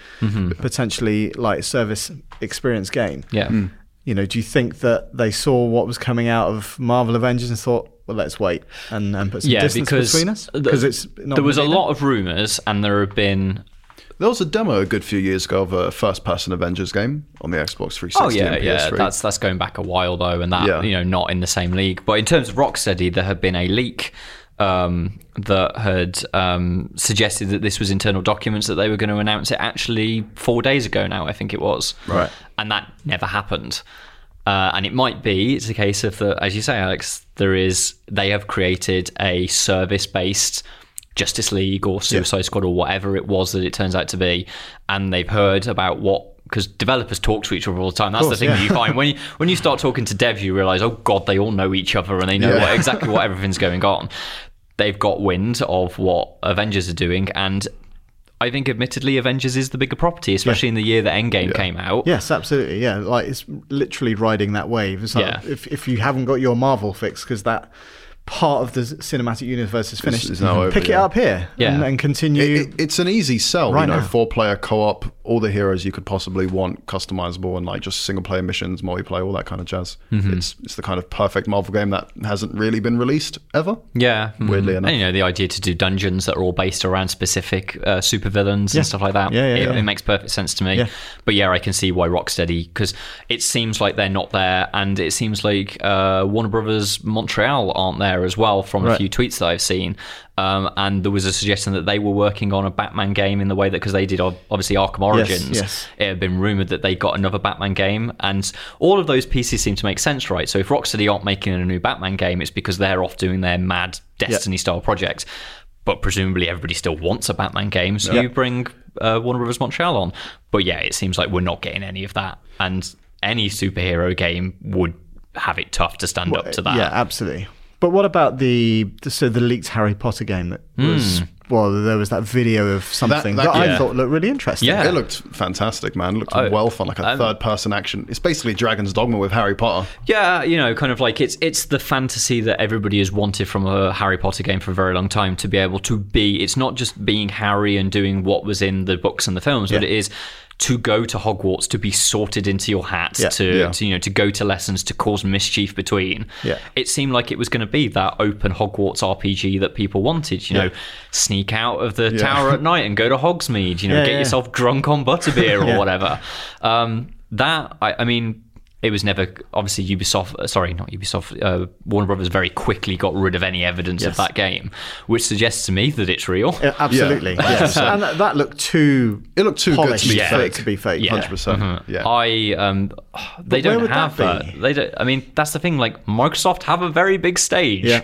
Speaker 1: potentially like service experience game.
Speaker 3: yeah.
Speaker 2: Hmm.
Speaker 1: You know, do you think that they saw what was coming out of Marvel Avengers and thought, well, let's wait and, and put some distance between us?
Speaker 3: the-
Speaker 1: Because it's not
Speaker 3: there was a
Speaker 1: really
Speaker 3: lot of rumors, and there have been.
Speaker 2: There was a demo a good few years ago of a first-person Avengers game on the Xbox 360
Speaker 3: Oh yeah,
Speaker 2: and
Speaker 3: yeah.
Speaker 2: PS3.
Speaker 3: That's that's going back a while though, and that
Speaker 2: Yeah.
Speaker 3: you know not in the same league. But in terms of Rocksteady, there had been a leak um, that had um, suggested that this was internal documents that they were going to announce it actually four days ago. Now I think it was
Speaker 2: Right.
Speaker 3: and that never happened. Uh, and it might be it's a case of the, as you say, Alex. There is they have created a service-based Justice League or Suicide Squad or whatever it was that it turns out to be, and they've heard about what because developers talk to each other all the time. That's the thing that you find when you when you start talking to devs, you realize, oh god, they all know each other and they know what, exactly what everything's going on. They've got wind of what Avengers are doing, and I think, admittedly, Avengers is the bigger property, especially in the year that Endgame came out.
Speaker 1: Yes, absolutely. Yeah, like it's literally riding that wave. It's like
Speaker 3: Yeah.
Speaker 1: if if you haven't got your Marvel fix because that part of the cinematic universe is finished,
Speaker 2: it's now over,
Speaker 1: pick it
Speaker 2: yeah.
Speaker 1: up here
Speaker 3: Yeah.
Speaker 1: and, and continue.
Speaker 2: It, it, it's an easy sell,
Speaker 1: Right
Speaker 2: you know,
Speaker 1: now.
Speaker 2: four player co op, all the heroes you could possibly want, customizable and like just single player missions, multiplayer, all that kind of jazz.
Speaker 3: Mm-hmm.
Speaker 2: It's it's the kind of perfect Marvel game that hasn't really been released ever.
Speaker 3: Yeah,
Speaker 2: Weirdly
Speaker 3: mhm.
Speaker 2: enough.
Speaker 3: and, you know the idea to do dungeons that are all based around specific uh, supervillains and stuff like that.
Speaker 1: Yeah, yeah,
Speaker 3: it,
Speaker 1: yeah.
Speaker 3: it makes perfect sense to me.
Speaker 1: Yeah.
Speaker 3: But yeah, I can see why Rocksteady because it seems like they're not there, and it seems like uh, Warner Brothers Montreal aren't there as well. From a
Speaker 1: Right.
Speaker 3: few tweets that I've seen, um, and there was a suggestion that they were working on a Batman game in the way that because they did ob- obviously Arkham Origins,
Speaker 1: yes.
Speaker 3: it had been rumored that they got another Batman game, and all of those pieces seem to make sense, right? So if Rocksteady aren't making a new Batman game, it's because they're off doing their mad Destiny style projects. But presumably everybody still wants a Batman game, so you bring uh, Warner Brothers Montreal on. But yeah, it seems like we're not getting any of that, and any superhero game would have it tough to stand up to that.
Speaker 1: Yeah, absolutely. But what about the so the leaked Harry Potter game that
Speaker 3: Hmm.
Speaker 1: was well there was that video of something that,
Speaker 2: that-
Speaker 1: I
Speaker 2: yeah.
Speaker 1: thought looked really interesting.
Speaker 3: Yeah. Oh,
Speaker 2: It looked fantastic, man. It looked well fun, like a third person action. It's basically Dragon's Dogma with Harry Potter.
Speaker 3: Yeah, you know, kind of like it's it's the fantasy that everybody has wanted from a Harry Potter game for a very long time to be able to be. It's not just being Harry and doing what was in the books and the films, but
Speaker 1: Yeah.
Speaker 3: it is to go to Hogwarts to be sorted into your hat
Speaker 1: Yeah.
Speaker 3: to,
Speaker 2: Yeah.
Speaker 3: to you know to go to lessons to cause mischief between.
Speaker 1: Yeah.
Speaker 3: It seemed like it was going to be that open Hogwarts RPG that people wanted, you know, sneak out of the tower at night and go to Hogsmeade, you know,
Speaker 1: Yeah,
Speaker 3: get
Speaker 1: yeah.
Speaker 3: yourself drunk on butterbeer or whatever. Um, that I, I mean, it was never obviously Ubisoft. uh, Sorry, not Ubisoft. Uh, Warner Brothers very quickly got rid of any evidence of that game, which suggests to me that it's real.
Speaker 1: Yeah, absolutely.
Speaker 2: Yeah.
Speaker 1: Yes. and that, that looked too.
Speaker 2: It looked too good
Speaker 1: polished
Speaker 2: to be
Speaker 1: for it
Speaker 2: fake.
Speaker 1: to be fake.
Speaker 3: Yeah. Uh-huh.
Speaker 2: 100%. Yeah.
Speaker 3: I um,
Speaker 1: where
Speaker 3: they don't
Speaker 1: would that
Speaker 3: have that.
Speaker 1: be?
Speaker 3: They don't. I mean, that's the thing. Like Microsoft have a very big stage.
Speaker 1: Yeah.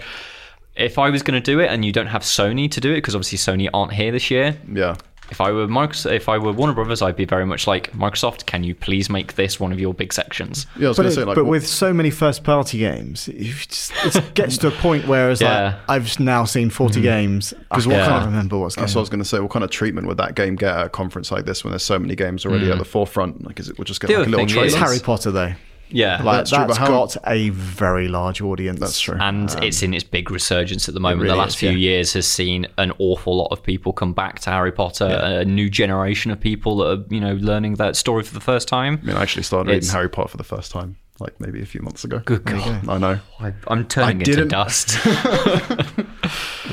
Speaker 3: If I was going to do it, and you don't have Sony to do it, because obviously Sony aren't here this year.
Speaker 2: yeah.
Speaker 3: If I were Microsoft, if I were Warner Brothers, I'd be very much like Microsoft. Can you please make this one of your big sections?
Speaker 2: Yeah, I was
Speaker 1: But,
Speaker 2: going to
Speaker 1: it-
Speaker 2: say, like,
Speaker 1: but with so many first party games, it just, it gets to a point where it's
Speaker 3: Yeah.
Speaker 1: like I've now seen 40 games. Because
Speaker 3: what
Speaker 1: I
Speaker 3: kind
Speaker 1: can't
Speaker 3: of-
Speaker 1: remember what's going
Speaker 2: Mm-hmm. Ah, That's what I
Speaker 1: on.
Speaker 2: was going to say. What kind of treatment would that game get at a conference like this when there's so many games already at the forefront? Like, is it we're just getting
Speaker 3: The
Speaker 2: like a
Speaker 3: other
Speaker 2: little
Speaker 3: thing
Speaker 2: trailer?
Speaker 3: is-
Speaker 1: It's Harry Potter though.
Speaker 3: Yeah.
Speaker 1: Like,
Speaker 2: That's true, but
Speaker 1: that's
Speaker 2: how-
Speaker 1: got a very large audience.
Speaker 2: That's true.
Speaker 3: and it's in its big resurgence at the moment. the
Speaker 1: Um, really
Speaker 3: last
Speaker 1: is,
Speaker 3: few
Speaker 1: yeah.
Speaker 3: years has seen an awful lot of people come back to Harry Potter, a new generation of people that are you know learning that story for the first time.
Speaker 2: I mean, I actually started reading
Speaker 3: It's-
Speaker 2: Harry Potter for the first time, like maybe a few months ago. Good God. I know.
Speaker 3: I, I'm
Speaker 2: I
Speaker 3: turning into
Speaker 2: didn't-
Speaker 3: dust.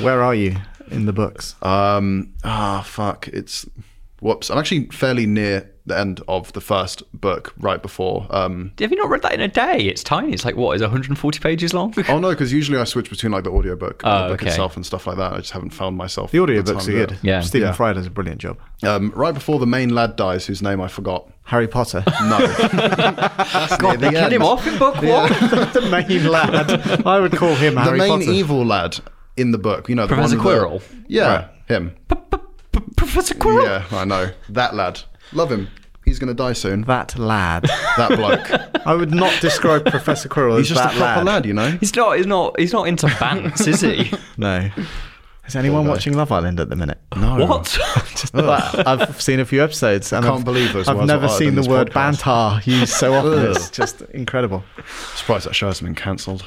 Speaker 1: Where are you in the books?
Speaker 2: Um, ah, fuck. It's whoops. I'm actually fairly near the end of the first book, right before. Um,
Speaker 3: Have you not read that in a day? It's tiny. It's like what is 140 pages long?
Speaker 2: oh no, because usually I switch between like the audiobook and
Speaker 3: Oh,
Speaker 2: the book
Speaker 3: okay.
Speaker 2: itself and stuff like that. I just haven't found myself.
Speaker 1: the audiobooks
Speaker 2: time
Speaker 1: are
Speaker 2: to
Speaker 1: good.
Speaker 2: do
Speaker 3: Yeah.
Speaker 1: Stephen
Speaker 2: Yeah.
Speaker 1: Fry does a brilliant job.
Speaker 2: it. Um, right before the main lad dies, whose name I forgot.
Speaker 1: Harry Potter.
Speaker 2: No,
Speaker 3: God, they
Speaker 2: the
Speaker 3: killed
Speaker 2: end.
Speaker 3: him off in book one.
Speaker 1: the main lad. I would call him
Speaker 2: the
Speaker 1: Harry
Speaker 2: main
Speaker 1: Potter.
Speaker 2: evil lad in the book. You know, the
Speaker 3: Professor
Speaker 2: one with the-
Speaker 3: Quirrell?
Speaker 2: yeah, him.
Speaker 3: Professor Quirrell.
Speaker 2: Yeah, I know that lad. Love him. He's gonna die soon.
Speaker 1: That lad.
Speaker 2: That bloke.
Speaker 1: I would not describe Professor Quirrell
Speaker 2: He's
Speaker 1: as
Speaker 2: just a
Speaker 1: that
Speaker 2: proper lad. you know.
Speaker 3: He's not. He's not. He's not into bants, is he?
Speaker 1: No. Is anyone watching Love Island at the minute?
Speaker 2: No.
Speaker 3: What?
Speaker 1: Well, I've seen a few episodes and
Speaker 2: Can't
Speaker 1: I've,
Speaker 2: believe those
Speaker 1: I've
Speaker 2: words
Speaker 1: never
Speaker 2: were uttered
Speaker 1: seen
Speaker 2: in
Speaker 1: the
Speaker 2: this
Speaker 1: word
Speaker 2: podcast.
Speaker 1: banter used so often. it's just incredible.
Speaker 2: Surprised that show hasn't been cancelled.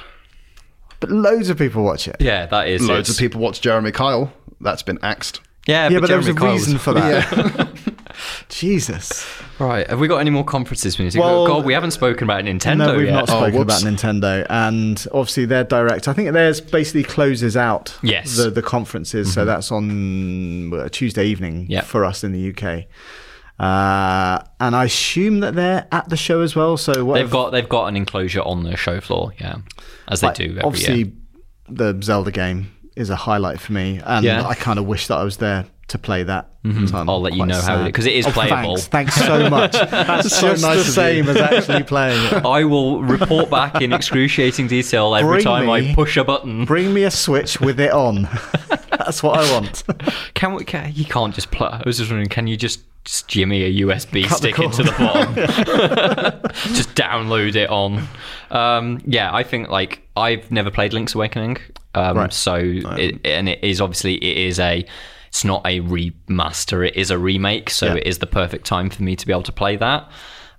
Speaker 1: But loads of people watch it.
Speaker 3: yeah, that is.
Speaker 2: Loads of
Speaker 3: it's-
Speaker 2: people watch Jeremy Kyle. That's been axed.
Speaker 3: Yeah,
Speaker 1: Yeah,
Speaker 3: but,
Speaker 1: but there was a
Speaker 3: Jeremy Kyle
Speaker 1: reason for that. Jesus.
Speaker 3: Right, have we got any more conferences we need to
Speaker 1: Well,
Speaker 3: God, we haven't spoken about Nintendo
Speaker 1: No, we've
Speaker 3: yet.
Speaker 1: not spoken
Speaker 2: Oh, whoops.
Speaker 1: about Nintendo, and obviously their direct. I think theirs basically closes out
Speaker 3: Yes. Mm-hmm.
Speaker 1: the the conferences. So that's on uh, Tuesday evening
Speaker 3: Yep.
Speaker 1: for us in the UK. Uh, and I assume that they're at the show as well. So what
Speaker 3: They've
Speaker 1: if-
Speaker 3: got they've got an enclosure on the show floor, yeah, as they
Speaker 1: like,
Speaker 3: do every
Speaker 1: obviously,
Speaker 3: year.
Speaker 1: the Zelda game is a highlight for me, and
Speaker 3: Yeah. Mm-hmm.
Speaker 1: I kind of wish that I was there to play that. So I'm
Speaker 3: I'll let you
Speaker 1: quite
Speaker 3: know how it-
Speaker 1: sad.
Speaker 3: 'cause it is
Speaker 1: Oh,
Speaker 3: playable.
Speaker 1: Thanks, thanks so much. That's
Speaker 2: so
Speaker 1: just
Speaker 2: nice
Speaker 1: the
Speaker 2: of you.
Speaker 1: same as actually playing it.
Speaker 3: I will report back in excruciating detail every
Speaker 1: Bring
Speaker 3: time I
Speaker 1: me-
Speaker 3: push a button.
Speaker 1: Bring me a Switch with it on. That's what I want.
Speaker 3: Can we? Can, you can't just plug. I was just wondering, can you just, just jimmy a USB
Speaker 1: Cut the
Speaker 3: stick into
Speaker 1: cord.
Speaker 3: the bottom? just download it on. Um, yeah, I think like I've never played Link's Awakening, um,
Speaker 1: Right.
Speaker 3: so it, and it is obviously it is a. It's not a remaster; it is a remake, so
Speaker 1: Yeah.
Speaker 3: it is the perfect time for me to be able to play that.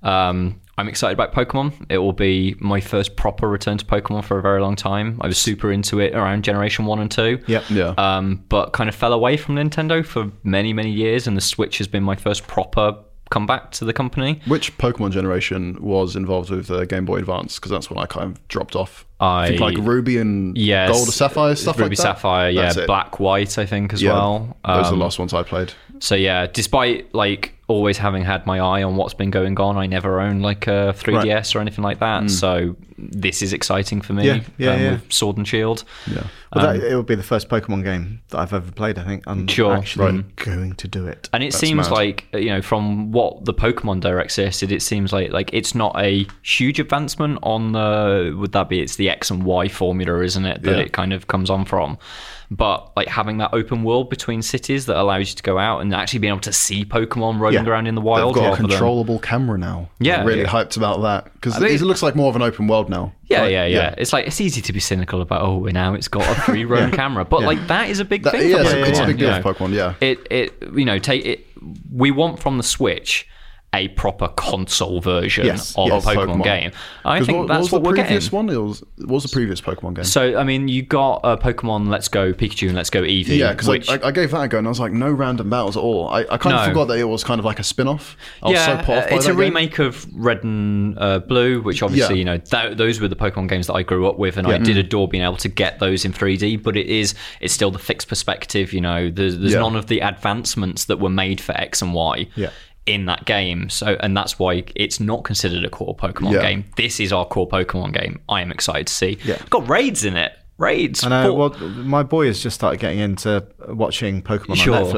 Speaker 3: Um, I'm excited about Pokemon. It will be my first proper return to Pokemon for a very long time. I was super into it around Generation 1 and 2.
Speaker 1: Yep.
Speaker 2: Yeah.
Speaker 3: Um, but kind of fell away from Nintendo for many, many years, and the Switch has been my first proper comeback to the company.
Speaker 2: Which Pokemon generation was involved with the Game Boy Advance? Because that's when I kind of dropped off.
Speaker 3: I-
Speaker 2: think like Ruby and
Speaker 3: Yes.
Speaker 2: Gold or Sapphire stuff
Speaker 3: Ruby
Speaker 2: like that.
Speaker 3: Sapphire, yeah.
Speaker 2: That's it.
Speaker 3: Black, White, I think, as
Speaker 2: Yeah,
Speaker 3: well.
Speaker 2: those are the
Speaker 3: Um,
Speaker 2: last ones I played.
Speaker 3: So yeah, despite like always having had my eye on what's been going on, I never owned like a 3DS or anything like
Speaker 2: Hmm.
Speaker 3: that. So this is exciting for me. um,
Speaker 1: Yeah, yeah, yeah.
Speaker 3: With Sword and Shield.
Speaker 2: Yeah.
Speaker 1: Well, that, it would be the first Pokemon game that I've ever played. I think I'm
Speaker 3: Um, Sure,
Speaker 1: actually going to do it.
Speaker 3: And it seems
Speaker 2: mad.
Speaker 3: like you know from what the Pokemon Direct suggested, it seems like like it's not a huge advancement on the would that be it's the X and Y formula, isn't it? That
Speaker 2: Yeah.
Speaker 3: it kind of comes on from. But like having that open world between cities that allows you to go out and actually being able to see Pokemon roaming
Speaker 1: Yeah.
Speaker 3: around in the
Speaker 2: They've
Speaker 3: wild.
Speaker 2: got a
Speaker 3: rather than-
Speaker 2: controllable camera now.
Speaker 3: Yeah,
Speaker 2: I'm really
Speaker 3: yeah.
Speaker 2: hyped about that because
Speaker 3: mean-
Speaker 2: it looks like more of an open world now.
Speaker 3: Yeah,
Speaker 2: Like,
Speaker 3: yeah, yeah, It's like it's easy to be cynical about oh, and now it's got a free roam camera, but like that is a big
Speaker 2: That-
Speaker 3: thing.
Speaker 2: yeah,
Speaker 3: for
Speaker 2: it's a- it's a
Speaker 3: Pokemon,
Speaker 2: big
Speaker 3: you
Speaker 2: deal for
Speaker 3: know.
Speaker 2: Pokemon, yeah.
Speaker 3: it it you know take it. We want from the Switch a proper console version
Speaker 1: Yes,
Speaker 3: of
Speaker 2: yes.
Speaker 3: a Pokemon,
Speaker 2: Pokemon.
Speaker 3: game. I
Speaker 2: 'Cause
Speaker 3: think
Speaker 2: what,
Speaker 3: that's
Speaker 2: was
Speaker 3: what,
Speaker 2: the
Speaker 3: we're
Speaker 2: previous
Speaker 3: getting.
Speaker 2: one? It was, what was the previous Pokemon game?
Speaker 3: So I mean, you got uh, Pokemon Let's Go Pikachu and Let's Go Eevee.
Speaker 2: yeah, because
Speaker 3: which,
Speaker 2: I, I gave that a go and I was like, no random battles at all. I, I kind of
Speaker 3: No.
Speaker 2: forgot that it was kind of like a spin off. I was Oh, so put off
Speaker 3: uh,
Speaker 2: by
Speaker 3: it's
Speaker 2: that
Speaker 3: a
Speaker 2: game.
Speaker 3: remake of Red and uh, Blue, which
Speaker 2: Yeah.
Speaker 3: obviously
Speaker 2: Mm.
Speaker 3: you know tho- those were the Pokemon games that I grew up with, and I did adore being able to get those in 3D. But it is it's still the fixed perspective. You know, there's, there's
Speaker 2: Yeah.
Speaker 3: none of the advancements that were made for X and Y.
Speaker 1: Yeah.
Speaker 3: In that game, so and that's why it's not considered a core Pokemon
Speaker 2: Yeah.
Speaker 3: game. This is our core Pokemon game. I am excited to see.
Speaker 1: Yeah.
Speaker 3: got raids in it. Raids.
Speaker 1: And I,
Speaker 3: four-
Speaker 1: well, my boy has just started getting into watching Pokemon
Speaker 3: Sure. Oh,
Speaker 1: on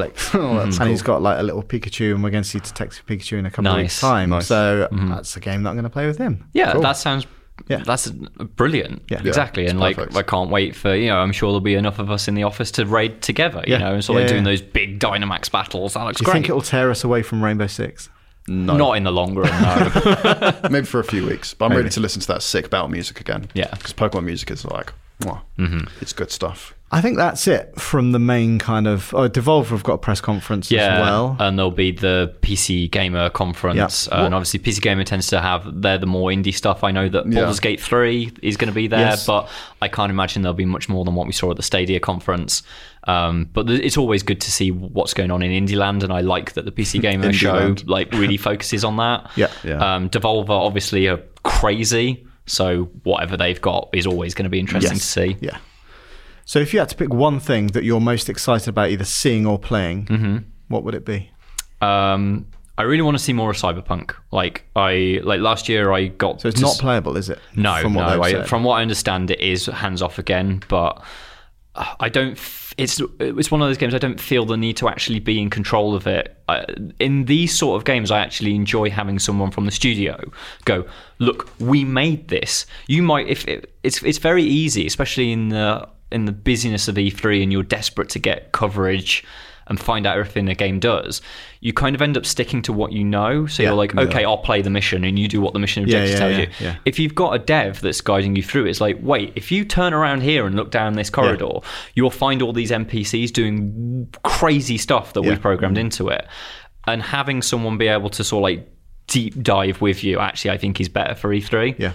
Speaker 1: Netflix, and he's got like a little Pikachu, and we're going to see Detective Pikachu in a couple of
Speaker 3: Nice. Mm-hmm.
Speaker 1: weeks' time. So that's a game that I'm going to play with him.
Speaker 3: Yeah, that sounds.
Speaker 1: Yeah.
Speaker 3: that's brilliant.
Speaker 1: Yeah. Yeah,
Speaker 3: exactly. and like,
Speaker 2: perfect.
Speaker 3: I can't wait for you know. I'm sure there'll be enough of us in the office to raid together. You
Speaker 1: Yeah.
Speaker 3: know, and sort
Speaker 1: Yeah,
Speaker 3: of doing
Speaker 1: yeah.
Speaker 3: those big Dynamax battles. That looks
Speaker 1: Do you
Speaker 3: great.
Speaker 1: think it'll tear us away from Rainbow Six?
Speaker 3: Not in the long run. No.
Speaker 2: Maybe for a few weeks, but I'm ready to listen to that sick battle music again.
Speaker 3: Yeah. Mm-hmm.
Speaker 2: because Pokemon music is like, mwah, it's good stuff.
Speaker 1: I think that's it from the main kind of. Oh, Devolver have got a press conference
Speaker 3: yeah. Uh,
Speaker 1: as well.
Speaker 3: And there'll be the PC Gamer conference,
Speaker 1: Yeah.
Speaker 3: uh, and obviously PC Gamer tends to have they're the more indie stuff. I know that
Speaker 2: Yeah.
Speaker 3: Baldur's Gate Three is going to be there,
Speaker 1: Yes.
Speaker 3: but I can't imagine there'll be much more than what we saw at the Stadia conference. Um, but th- it's always good to see what's going on in indie land, and I like that the PC Gamer
Speaker 2: Indie
Speaker 3: show
Speaker 2: land.
Speaker 3: like really focuses on that.
Speaker 1: Yeah.
Speaker 2: Yeah.
Speaker 3: Um, Devolver obviously are crazy, so whatever they've got is always going to be interesting to see.
Speaker 1: Yeah. So if you had to pick one thing that you're most excited about either seeing or playing,
Speaker 3: Mm-hmm.
Speaker 1: what would it be?
Speaker 3: Um, I really want to see more of Cyberpunk. Like I like last year, I got
Speaker 1: So it's
Speaker 3: to
Speaker 1: not
Speaker 3: s-
Speaker 1: playable, is it?
Speaker 3: No,
Speaker 1: From what
Speaker 3: no.
Speaker 1: they've
Speaker 3: I,
Speaker 1: said.
Speaker 3: from what I understand, it is hands off again, but I don't. F- it's it's one of those games I don't feel the need to actually be in control of it. I, in these sort of games, I actually enjoy having someone from the studio go, "Look, we made this. You might if it, it's it's very easy, especially in the in the busyness of E3, and you're desperate to get coverage." And find out everything a game does, you kind of end up sticking to what you know. So you're like, okay, I'll play the mission, and you do what the mission objective
Speaker 1: yeah,
Speaker 3: tells
Speaker 1: yeah,
Speaker 3: you
Speaker 1: yeah.
Speaker 3: if you've got a dev that's guiding you through, it's like, wait, if you turn around here and look down this corridor, you'll find all these NPCs doing crazy stuff that we've programmed
Speaker 2: Mm-hmm.
Speaker 3: into it. And having someone be able to sort of like deep dive with you, actually, I think is better for E3.
Speaker 1: Yeah.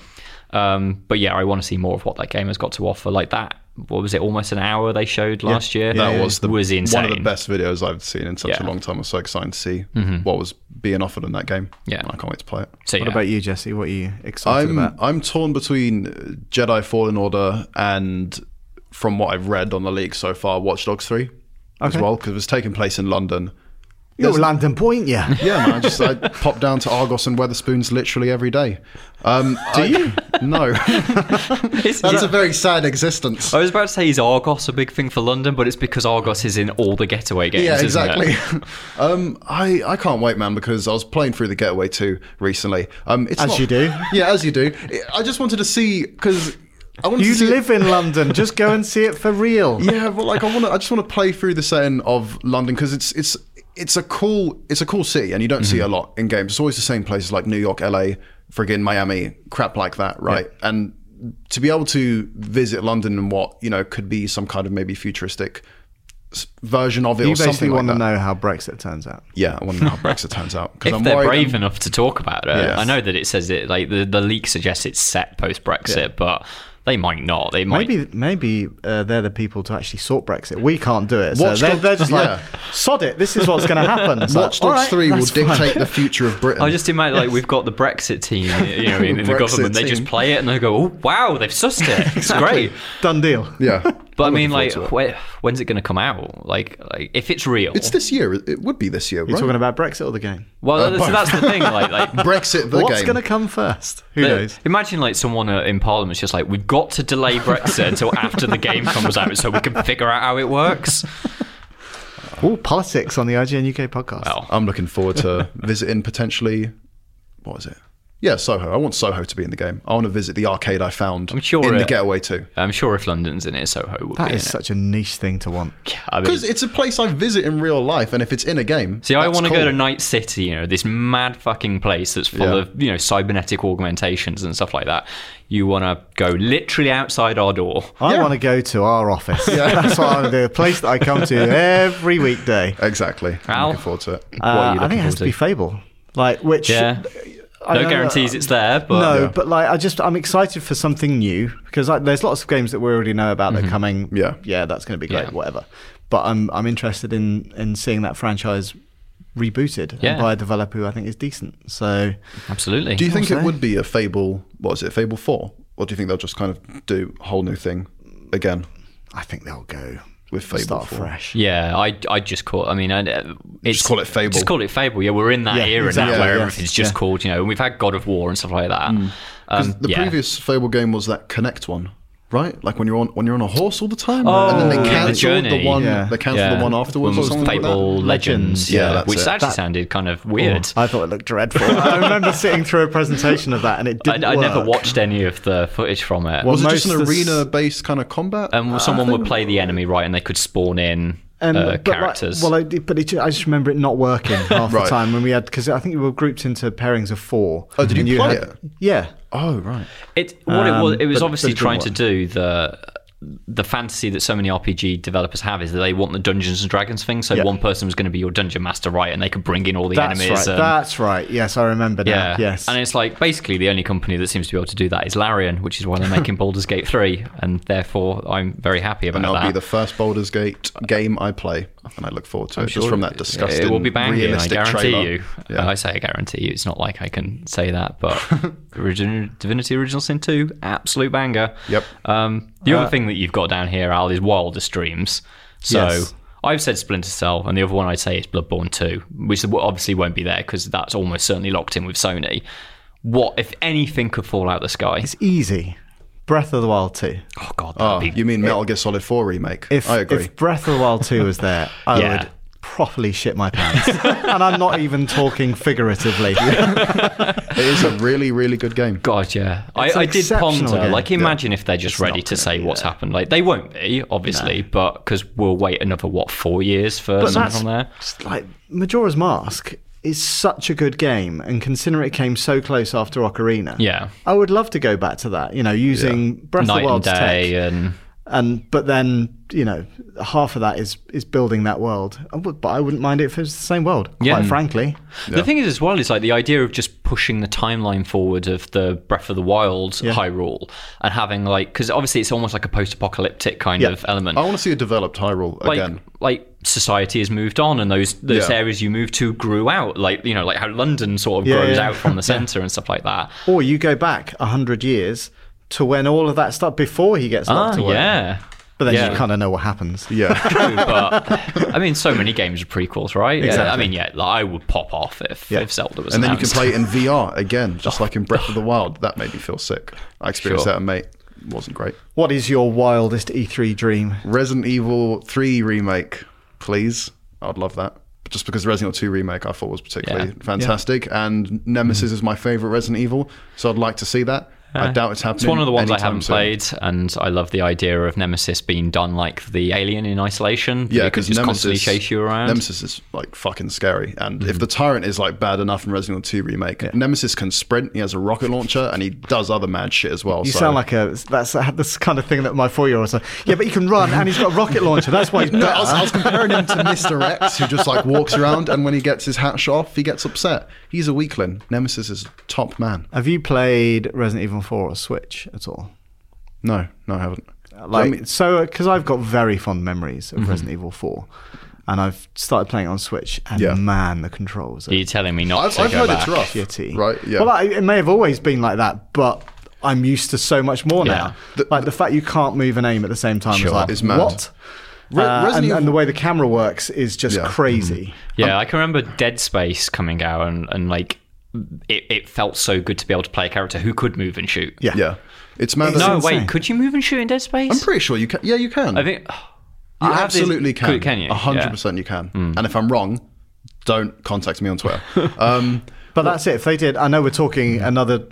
Speaker 3: Um, but yeah, I want to see more of what that game has got to offer. Like that, what was it, almost an hour they showed last year?
Speaker 2: That was the
Speaker 3: was insane.
Speaker 2: one of the best videos I've seen in such
Speaker 3: Yeah. Mm-hmm.
Speaker 2: a long time. I was so excited to see what was being offered in that game.
Speaker 3: Yeah.
Speaker 2: I can't wait to play it.
Speaker 3: So,
Speaker 1: What
Speaker 3: yeah.
Speaker 1: about you, Jesse? What are you excited
Speaker 2: I'm
Speaker 1: about?
Speaker 2: I'm torn between Jedi Fallen Order and from what I've read on the leak so far, Watch Dogs Three as
Speaker 1: Okay.
Speaker 2: well because it was taking place in London.
Speaker 1: You're London Point, yeah.
Speaker 2: Yeah, man. I just I pop down to Argos and Weatherspoons literally every day. Um, Do you? No,
Speaker 3: It's-
Speaker 2: that's a very sad existence.
Speaker 3: I was about to say is Argos a big thing for London, but it's because Argos is in all the getaway games.
Speaker 2: Yeah,
Speaker 3: isn't it?
Speaker 2: exactly. um, I I can't wait, man, because I was playing through the Getaway 2 recently. Um, it's
Speaker 1: As
Speaker 2: not-
Speaker 1: you do.
Speaker 2: Yeah, as you do. I just wanted to see because I wanted
Speaker 1: You
Speaker 2: to see
Speaker 1: live in London. Just go and see it for real.
Speaker 2: yeah, but like I want to, I just want to play through the setting of London because it's it's it's a cool it's a cool city and you don't see
Speaker 1: Mm-hmm.
Speaker 2: a lot in games. It's always the same places like New York, LA, friggin' Miami, crap like that, right? And to be able to visit London and what you know could be some kind of maybe futuristic s- version of it
Speaker 1: You
Speaker 2: or
Speaker 1: basically
Speaker 2: something like
Speaker 1: want
Speaker 2: that.
Speaker 1: to know how Brexit turns out.
Speaker 2: Yeah, I want to know how Brexit turns out. 'cause
Speaker 3: If
Speaker 2: I'm
Speaker 3: they're
Speaker 2: worried-
Speaker 3: brave enough to talk about it,
Speaker 2: Yes.
Speaker 3: I know that it says it like the, the leak suggests it's set post Brexit, but they might not. They might.
Speaker 1: Maybe maybe uh, they're the people to actually sort Brexit. We can't do it. So
Speaker 2: Watch
Speaker 1: they're,
Speaker 2: Dogs-
Speaker 1: they're just like,
Speaker 2: yeah.
Speaker 1: sod it. This is what's going to happen. It's like,
Speaker 2: Watch
Speaker 1: "All
Speaker 2: Dogs
Speaker 1: right,
Speaker 2: 3 will
Speaker 1: that's fine."
Speaker 2: dictate the future of Britain.
Speaker 3: I just imagine like we've got the Brexit team, you know, in, in the
Speaker 2: Brexit
Speaker 3: government. They just
Speaker 2: team.
Speaker 3: play it and they go, "Oh wow, they've sussed it. It's great."
Speaker 1: Done deal.
Speaker 2: yeah.
Speaker 3: But I
Speaker 2: I'm
Speaker 3: mean,
Speaker 2: looking
Speaker 3: like,
Speaker 2: forward to it.
Speaker 3: where, when's it going to come out? Like, like if it's real,
Speaker 2: it's this year. It- It would be this year,
Speaker 1: You're
Speaker 2: right?
Speaker 1: talking about Brexit or the game?
Speaker 3: well,
Speaker 2: Uh,
Speaker 3: so that's the thing. Like, like
Speaker 2: Brexit, the
Speaker 1: What's
Speaker 2: game.
Speaker 1: going to come first? Who
Speaker 3: the-
Speaker 1: knows?
Speaker 3: imagine like someone uh, in Parliament's just like, "We've got to delay Brexit until after the game comes out, so we can figure out how it works."
Speaker 1: All politics on the IGN UK podcast.
Speaker 3: Well,
Speaker 2: I'm looking forward to visiting potentially. What is it? Yeah, Soho. I want Soho to be in the game. I want to visit the arcade I found
Speaker 3: I'm sure
Speaker 2: in the
Speaker 3: it-
Speaker 2: Getaway too,
Speaker 3: I'm sure if London's in it, Soho will
Speaker 1: that
Speaker 3: be
Speaker 1: is
Speaker 3: in
Speaker 1: such a niche thing to want.
Speaker 3: it. I mean-
Speaker 2: because it's a place I visit in real life, and if it's in a game,
Speaker 3: See, I
Speaker 2: that's
Speaker 3: want to
Speaker 2: cool.
Speaker 3: go to Night City, you know, this mad fucking place that's full
Speaker 2: Yeah.
Speaker 3: of, you know, cybernetic augmentations and stuff like that. You want to go literally outside our door.
Speaker 1: I
Speaker 2: Yeah.
Speaker 1: want to go to our office. That's what I want to do. A place that I come to every weekday.
Speaker 2: Exactly. I'm
Speaker 3: Al?
Speaker 2: looking forward to it.
Speaker 3: What are
Speaker 1: Uh,
Speaker 3: you
Speaker 1: I think
Speaker 3: looking
Speaker 1: it has to be Fable. Like, which.
Speaker 3: Yeah.
Speaker 1: I know
Speaker 3: No
Speaker 1: that-
Speaker 3: guarantees it's there, but
Speaker 1: no, but like I just I'm excited for something new because like, there's lots of games that we already know about that are coming.
Speaker 2: Yeah.
Speaker 1: yeah, that's going to be great,
Speaker 3: Mm-hmm. Yeah.
Speaker 1: whatever. But I'm I'm interested in in seeing that franchise rebooted
Speaker 3: Yeah.
Speaker 1: and by a developer who I think is decent. So
Speaker 3: absolutely.
Speaker 2: Do you think it
Speaker 1: Okay.
Speaker 2: would be a Fable? What is it? Fable Four? Or do you think they'll just kind of do a whole new thing again?
Speaker 1: I think they'll go
Speaker 2: With Fable
Speaker 1: start
Speaker 2: 4.
Speaker 1: fresh.
Speaker 3: yeah, I I just call. I mean, I, uh, it's,
Speaker 2: call it Fable.
Speaker 3: Just call it Fable. Yeah, we're in that
Speaker 1: Yeah,
Speaker 3: era
Speaker 1: exactly,
Speaker 3: now where
Speaker 1: yeah.
Speaker 3: everything's just
Speaker 1: Yeah.
Speaker 3: called. You know, and we've had God of War and stuff like that. Um,
Speaker 2: Mm. the
Speaker 3: yeah.
Speaker 2: previous Fable game was that Connect one, right? Like when you're on when you're on a horse all the time, and then
Speaker 3: Oh,
Speaker 2: they
Speaker 3: yeah, the
Speaker 2: cancelled the,
Speaker 3: journey.
Speaker 2: one.
Speaker 1: Yeah.
Speaker 2: They cancelled
Speaker 3: Yeah.
Speaker 2: the one afterwards
Speaker 3: When
Speaker 2: or
Speaker 3: was
Speaker 2: something like that.
Speaker 3: Fable Legends,
Speaker 1: Legends.
Speaker 3: yeah,
Speaker 2: Yeah, that's
Speaker 3: which
Speaker 2: it. Oh,
Speaker 3: actually
Speaker 1: That-
Speaker 3: sounded kind of weird.
Speaker 1: I thought it looked dreadful. I remember sitting through a presentation of that and it
Speaker 3: I,
Speaker 1: didn't.
Speaker 3: I never
Speaker 1: work.
Speaker 3: watched any of the footage from it.
Speaker 2: Was it
Speaker 1: Well,
Speaker 2: just an
Speaker 1: most of the s-
Speaker 2: arena-based kind of combat?
Speaker 3: Um, someone would play the enemy right, and they could spawn in
Speaker 1: Uh, Um,
Speaker 3: uh,
Speaker 1: but like-
Speaker 3: characters.
Speaker 1: well, I, did- but it, ju- I just remember it not working half
Speaker 2: Right.
Speaker 1: the time when we had because I think we were grouped into pairings of four.
Speaker 2: Oh, did you
Speaker 1: And
Speaker 2: play
Speaker 1: had-
Speaker 2: it?
Speaker 1: Yeah,
Speaker 2: oh, right.
Speaker 3: it what
Speaker 1: Um,
Speaker 3: it was. It was
Speaker 2: but-
Speaker 3: obviously
Speaker 2: but it
Speaker 3: trying to
Speaker 2: didn't
Speaker 3: do the the fantasy that so many RPG developers have is that they want the Dungeons and Dragons thing. So
Speaker 1: Yeah.
Speaker 3: one person was going to be your dungeon master, right, and they could bring in all the
Speaker 1: That's
Speaker 3: enemies.
Speaker 1: right.
Speaker 3: and-
Speaker 1: That's right. Yes, I remember now.
Speaker 3: yeah.
Speaker 1: Yes.
Speaker 3: And it's like basically the only company that seems to be able to do that is Larian, which is why they're making Baldur's Gate 3, and therefore I'm very happy about
Speaker 2: And that'll
Speaker 3: that.
Speaker 2: be the first Baldur's Gate game I play, and I look forward to it. just
Speaker 3: sure
Speaker 2: from
Speaker 3: it-
Speaker 2: that disgusting,
Speaker 3: It will be banging. I
Speaker 2: realistic
Speaker 3: guarantee
Speaker 2: trailer.
Speaker 3: you.
Speaker 2: Yeah.
Speaker 3: I say I guarantee you. It's not like I can say that, but Origin- Divinity Original Sin Two, absolute banger.
Speaker 2: Yep.
Speaker 3: Um, the other thing that you've got down here, Al, is Wildest Dreams. So.
Speaker 1: Yes.
Speaker 3: I've said Splinter Cell, and the other one I'd say is Bloodborne 2, which obviously won't be there because that's almost certainly locked in with Sony. What, if anything, could fall out of the sky?
Speaker 1: it's easy. Breath of the Wild 2.
Speaker 3: Oh, God, that'd
Speaker 2: Ah,
Speaker 3: be
Speaker 2: you mean Metal Gear Solid 4 remake?
Speaker 1: If,
Speaker 2: I agree.
Speaker 1: if Breath of the Wild 2 was there, I
Speaker 3: Yeah.
Speaker 1: would properly shit my pants. and I'm not even talking figuratively.
Speaker 2: it is a really, really good game.
Speaker 3: God, yeah. I,
Speaker 1: It's an
Speaker 3: I did ponder.
Speaker 1: exceptional game.
Speaker 3: Like, imagine if they're just ready
Speaker 1: not
Speaker 3: to
Speaker 1: gonna
Speaker 3: say
Speaker 1: be
Speaker 3: what's
Speaker 1: there.
Speaker 3: happened. Like, they won't be, obviously, but because we'll wait another, what, four years for
Speaker 1: but
Speaker 3: something
Speaker 1: that's
Speaker 3: from there?
Speaker 1: just like Majora's Mask is such a good game and considering it came so close after Ocarina.
Speaker 3: Yeah.
Speaker 1: I would love to go back to that, you know, using Breath of
Speaker 3: Night
Speaker 1: the
Speaker 3: and
Speaker 1: Wild's
Speaker 3: day.
Speaker 1: tech.
Speaker 3: And
Speaker 1: and but then you know half of that is is building that world I would- but i wouldn't mind it if it was the same world
Speaker 3: Yeah.
Speaker 1: quite frankly
Speaker 3: the thing is, as well, is like the idea of just pushing the timeline forward of the Breath of the Wild Hyrule and having, like, because obviously it's almost like a post apocalyptic kind
Speaker 1: Yeah. Oh,
Speaker 3: of element.
Speaker 2: I want to see a developed Hyrule
Speaker 3: like
Speaker 2: again.
Speaker 3: like society has moved on and those those
Speaker 2: Yeah.
Speaker 3: areas you moved to grew out like you know like how london sort of
Speaker 1: Yeah,
Speaker 3: grows
Speaker 1: yeah.
Speaker 3: out from the center and stuff like that
Speaker 1: or you go back 100 years to when all of that stuff before he gets
Speaker 3: Ah,
Speaker 1: locked away
Speaker 3: yeah
Speaker 1: but then
Speaker 3: Yeah.
Speaker 1: you kind of know what happens
Speaker 2: Yeah.
Speaker 3: true, but I mean, so many games are prequels, right? Yeah, I
Speaker 1: Exactly.
Speaker 3: mean, yeah, like, I would pop off if,
Speaker 1: Yeah.
Speaker 3: if Zelda was
Speaker 2: and then you can
Speaker 3: announced. Oh.
Speaker 2: play it in VR again, just like in Breath of the Wild. That made me feel sick. I experienced
Speaker 3: Sure.
Speaker 2: that, and mate. Wasn't great.
Speaker 1: what is your wildest e3 dream
Speaker 2: Resident Evil 3 remake, please. I'd love that. Just because Resident Evil 2 remake I thought was particularly
Speaker 3: Yeah. Mm.
Speaker 2: fantastic, and Nemesis is my favorite Resident Evil, so I'd like to see that. I doubt it's happening.
Speaker 3: It's one of the ones I
Speaker 2: anytime
Speaker 3: haven't
Speaker 2: soon.
Speaker 3: played, and I love the idea of Nemesis being done like the alien in isolation.
Speaker 2: Yeah,
Speaker 3: it could
Speaker 2: because
Speaker 3: just
Speaker 2: Nemesis
Speaker 3: constantly chase you around. Mm.
Speaker 2: Nemesis is like fucking scary, and if the Tyrant is like bad enough in Resident Evil 2 remake, Nemesis can sprint. He has a rocket launcher, and he does other mad shit as well.
Speaker 1: You
Speaker 2: so-
Speaker 1: sound like a that's that's the kind of thing that my four year old said. Yeah, but he can run and he's got a rocket launcher. That's why he's
Speaker 2: No,
Speaker 1: better.
Speaker 2: I was, I was comparing him to Mr. X, who just like walks around, and when he gets his hat shot off, he gets upset. He's a weakling. Nemesis is top man.
Speaker 1: Have you played Resident Evil Four or Switch at all?
Speaker 2: No, no, I haven't.
Speaker 1: Uh, Like
Speaker 2: I mean,
Speaker 1: so, because I've got very fond memories
Speaker 2: Mm-hmm.
Speaker 1: of Resident Evil Four, and I've started playing it on Switch, and
Speaker 2: Yeah.
Speaker 1: man, the controls are
Speaker 3: You're telling me not
Speaker 2: I've,
Speaker 3: to
Speaker 2: I've
Speaker 3: go
Speaker 2: heard it's
Speaker 3: back.
Speaker 2: rough,
Speaker 1: shitty.
Speaker 2: right? Yeah.
Speaker 1: Well, I, it may have always been like that, but I'm used to so much more
Speaker 3: Yeah.
Speaker 1: now. like the fact you can't move and aim at the same time
Speaker 3: Sure.
Speaker 1: is like
Speaker 2: It's mad.
Speaker 1: what.
Speaker 2: Re-
Speaker 1: Uh,
Speaker 2: Resident
Speaker 1: and,
Speaker 2: Evil-
Speaker 1: and the way the camera works is just
Speaker 2: Yeah. Mm-hmm.
Speaker 1: crazy.
Speaker 3: Yeah, I can remember Dead Space coming out, and, and like it, it felt so good to be able to play a character who could move and shoot.
Speaker 1: Yeah.
Speaker 2: yeah, it's mad. that-
Speaker 3: No,
Speaker 1: insane.
Speaker 3: wait, could you move and shoot in Dead Space?
Speaker 2: I'm pretty sure you can. Yeah, you can.
Speaker 3: I think.
Speaker 2: you
Speaker 3: I have this-
Speaker 2: absolutely can.
Speaker 3: Could, can you?
Speaker 2: A hundred
Speaker 3: Yeah. Hmm.
Speaker 2: percent, you can. And if I'm wrong, don't contact me on Twitter. Um,
Speaker 1: But that's it. If they did, I know we're
Speaker 2: Mm-hmm.
Speaker 1: talking another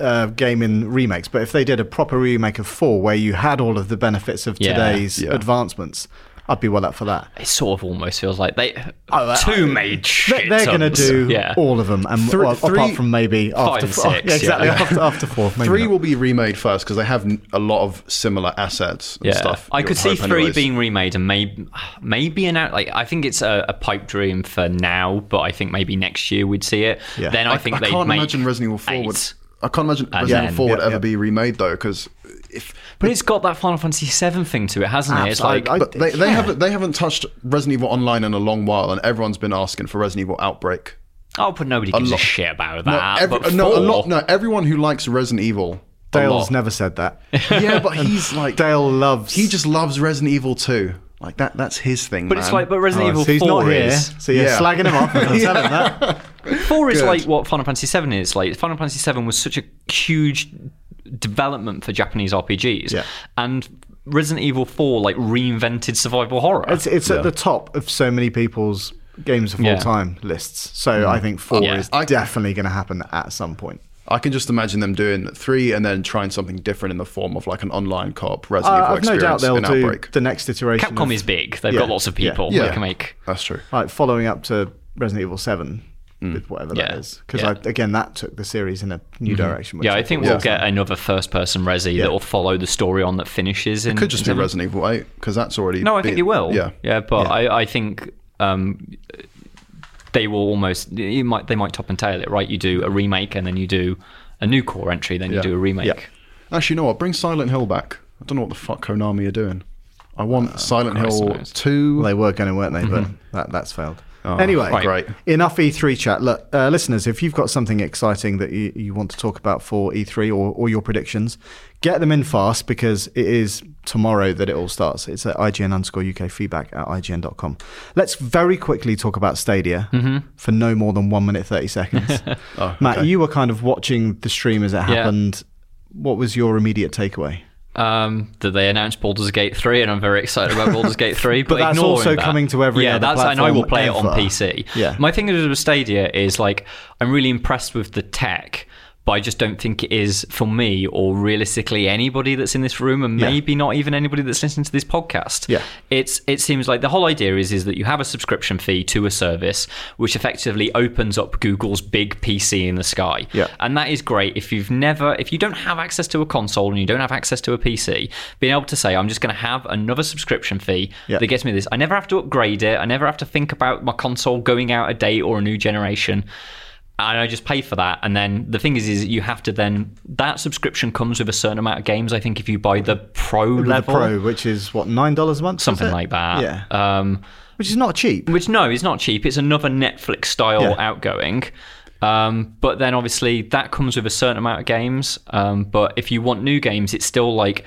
Speaker 1: uh, game in remakes, but if they did a proper remake of four where you had all of the benefits of
Speaker 3: Yeah.
Speaker 1: today's
Speaker 2: Yeah.
Speaker 1: advancements, I'd be well up for that.
Speaker 3: It sort of almost feels like they
Speaker 1: Oh, I-
Speaker 3: two made
Speaker 1: They-
Speaker 3: shit.
Speaker 1: They're going to
Speaker 3: tons.
Speaker 1: do
Speaker 3: yeah.
Speaker 1: all of them, and
Speaker 3: Thr-
Speaker 1: well, apart
Speaker 3: three-
Speaker 1: from maybe
Speaker 3: five
Speaker 1: after
Speaker 3: and
Speaker 1: four.
Speaker 3: six,
Speaker 1: yeah, exactly.
Speaker 3: yeah.
Speaker 1: After, after four, maybe
Speaker 2: three
Speaker 1: not.
Speaker 2: will be remade first because they have n- a lot of similar assets and
Speaker 3: Yeah,
Speaker 2: stuff.
Speaker 3: I
Speaker 2: you
Speaker 3: could
Speaker 2: would
Speaker 3: see
Speaker 2: hope
Speaker 3: three
Speaker 2: anyways.
Speaker 3: being remade and maybe maybe an out. Like I think it's a, a pipe dream for now, but I think maybe next year we'd see it.
Speaker 1: Yeah.
Speaker 3: Then I,
Speaker 2: I,
Speaker 3: think
Speaker 2: I
Speaker 3: they'd
Speaker 2: can't
Speaker 3: make
Speaker 2: imagine Resident Evil Four would.
Speaker 3: eight.
Speaker 2: I can't imagine Resident Evil
Speaker 3: then-
Speaker 2: Four would
Speaker 1: Yeah,
Speaker 2: ever
Speaker 1: yeah.
Speaker 2: be remade though, because if
Speaker 3: But it's got that Final Fantasy VII thing to it, hasn't it? It's like
Speaker 1: Absolutely.
Speaker 2: but they, they haven't they haven't touched Resident Evil Online in a long while, and everyone's been asking for Resident Evil Outbreak.
Speaker 3: oh, but nobody gives a,
Speaker 2: lot-
Speaker 3: shit about
Speaker 2: No,
Speaker 3: that.
Speaker 2: every-
Speaker 3: Ah, but
Speaker 2: no, a
Speaker 3: four-
Speaker 2: lot. No, everyone who likes Resident Evil. a
Speaker 1: Dale's
Speaker 2: lot.
Speaker 1: never said that.
Speaker 2: Yeah, but he's like
Speaker 1: Dale loves.
Speaker 2: he just loves Resident Evil 2. Like that. That's his thing.
Speaker 3: But it's
Speaker 2: man.
Speaker 3: like, but
Speaker 1: Oh,
Speaker 3: Resident
Speaker 1: so
Speaker 3: Evil
Speaker 1: he's not
Speaker 3: Four
Speaker 1: here.
Speaker 3: is
Speaker 1: So you're
Speaker 2: Yeah.
Speaker 1: slagging him off. I'm telling him that.
Speaker 3: Four is
Speaker 2: Good.
Speaker 3: like what Final Fantasy Seven is. Like Final Fantasy Seven was such a huge development for Japanese RPGs,
Speaker 1: Yeah.
Speaker 3: and Resident Evil Four like reinvented survival horror.
Speaker 1: It's, it's at the top of so many people's games of
Speaker 3: Yeah.
Speaker 1: all time lists. So I think four
Speaker 3: Yeah.
Speaker 1: is
Speaker 2: I-
Speaker 1: definitely going to happen at some point.
Speaker 2: I can just imagine them doing three and then trying something different in the form of like an online cop Resident
Speaker 1: Uh,
Speaker 2: Evil
Speaker 1: I've no doubt
Speaker 2: experience
Speaker 1: they'll
Speaker 2: in
Speaker 1: do
Speaker 2: Outbreak.
Speaker 1: the next iteration.
Speaker 3: Capcom
Speaker 1: of-
Speaker 3: is big. They've
Speaker 1: Yeah.
Speaker 3: got lots of
Speaker 1: Yeah.
Speaker 3: people.
Speaker 2: yeah,
Speaker 3: They can make
Speaker 2: that's true.
Speaker 1: like following up to Resident Evil Seven with whatever
Speaker 3: Mm. Yeah.
Speaker 1: that is, because
Speaker 3: Yeah. Mm-hmm.
Speaker 1: again that took the series in a new direction. Which
Speaker 3: Yeah, I think we'll
Speaker 2: Yeah.
Speaker 3: get another first person Resi that will follow the story on that finishes. In,
Speaker 2: Could just be
Speaker 3: in-
Speaker 2: Resident Evil 8 because that's already.
Speaker 3: No, I think
Speaker 2: been-
Speaker 3: it will.
Speaker 2: Yeah.
Speaker 3: yeah, but I, I think um, they will almost. You might they might top and tail it, right? You do a remake and then you do a new core entry, then you
Speaker 2: Yeah.
Speaker 3: do a remake.
Speaker 1: Yeah.
Speaker 2: Actually, you know what? Bring Silent Hill back. I don't know what the fuck Konami are doing. I want Silent Hill
Speaker 3: Oh, knows.
Speaker 2: 2.
Speaker 1: Well, they were going to, weren't they?
Speaker 3: Mm-hmm.
Speaker 1: But that, that's failed.
Speaker 3: Oh,
Speaker 1: anyway,
Speaker 2: right. Great.
Speaker 1: enough E3 chat. Look, uh, listeners, if you've got something exciting that you, you want to talk about for E3 or, or your predictions, get them in fast because it is tomorrow that it all starts. It's at IGN underscore UK feedback at IGN.com. Let's very quickly talk about Stadia
Speaker 3: Mm-hmm.
Speaker 1: for no more than one minute, 30 seconds.
Speaker 3: Oh,
Speaker 1: Matt, you were kind of watching the stream as it happened. What was your immediate takeaway?
Speaker 3: Um, that they announced Baldur's Gate three, and I'm very excited about Baldur's Gate three. But,
Speaker 1: that's
Speaker 3: ignoring
Speaker 1: also
Speaker 3: that-
Speaker 1: coming to every
Speaker 3: yeah,
Speaker 1: other
Speaker 3: that's and I will
Speaker 1: platform
Speaker 3: play it on
Speaker 1: ever.
Speaker 3: PC.
Speaker 1: Yeah.
Speaker 3: my thing with Stadia is like I'm really impressed with the tech. But I just don't think it is for me or realistically anybody that's in this room, and
Speaker 1: Yeah.
Speaker 3: maybe not even anybody that's listening to this podcast.
Speaker 1: Yeah.
Speaker 3: it's it seems like the whole idea is is that you have a subscription fee to a service, which effectively opens up Google's big PC in the sky.
Speaker 1: Yeah.
Speaker 3: And that is great if you've never, if you don't have access to a console and you don't have access to a PC, being able to say, I'm just going to have another subscription fee
Speaker 1: Yeah.
Speaker 3: that gets me this. I never have to upgrade it. I never have to think about my console going out a date or a new generation. And I just pay for that. And then the thing is, is you have to then, that subscription comes with a certain amount of games. I think if you buy the pro
Speaker 1: With the
Speaker 3: level,
Speaker 1: Pro, which is what, $9 a month? is
Speaker 3: something
Speaker 1: it?
Speaker 3: like that.
Speaker 1: Yeah.
Speaker 3: Um,
Speaker 1: which is not cheap.
Speaker 3: which no, it's not cheap. It's another Netflix style
Speaker 1: Yeah.
Speaker 3: outgoing. Um, but then obviously that comes with a certain amount of games. Um, but if you want new games, it's still like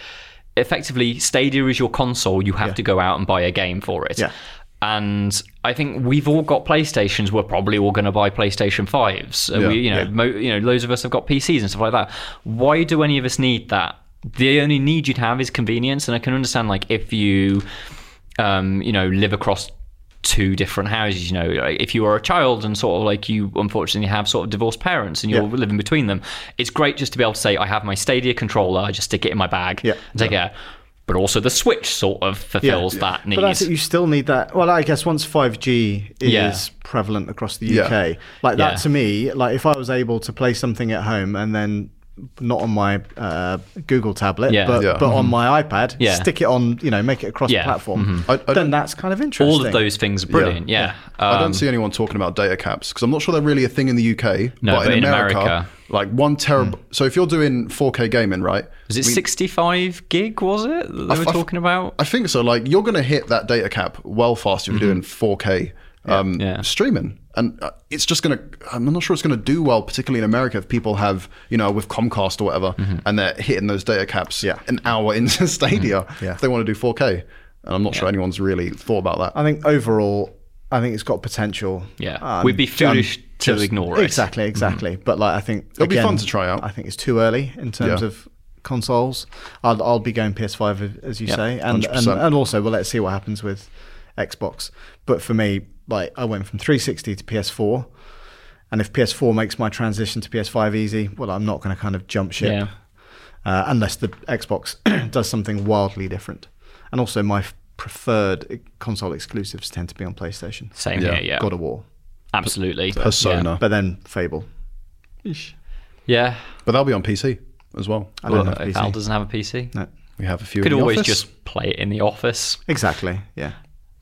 Speaker 3: effectively Stadia is your console. You have to go out and buy a game for it.
Speaker 1: Yeah.
Speaker 3: And I think we've all got PlayStations. We're probably all going to buy PlayStation fives. And
Speaker 2: Yeah.
Speaker 3: we, you know, mo- you know, loads of us have got PCs and stuff like that. Why do any of us need that? The only need you'd have is convenience, and I can understand like if you, um, you know, live across two different houses. You know, like, if you are a child and sort of like you unfortunately have sort of divorced parents and you're
Speaker 1: Yeah.
Speaker 3: living between them, it's great just to be able to say, I have my Stadia controller, I just stick it in my bag
Speaker 1: Yeah.
Speaker 3: and take it out. But also the Switch sort of fulfills that need.
Speaker 1: But that's it. You still need that. Well, I guess once 5G is
Speaker 3: Yeah.
Speaker 1: prevalent across the
Speaker 2: Yeah.
Speaker 1: UK, like that
Speaker 3: Yeah.
Speaker 1: to me, like if I was able to play something at home and then not on my uh, Google tablet,
Speaker 3: Yeah. Mm-hmm.
Speaker 1: but,
Speaker 2: Yeah.
Speaker 1: but on my iPad,
Speaker 3: Yeah.
Speaker 1: stick it on, you know, make it across
Speaker 3: Yeah. Mm-hmm.
Speaker 1: platform,
Speaker 2: I- I
Speaker 1: then
Speaker 2: don't-
Speaker 1: that's kind of interesting.
Speaker 3: All of those things are brilliant. Yeah.
Speaker 2: I
Speaker 3: Um,
Speaker 2: don't see anyone talking about data caps because I'm not sure they're really a thing in the UK.
Speaker 3: No, but in America.
Speaker 2: like one terab. So if you're doing 4K gaming, right?
Speaker 3: was it 65 gig, was it, that they were
Speaker 2: I-
Speaker 3: talking about?
Speaker 2: I think so. Like you're going to hit that data cap well fast if you're doing 4K um,
Speaker 3: Mm-hmm. Yeah.
Speaker 2: streaming, and uh, it's just going to. I'm not sure it's going to do well, particularly in America, if people have you know with Comcast or whatever,
Speaker 3: Mm-hmm.
Speaker 2: and they're hitting those data caps
Speaker 1: Yeah.
Speaker 2: an hour into Stadia
Speaker 1: Yeah.
Speaker 2: if they want to do 4K. And I'm not sure anyone's really thought about that.
Speaker 1: I think overall, I think it's got potential.
Speaker 3: Yeah.
Speaker 1: Um,
Speaker 3: We'd be foolish to
Speaker 1: just-
Speaker 3: ignore it. Mm-hmm.
Speaker 1: Exactly, exactly. But like, I think it'll
Speaker 2: be fun to try out.
Speaker 1: I think it's too early in terms
Speaker 2: Yeah.
Speaker 1: of consoles. I'll, I'll be going PS5 as you say, and, and
Speaker 2: 100%.
Speaker 1: and also well, let's see what happens with Xbox. But for me, like, I went from 360 to PS4. And if PS4 makes my transition to PS5 easy, well, I'm not going to kind of jump ship
Speaker 3: Yeah.
Speaker 1: uh, unless the Xbox does something wildly different. And also, my f- preferred e-, console exclusives tend to be on PlayStation.
Speaker 3: Same
Speaker 2: Yeah.
Speaker 3: here, yeah.
Speaker 1: God of War,
Speaker 3: Absolutely.
Speaker 2: Persona,
Speaker 1: but then Fable.
Speaker 3: Yeah.
Speaker 2: but that'll be on PC as well.
Speaker 1: I don't
Speaker 3: yeah.
Speaker 1: have a
Speaker 3: If
Speaker 1: PC.
Speaker 3: Al doesn't have a PC,
Speaker 1: No,
Speaker 2: We have a few.
Speaker 3: could
Speaker 2: in the
Speaker 3: always
Speaker 2: office.
Speaker 3: just play it in the office.
Speaker 1: exactly. Yeah,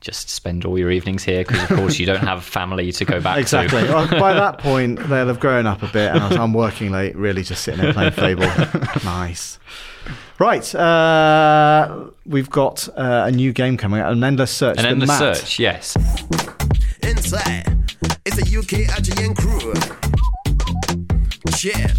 Speaker 3: Just spend all your evenings here because, of course, you don't have family to go back
Speaker 1: exactly.
Speaker 3: to.
Speaker 1: Well, By that point, they'll have grown up a bit, and I'm working late, really just sitting there playing Fable. nice. Right, uh, we've got uh, a new game coming out, an endless search.
Speaker 3: An
Speaker 1: that
Speaker 3: endless
Speaker 1: Matt-
Speaker 3: search, yes.
Speaker 4: Inside, it's a UK IGN crew. Yeah,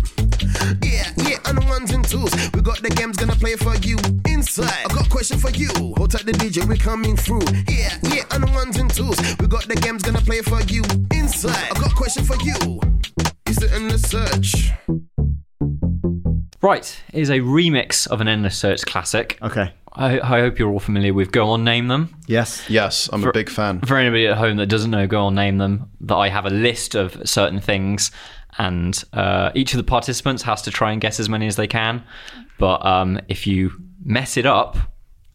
Speaker 4: yeah, yeah, and the ones and twos. We got the games gonna play for you. Inside, I got a question for you. Hold tight the DJ, we coming through. Yeah, yeah, and the ones and twos. We got the games gonna play for you. Inside, I got a question for you. Is it in the search?
Speaker 3: Right, it is a remix of an endless search classic.
Speaker 1: Okay.
Speaker 3: I, I hope you're all familiar with Go On Name Them.
Speaker 1: Yes.
Speaker 2: Yes, I'm a big fan.
Speaker 3: For anybody at home that doesn't know Go On Name Them, that I have a list of certain things, and uh, each of the participants has to try and guess as many as they can. But um, if you mess it up,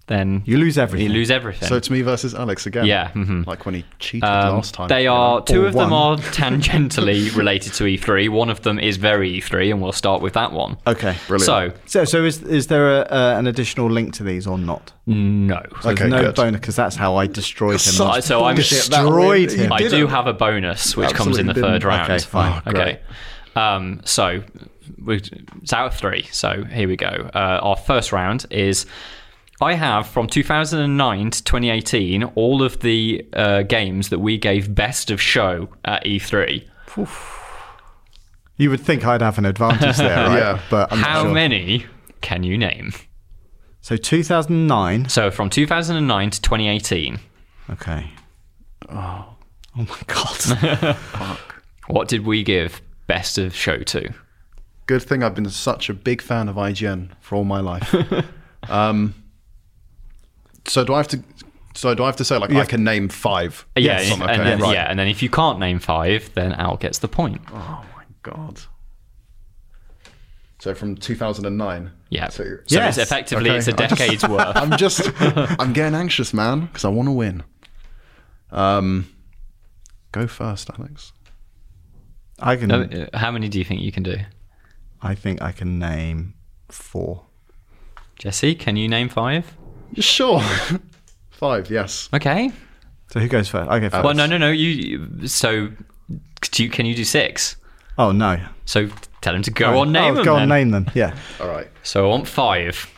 Speaker 3: then
Speaker 1: You lose everything.
Speaker 3: You lose everything.
Speaker 2: So it's me versus Alex again.
Speaker 3: Yeah, mhm.
Speaker 2: Like when he cheated
Speaker 3: Um,
Speaker 2: last time.
Speaker 3: They
Speaker 2: you know?
Speaker 3: are two
Speaker 1: Or
Speaker 3: of them are
Speaker 1: one.
Speaker 3: tangentially related to E3. One of them is very E3, and we'll start with that one.
Speaker 1: Okay.
Speaker 2: Brilliant.
Speaker 3: So
Speaker 1: So, so is is there a, uh, an additional link to these or not?
Speaker 3: no.
Speaker 2: Okay,
Speaker 1: no
Speaker 2: good.
Speaker 1: boner, because that's how I destroyed him.
Speaker 2: So-
Speaker 1: last-
Speaker 3: so I'm
Speaker 1: destroyed
Speaker 2: You
Speaker 1: him.
Speaker 3: I do
Speaker 2: didn't.
Speaker 3: have a bonus which comes in the
Speaker 2: Absolutely
Speaker 3: third
Speaker 2: didn't.
Speaker 3: round.
Speaker 1: Okay, fine.
Speaker 2: Oh,
Speaker 3: okay. Um, so we- it's out of three. So here we go. Uh, our first round is. I have from 2009 to 2018 all of the uh, games that we gave best of show at E E3.
Speaker 1: You would think I'd have an advantage there, right?
Speaker 2: Yeah.
Speaker 1: But I'm not
Speaker 3: How
Speaker 1: sure.
Speaker 3: many can you name?
Speaker 1: So 2009.
Speaker 3: So from 2009 to 2018,
Speaker 1: Okay. Oh. Oh my god.
Speaker 3: what did we give best of show to?
Speaker 2: Good thing I've been such a big fan of IGN for all my life. um, so do I have to? So do I have to say like I can name five?
Speaker 3: Uh, Yeah,
Speaker 2: Something,
Speaker 3: and
Speaker 2: okay,
Speaker 3: then,
Speaker 2: right.
Speaker 3: yeah, and then if you can't name five, then Al gets the point.
Speaker 2: God. So from 2009.
Speaker 3: Yeah.
Speaker 2: So,
Speaker 3: So
Speaker 1: Yes.
Speaker 3: it's effectively it's a
Speaker 2: Okay, I just-
Speaker 3: decade's worth.
Speaker 2: I'm just. I'm getting anxious, man, because I want to win. Um, go first, Alex.
Speaker 1: I can.
Speaker 3: No, uh, How many do you think you can do?
Speaker 1: I think I can name four.
Speaker 3: Jesse, can you name five?
Speaker 2: Sure. five. Yes.
Speaker 3: Okay.
Speaker 1: So who goes first? I go first.
Speaker 3: Oh, Well, no, no, no. You you- so do you, can you do six?
Speaker 1: Oh no.
Speaker 3: So tell him to go on
Speaker 1: Oh,
Speaker 3: name. them
Speaker 1: Go on,
Speaker 3: then.
Speaker 1: name them. Yeah.
Speaker 2: All right.
Speaker 3: So on five,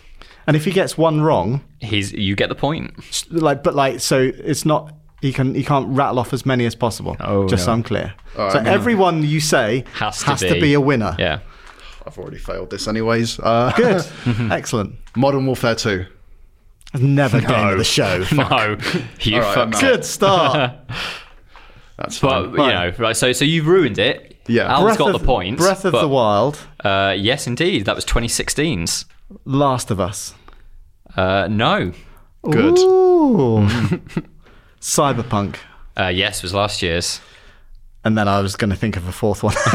Speaker 1: And if he gets one wrong,
Speaker 3: he's you get the point.
Speaker 1: s- like, but like, so it's not. He can. He can't rattle off as many as possible.
Speaker 3: Oh,
Speaker 1: just so
Speaker 3: no.
Speaker 1: I'm clear.
Speaker 2: right,
Speaker 1: so
Speaker 2: I'm gonna-
Speaker 1: everyone you say
Speaker 3: Has to
Speaker 1: to
Speaker 3: be.
Speaker 1: be a winner.
Speaker 3: Yeah.
Speaker 2: I've already failed this, anyways. Uh,
Speaker 1: Good. Excellent.
Speaker 2: Modern Warfare 2.
Speaker 1: It's Never game of the show.
Speaker 3: No, you
Speaker 2: All right, I'm
Speaker 3: fucked
Speaker 2: out.
Speaker 1: Good start.
Speaker 2: That's fine.
Speaker 3: But you know, right? So, so you've ruined it.
Speaker 2: Yeah.
Speaker 3: Al's
Speaker 1: Breath
Speaker 3: got
Speaker 1: of-
Speaker 3: the points.
Speaker 1: Breath of
Speaker 3: but,
Speaker 1: the Wild,
Speaker 3: Uh, yes, indeed. That was 2016's.
Speaker 1: Last of Us.
Speaker 3: Uh, no,
Speaker 2: Good.
Speaker 1: Ooh. Cyberpunk.
Speaker 3: Uh, yes, was last year's.
Speaker 1: And then I was going to think of a fourth one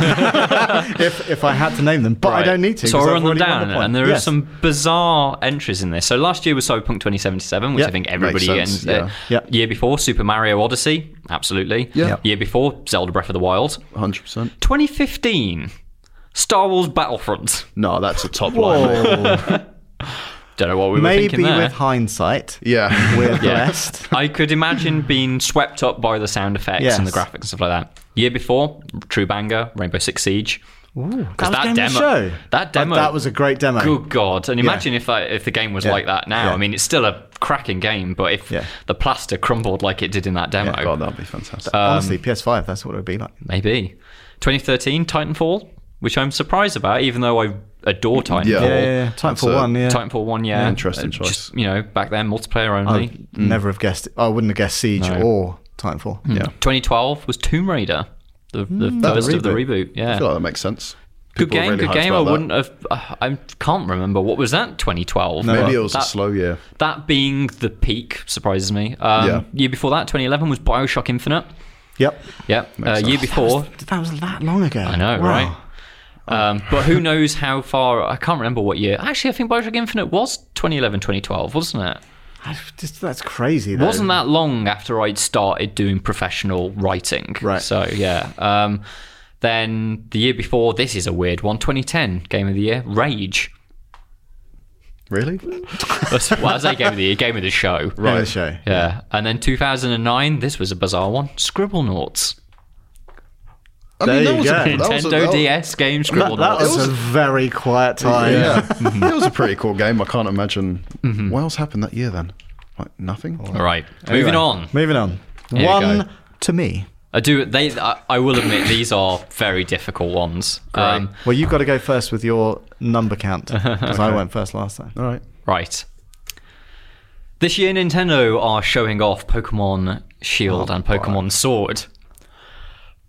Speaker 1: if, if I had to name them, but I
Speaker 3: Right.
Speaker 1: don't need to.
Speaker 3: So
Speaker 1: 'cause
Speaker 3: I
Speaker 1: I've
Speaker 3: run them
Speaker 1: already won
Speaker 3: down,
Speaker 1: the point.
Speaker 3: and there are
Speaker 1: Yes.
Speaker 3: some bizarre entries in this. So last year was Cyberpunk 2077, which
Speaker 1: Yeah.
Speaker 3: I think everybody
Speaker 2: Makes
Speaker 3: ends
Speaker 2: sense,
Speaker 3: there.
Speaker 1: yeah. Yeah.
Speaker 3: Year before, Super Mario Odyssey, absolutely.
Speaker 2: Yeah. Yeah.
Speaker 3: Year before, Zelda Breath of the Wild.
Speaker 2: 100%.
Speaker 3: 2015, Star Wars Battlefront.
Speaker 2: No, that's a top line. mate.
Speaker 3: Don't know what we were
Speaker 1: Maybe
Speaker 3: thinking there.
Speaker 1: with hindsight,
Speaker 2: Yeah.
Speaker 1: we're
Speaker 3: Yeah.
Speaker 1: blessed.
Speaker 3: I could imagine being swept up by the sound effects and the
Speaker 1: Yes.
Speaker 3: graphics and stuff like that. Year before, True Banger, Rainbow Six Siege. Because
Speaker 1: That was game of the show.
Speaker 3: that demo,
Speaker 1: That was a great demo.
Speaker 3: Good God! And imagine if that, if the game was
Speaker 1: Yeah.
Speaker 3: like that now.
Speaker 1: Yeah.
Speaker 3: I mean, it's still a cracking game, but if
Speaker 1: Yeah.
Speaker 3: the plaster crumbled like it did in that demo,
Speaker 2: God, that'd be fantastic.
Speaker 3: Uh,
Speaker 1: Honestly, PS5, that's what it would be like.
Speaker 3: maybe. 2013 Titanfall, which I'm surprised about, even though I adore Titanfall.
Speaker 2: Yeah.
Speaker 1: Yeah, yeah, yeah.
Speaker 2: That's
Speaker 1: Titanfall
Speaker 2: a-
Speaker 1: 1, yeah.
Speaker 3: Titanfall one, yeah,
Speaker 2: Interesting
Speaker 3: Uh,
Speaker 2: choice.
Speaker 3: just, you know, back then multiplayer
Speaker 1: I
Speaker 3: only.
Speaker 1: would never have guessed. I wouldn't have guessed Siege
Speaker 3: Mm. No. Mm.
Speaker 1: or Titanfall.
Speaker 2: yeah.
Speaker 3: 2012 was Tomb Raider, the, the
Speaker 1: That
Speaker 3: first of the
Speaker 1: reboot.
Speaker 3: reboot. Yeah,
Speaker 2: I feel like that makes sense.
Speaker 3: good
Speaker 2: People were
Speaker 3: game,
Speaker 2: really
Speaker 3: good
Speaker 2: hyped
Speaker 3: game. I
Speaker 2: about that.
Speaker 3: wouldn't have. Uh, I can't remember what was that. 2012.
Speaker 2: Maybe it was
Speaker 3: that,
Speaker 2: a slow year.
Speaker 3: That being the peak surprises me. Um,
Speaker 2: Yeah.
Speaker 3: Year before that, 2011 was Bioshock Infinite.
Speaker 1: Yep.
Speaker 3: Yep. Uh,
Speaker 2: sense.
Speaker 3: year before,
Speaker 1: That was that long ago.
Speaker 3: I know,
Speaker 1: Wow.
Speaker 3: right? Um, but who knows how far? I can't remember what year. Actually, I think Bioshock Infinite was 2011, 2012, wasn't it?
Speaker 1: I just, that's crazy. Though.
Speaker 3: wasn't that long after I'd started doing professional writing.
Speaker 1: Right.
Speaker 3: So yeah. Um, then the year before, this is a weird one. 2010 game of the year, Rage.
Speaker 2: Really?
Speaker 3: That's- well, I say game of the year, game of the show.
Speaker 1: Right. the show.
Speaker 3: Yeah. And then 2009, this was a bizarre one. Scribblenauts.
Speaker 2: I
Speaker 1: There you go.
Speaker 2: that was a- that
Speaker 3: Nintendo
Speaker 2: was-
Speaker 3: DS game
Speaker 1: That,
Speaker 3: Scribblenauts.
Speaker 1: that was, a very quiet time.
Speaker 2: Yeah. it was a pretty cool game. I can't imagine
Speaker 3: Mm-hmm.
Speaker 2: what else happened that year then. Like nothing.
Speaker 1: Oh.
Speaker 3: All right. Moving on.
Speaker 1: Moving on.
Speaker 3: we
Speaker 1: One
Speaker 3: go.
Speaker 1: to me.
Speaker 3: I do. They. I, I will admit these are very difficult ones. Um,
Speaker 1: Well, you've got to go first with your number count because I went first last time.
Speaker 2: All right.
Speaker 3: Right. This year, Nintendo are showing off Pokemon
Speaker 1: Oh,
Speaker 3: Shield and Pokemon Sword.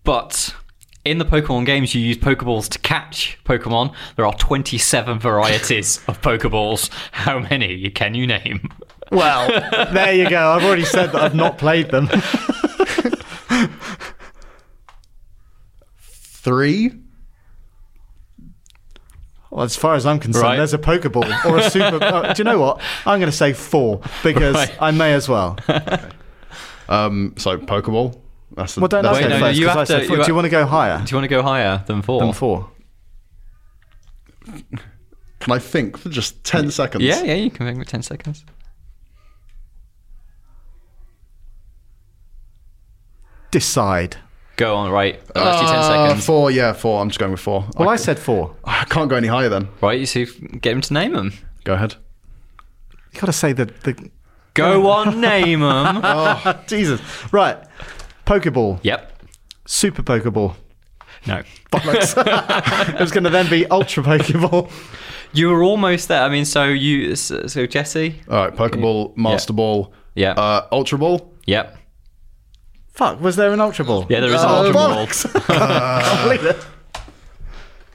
Speaker 3: But in the Pokemon games, you use Pokeballs to catch Pokemon. There are 27 varieties of Pokeballs. How many can you name?
Speaker 1: Well, there you go. I've already said that I've not played them.
Speaker 2: Three?
Speaker 1: Well, as far as I'm concerned,
Speaker 3: Right.
Speaker 1: there's a Pokeball or a Super. oh, do you know what? I'm going to say four because
Speaker 3: Right.
Speaker 1: I may as well.
Speaker 2: Um, so Pokeball. That's the,
Speaker 1: Well, don't
Speaker 2: that's
Speaker 1: I
Speaker 3: Wait,
Speaker 1: go
Speaker 3: no, no,
Speaker 1: first?
Speaker 3: you
Speaker 1: 'Cause
Speaker 3: have
Speaker 1: I said
Speaker 3: to-
Speaker 1: four.
Speaker 3: you
Speaker 1: do you
Speaker 3: ha-
Speaker 1: want to go higher
Speaker 3: Do you want to go higher than four?
Speaker 1: than four?
Speaker 2: Can I think for just 10 seconds?
Speaker 3: Yeah, yeah, you can make it 10 seconds.
Speaker 1: Decide.
Speaker 3: Go on, right. That lasts you 10
Speaker 2: Uh,
Speaker 3: seconds.
Speaker 2: four, yeah, four. I'm just going with four.
Speaker 1: Well,
Speaker 2: I,
Speaker 1: I said four.
Speaker 2: I can't go any higher then.
Speaker 3: Right, you see, get him to name them.
Speaker 2: Go ahead.
Speaker 1: You got to say the the.
Speaker 3: Go on, name them.
Speaker 1: Jesus. Right. Pokeball.
Speaker 3: yep.
Speaker 1: Super Pokeball.
Speaker 3: No.
Speaker 1: Bollocks. it was going to then be Ultra Pokeball.
Speaker 3: You were almost there. I mean, so you, so so Jesse.
Speaker 2: All right, Pokeball, Master Ball,
Speaker 3: Yeah.
Speaker 2: uh, Ultra Ball.
Speaker 3: Yep.
Speaker 1: Fuck, was there an Ultra Ball?
Speaker 3: Yeah, there is
Speaker 2: Oh,
Speaker 3: an ultra ball.
Speaker 1: Bollocks. Can't believe it.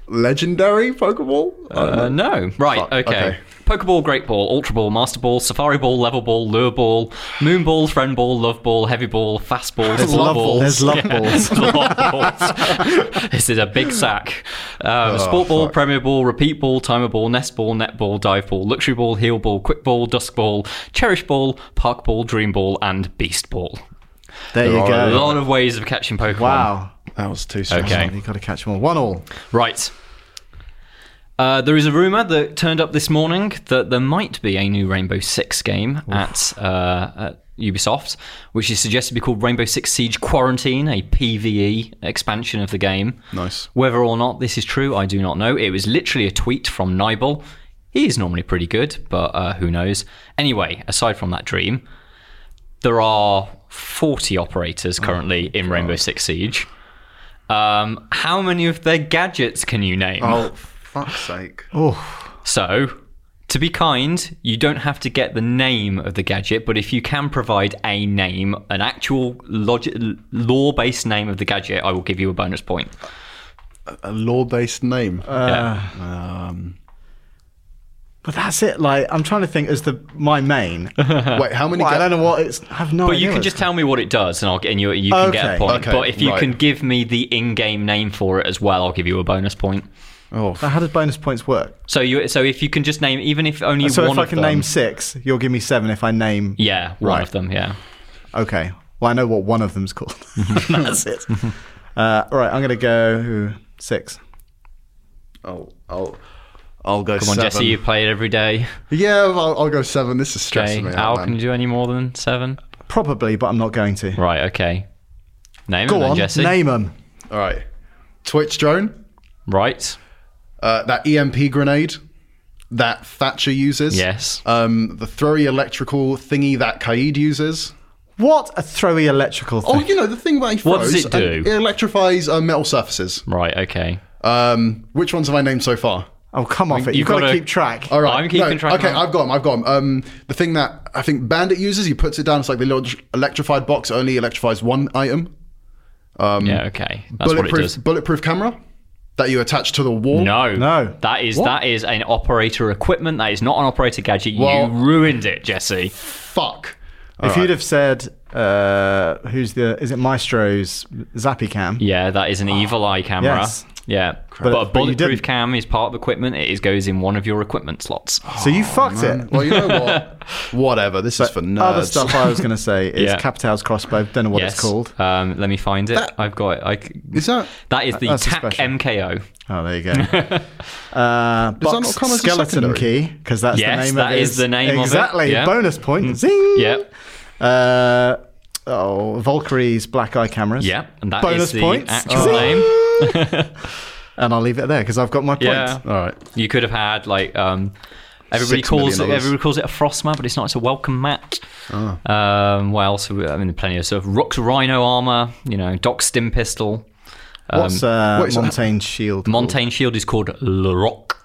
Speaker 2: Legendary Pokeball?
Speaker 3: Uh, no. Right.
Speaker 2: Fuck,
Speaker 3: Okay.
Speaker 2: okay.
Speaker 3: Pokeball, Great Ball, Ultra Ball, Master Ball, Safari Ball, Level Ball, Lure Ball, Moon Ball, Friend Ball, Love Ball, Heavy Ball, Fast Ball,
Speaker 1: There's
Speaker 3: Slow
Speaker 1: love
Speaker 3: Balls.
Speaker 1: There's love balls.
Speaker 3: There's love balls. this is a big sack. Um, sport ball,
Speaker 2: fuck.
Speaker 3: premier ball, repeat ball, timer ball, nest ball, net ball, dive ball, luxury ball, heel ball, quick ball, dusk ball, cherish ball, park ball, dream ball, and beast ball.
Speaker 1: There you
Speaker 3: A
Speaker 1: go.
Speaker 3: lot of ways of catching Pokemon.
Speaker 1: Wow.
Speaker 2: That was too strong.
Speaker 3: Okay.
Speaker 1: You've got to catch them all. One all.
Speaker 3: Right. Uh, there is a rumor that turned up this morning that there might be a new Rainbow Six game at, uh, at Ubisoft, which is suggested to be called Rainbow Six Siege Quarantine, a PVE expansion of the game.
Speaker 2: Nice.
Speaker 3: Whether or not this is true, I do not know. It was literally a tweet from Nibel. He is normally pretty good, but uh, who knows? Anyway, aside from that dream, there are 40 operators currently in Rainbow Six Siege. Um, how many of their gadgets can you name?
Speaker 2: Oh, fuck's sake.
Speaker 1: Oh.
Speaker 3: So, to be kind, you don't have to get the name of the gadget, but if you can provide a name, an actual log- law based name of the gadget, I will give you a bonus point.
Speaker 1: Uh,
Speaker 2: A law based name.
Speaker 3: Yeah.
Speaker 1: But that's it. Like I'm trying to think as the my main.
Speaker 2: Wait, how many?
Speaker 1: Well, I
Speaker 2: ga-
Speaker 1: don't know uh, what it's. I have no.
Speaker 3: But
Speaker 1: idea
Speaker 3: you
Speaker 1: what
Speaker 3: can
Speaker 1: it's
Speaker 3: just tell me what it does, and I'll get and you you can get
Speaker 1: Okay.
Speaker 3: a point.
Speaker 2: Okay,
Speaker 3: but if you
Speaker 2: right.
Speaker 3: can give me the in-game name for it as well, I'll give you a bonus point.
Speaker 2: Oh,
Speaker 1: But how does bonus points work?
Speaker 3: So you so if you can just name even if only
Speaker 1: So
Speaker 3: one
Speaker 1: if I
Speaker 3: of
Speaker 1: can
Speaker 3: them,
Speaker 1: name six, you'll give me seven. If I name,
Speaker 3: yeah, one
Speaker 1: Right.
Speaker 3: of them, yeah.
Speaker 1: Okay. Well, I know what one of them's called. that's it. Uh, all right, I'm gonna go six.
Speaker 2: I'll, Oh, I'll, I'll go
Speaker 3: Come on,
Speaker 2: seven.
Speaker 3: Jesse, you play it every day.
Speaker 2: Yeah, I'll, I'll go seven. This is
Speaker 3: Okay,
Speaker 2: stressing me
Speaker 3: Al,
Speaker 2: out.
Speaker 3: can you
Speaker 2: Man.
Speaker 3: do any more than seven?
Speaker 1: Probably, but I'm not going to.
Speaker 3: Right, okay. Name it
Speaker 1: Go
Speaker 3: then,
Speaker 1: on,
Speaker 3: Jesse.
Speaker 1: name them.
Speaker 2: All right. Twitch drone,
Speaker 3: Right.
Speaker 2: uh, that EMP grenade that Thatcher uses.
Speaker 3: Yes.
Speaker 2: Um, the throwy electrical thingy that Kaid uses.
Speaker 1: What a throwy electrical thing.
Speaker 2: Oh, you know the thing that he throws.
Speaker 3: What does it
Speaker 2: and
Speaker 3: do?
Speaker 2: It electrifies uh, metal surfaces.
Speaker 3: Right, okay.
Speaker 2: Um, which ones have I named so far?
Speaker 1: Oh, come off it. You've,
Speaker 3: you've
Speaker 1: got to
Speaker 3: gotta-
Speaker 1: keep track.
Speaker 2: All right,
Speaker 3: I'm keeping
Speaker 2: no,
Speaker 3: track
Speaker 2: Okay,
Speaker 3: now.
Speaker 2: I've got them. I've got them. Um, the thing that I think Bandit uses, he puts it down. It's like the little electrified box it only electrifies one item. Um,
Speaker 3: Yeah, okay. That's what it
Speaker 2: bulletproof,
Speaker 3: does.
Speaker 2: bulletproof camera that you attach to the wall.
Speaker 3: No,
Speaker 1: No.
Speaker 3: That is
Speaker 2: What?
Speaker 3: that is an operator equipment. That is not an operator gadget.
Speaker 2: Well-
Speaker 3: you ruined it, Jesse.
Speaker 2: Fuck.
Speaker 1: if you'd have said, uh, who's the? Is it Maestro's Zappy Cam?
Speaker 3: Yeah, that is an evil eye camera.
Speaker 1: Ah, Yes.
Speaker 3: Yeah,
Speaker 1: But-
Speaker 3: but,
Speaker 1: but
Speaker 3: a
Speaker 1: you
Speaker 3: bulletproof
Speaker 1: didn't.
Speaker 3: cam is part of equipment. It is goes in one of your equipment slots.
Speaker 1: So you fucked
Speaker 3: Oh,
Speaker 1: it.
Speaker 2: Uh, Well, you know what? Whatever. This is for nerds.
Speaker 1: Other stuff I was going to say is
Speaker 3: Yeah.
Speaker 1: Capital's crossbow. Don't know what
Speaker 3: yes.
Speaker 1: it's called.
Speaker 3: Um, let me find it.
Speaker 2: That-
Speaker 3: I've got it. I c
Speaker 2: Is that?
Speaker 3: that is the
Speaker 1: That's a
Speaker 3: TAC
Speaker 1: special.
Speaker 3: MKO.
Speaker 1: Oh, there you go. uh,
Speaker 2: that
Speaker 1: box
Speaker 2: not come as a
Speaker 1: skeleton
Speaker 2: secondary?
Speaker 1: key because that's
Speaker 3: Yes,
Speaker 1: the name
Speaker 3: that
Speaker 1: of
Speaker 3: is
Speaker 1: his-
Speaker 3: the name of it.
Speaker 1: exactly.
Speaker 3: Yeah. Mm.
Speaker 1: Bonus point. Zing.
Speaker 3: Yep.
Speaker 1: Uh, oh, Valkyrie's black eye cameras.
Speaker 3: Yeah, and that
Speaker 1: Bonus
Speaker 3: is the
Speaker 1: points.
Speaker 3: actual
Speaker 1: Zing.
Speaker 3: name.
Speaker 1: And I'll leave it there because I've got my point.
Speaker 3: Yeah,
Speaker 2: All right.
Speaker 3: you could have had like um, everybody
Speaker 2: Six
Speaker 3: calls it,
Speaker 2: million others.
Speaker 3: everybody calls it a frost mat, but it's not. It's a welcome mat. Um, what else? have we- I mean, plenty of stuff. Rook's Rhino armor. You know, Doc Stim pistol. um,
Speaker 1: What's uh,
Speaker 2: wait, so-
Speaker 1: Montaigne's shield? called?
Speaker 3: Montaigne shield is called Le Rock.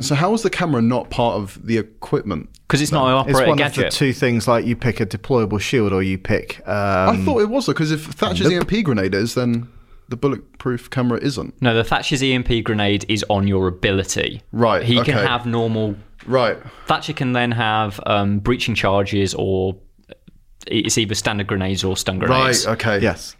Speaker 2: So how is the camera not part of the equipment?
Speaker 3: Because it's not an
Speaker 1: It's
Speaker 3: operator
Speaker 1: one
Speaker 3: gadget.
Speaker 1: of the two things. Like you pick a deployable shield or you pick. Um,
Speaker 2: I thought it was because if Thatcher's E
Speaker 1: nope.
Speaker 2: EMP grenade is, then the bulletproof camera isn't.
Speaker 3: No, the Thatcher's EMP grenade is on your ability.
Speaker 2: Right,
Speaker 3: He can
Speaker 2: okay.
Speaker 3: have normal.
Speaker 2: Right.
Speaker 3: Thatcher can then have um, breaching charges or it's either standard grenades or stun grenades.
Speaker 2: Right. Okay.
Speaker 1: Yes,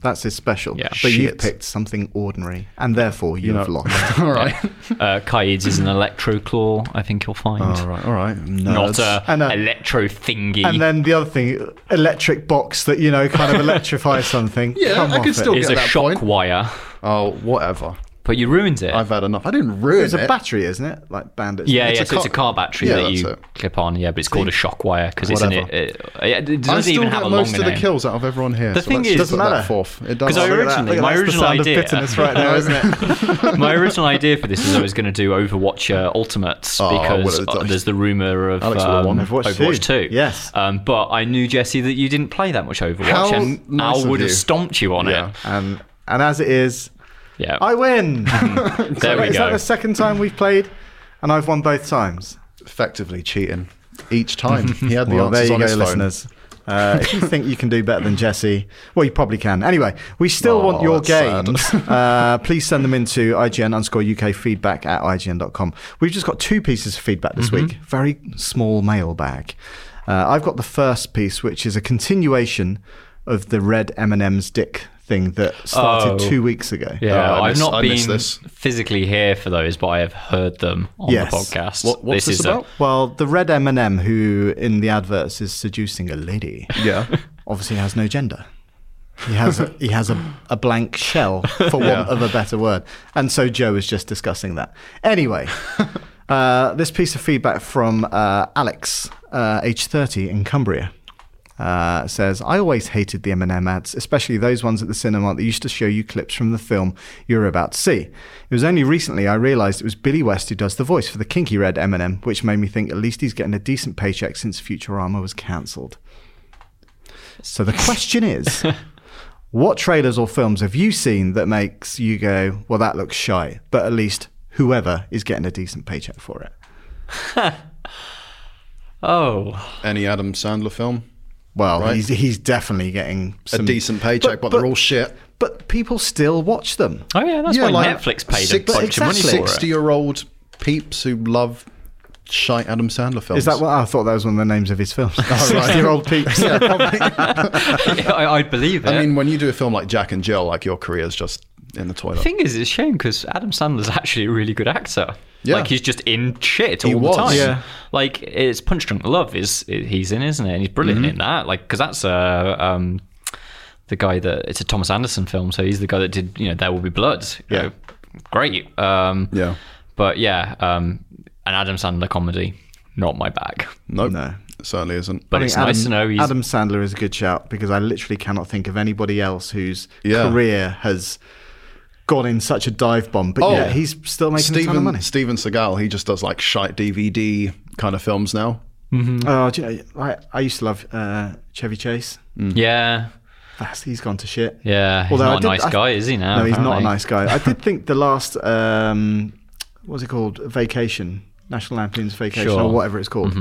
Speaker 1: that's his special.
Speaker 3: Yeah.
Speaker 1: But you've
Speaker 2: Mm-hmm. Shit.
Speaker 1: picked something ordinary, and therefore you've lost.
Speaker 2: All right.
Speaker 3: Uh, Kaid's is an electro claw. I think you'll find.
Speaker 2: All right. All right.
Speaker 3: Not a
Speaker 1: And a-
Speaker 3: electro thingy.
Speaker 1: And then the other thing, electric box that you know kind of electrifies something.
Speaker 2: Yeah,
Speaker 1: Come
Speaker 2: I
Speaker 1: off
Speaker 2: could
Speaker 1: it.
Speaker 2: still
Speaker 3: is
Speaker 2: get
Speaker 3: a
Speaker 2: that
Speaker 3: shock
Speaker 2: point.
Speaker 3: wire.
Speaker 2: Oh, whatever.
Speaker 3: But you ruined it.
Speaker 2: I've had enough. I didn't ruin
Speaker 1: It's
Speaker 2: it.
Speaker 1: a battery, isn't it? Like bandits.
Speaker 3: yeah,
Speaker 2: it's
Speaker 3: yeah.
Speaker 2: a
Speaker 3: so it's a
Speaker 2: car-
Speaker 3: car battery
Speaker 2: Yeah,
Speaker 3: that you
Speaker 2: that's it.
Speaker 3: clip on. Yeah, but it's called a shock wire because it's in it.
Speaker 2: Whatever.
Speaker 3: It, it, it
Speaker 2: I
Speaker 3: doesn't
Speaker 2: still
Speaker 3: even
Speaker 2: get
Speaker 3: have a longer
Speaker 2: most of the
Speaker 3: name.
Speaker 2: kills out of everyone here.
Speaker 3: The
Speaker 2: so
Speaker 3: thing
Speaker 2: let's
Speaker 3: is-
Speaker 2: just put
Speaker 1: Doesn't
Speaker 2: that
Speaker 1: matter.
Speaker 2: fourth. It
Speaker 3: Because
Speaker 2: doesn't.
Speaker 3: I
Speaker 1: Oh, Look at that.
Speaker 3: originally,
Speaker 1: Look at
Speaker 3: my
Speaker 1: that's the
Speaker 3: original
Speaker 1: sound of
Speaker 3: idea.
Speaker 1: bitterness right now, isn't it?
Speaker 3: My original idea for this is I was going to do Overwatch uh, Ultimates
Speaker 2: Oh, I
Speaker 3: because
Speaker 2: would've
Speaker 3: uh,
Speaker 2: done-
Speaker 3: there's the rumor of
Speaker 2: Alex would've
Speaker 3: um,
Speaker 2: won.
Speaker 1: Overwatch
Speaker 3: Overwatch,
Speaker 1: 2.
Speaker 3: 2.
Speaker 1: Yes.
Speaker 3: Um, but I knew, Jesse, that you didn't play that much Overwatch
Speaker 2: How
Speaker 3: and
Speaker 2: nice
Speaker 3: Al
Speaker 2: of
Speaker 3: would
Speaker 2: you.
Speaker 3: have stomped you on
Speaker 2: Yeah.
Speaker 3: it.
Speaker 1: and and as it is,
Speaker 3: Yeah.
Speaker 1: I win.
Speaker 3: there we
Speaker 1: Is that
Speaker 3: go.
Speaker 1: the second time we've played? And I've won both times.
Speaker 2: effectively cheating each time. He had the
Speaker 1: Well, there
Speaker 2: answers
Speaker 1: you
Speaker 2: on
Speaker 1: go,
Speaker 2: his phone.
Speaker 1: listeners. Uh, if you think you can do better than Jesse, well, you probably can. Anyway, we still
Speaker 2: Oh,
Speaker 1: want your
Speaker 2: that's
Speaker 1: games. uh, please send them into IGN underscore UK feedback at IGN.com. We've just got two pieces of feedback this
Speaker 2: Mm-hmm.
Speaker 1: week. Very small mailbag. Uh, I've got the first piece, which is a continuation of the red M&M's dick thing that started
Speaker 3: Oh.
Speaker 1: two weeks ago.
Speaker 3: yeah,
Speaker 2: Oh, I
Speaker 3: I've
Speaker 2: miss-
Speaker 3: not
Speaker 2: I miss
Speaker 3: been
Speaker 2: this.
Speaker 3: physically here for those, but I have heard them on
Speaker 1: Yes.
Speaker 3: the podcast.
Speaker 2: What- what's this
Speaker 3: is a-
Speaker 2: about?
Speaker 1: Well, the red M&M who in the adverts is seducing a lady.
Speaker 2: Yeah.
Speaker 1: obviously has no gender. He has a, he has a, a blank shell, for want of a better word. And so Joe is just discussing that. Anyway, uh, this piece of feedback from uh, Alex, uh, age 30 in Cumbria. Uh, says I always hated the M&M ads, especially those ones at the cinema that used to show you clips from the film you were about to see. It was only recently I realised it was Billy West who does the voice for the kinky red M&M, which made me think at least he's getting a decent paycheck since Futurama was cancelled. So the question is, what trailers or films have you seen that makes you go, well, that looks shy, but at least whoever is getting a decent paycheck for it?
Speaker 3: Oh,
Speaker 2: Any Adam Sandler film?
Speaker 1: Well,
Speaker 2: Right.
Speaker 1: he's, he's definitely getting
Speaker 2: A
Speaker 1: some,
Speaker 2: decent paycheck, but, they're all shit.
Speaker 1: But people still watch them.
Speaker 3: oh yeah, that's
Speaker 2: Yeah,
Speaker 3: why
Speaker 2: like
Speaker 3: Netflix paid
Speaker 2: six-
Speaker 3: a bunch of money
Speaker 1: exactly.
Speaker 3: for it.
Speaker 2: Sixty-year-old peeps who love shite Adam Sandler films.
Speaker 1: Is that what I thought? That was one of the names of his
Speaker 3: Oh,
Speaker 1: films. Sixty-year-old peeps.
Speaker 3: I, I'd believe it.
Speaker 2: I mean, when you do a film like Jack and Jill, like your career's just in the toilet.
Speaker 3: The thing is, it's a shame because Adam Sandler's actually a really good actor.
Speaker 2: Yeah.
Speaker 3: Like he's just in shit all
Speaker 2: He
Speaker 3: the
Speaker 2: was.
Speaker 3: time.
Speaker 2: Yeah.
Speaker 3: Like it's Punch Drunk Love is he's in, isn't it? And he's brilliant
Speaker 2: Mm-hmm.
Speaker 3: in that. Like because that's uh, um the guy that it's a Thomas Anderson film, so he's the guy that did you know There Will Be Blood. You
Speaker 2: Yeah.
Speaker 3: know, great. Um,
Speaker 2: Yeah.
Speaker 3: But yeah, um, an Adam Sandler comedy, not my bag.
Speaker 2: Nope.
Speaker 1: No.
Speaker 2: It certainly isn't.
Speaker 3: But
Speaker 1: I
Speaker 3: it's
Speaker 1: think
Speaker 3: nice to know he's
Speaker 1: Adam Sandler is a good shout because I literally cannot think of anybody else whose
Speaker 2: Yeah.
Speaker 1: career has gone in such a dive bomb. But
Speaker 2: Oh.
Speaker 1: yeah, he's still making a ton of money.
Speaker 2: Steven, Steven Seagal, he just does like shite DVD kind of films now.
Speaker 1: Oh, do you know, I, I used to love uh, Chevy Chase.
Speaker 3: yeah.
Speaker 1: That's, he's gone to shit.
Speaker 3: Yeah, he's not a nice guy, is he now,
Speaker 1: No, he's not a
Speaker 3: apparently?
Speaker 1: nice guy. I did think the last, um, what was it called? Vacation, National Lampoon's Vacation,
Speaker 3: Sure. Mm-hmm.
Speaker 1: or whatever it's called.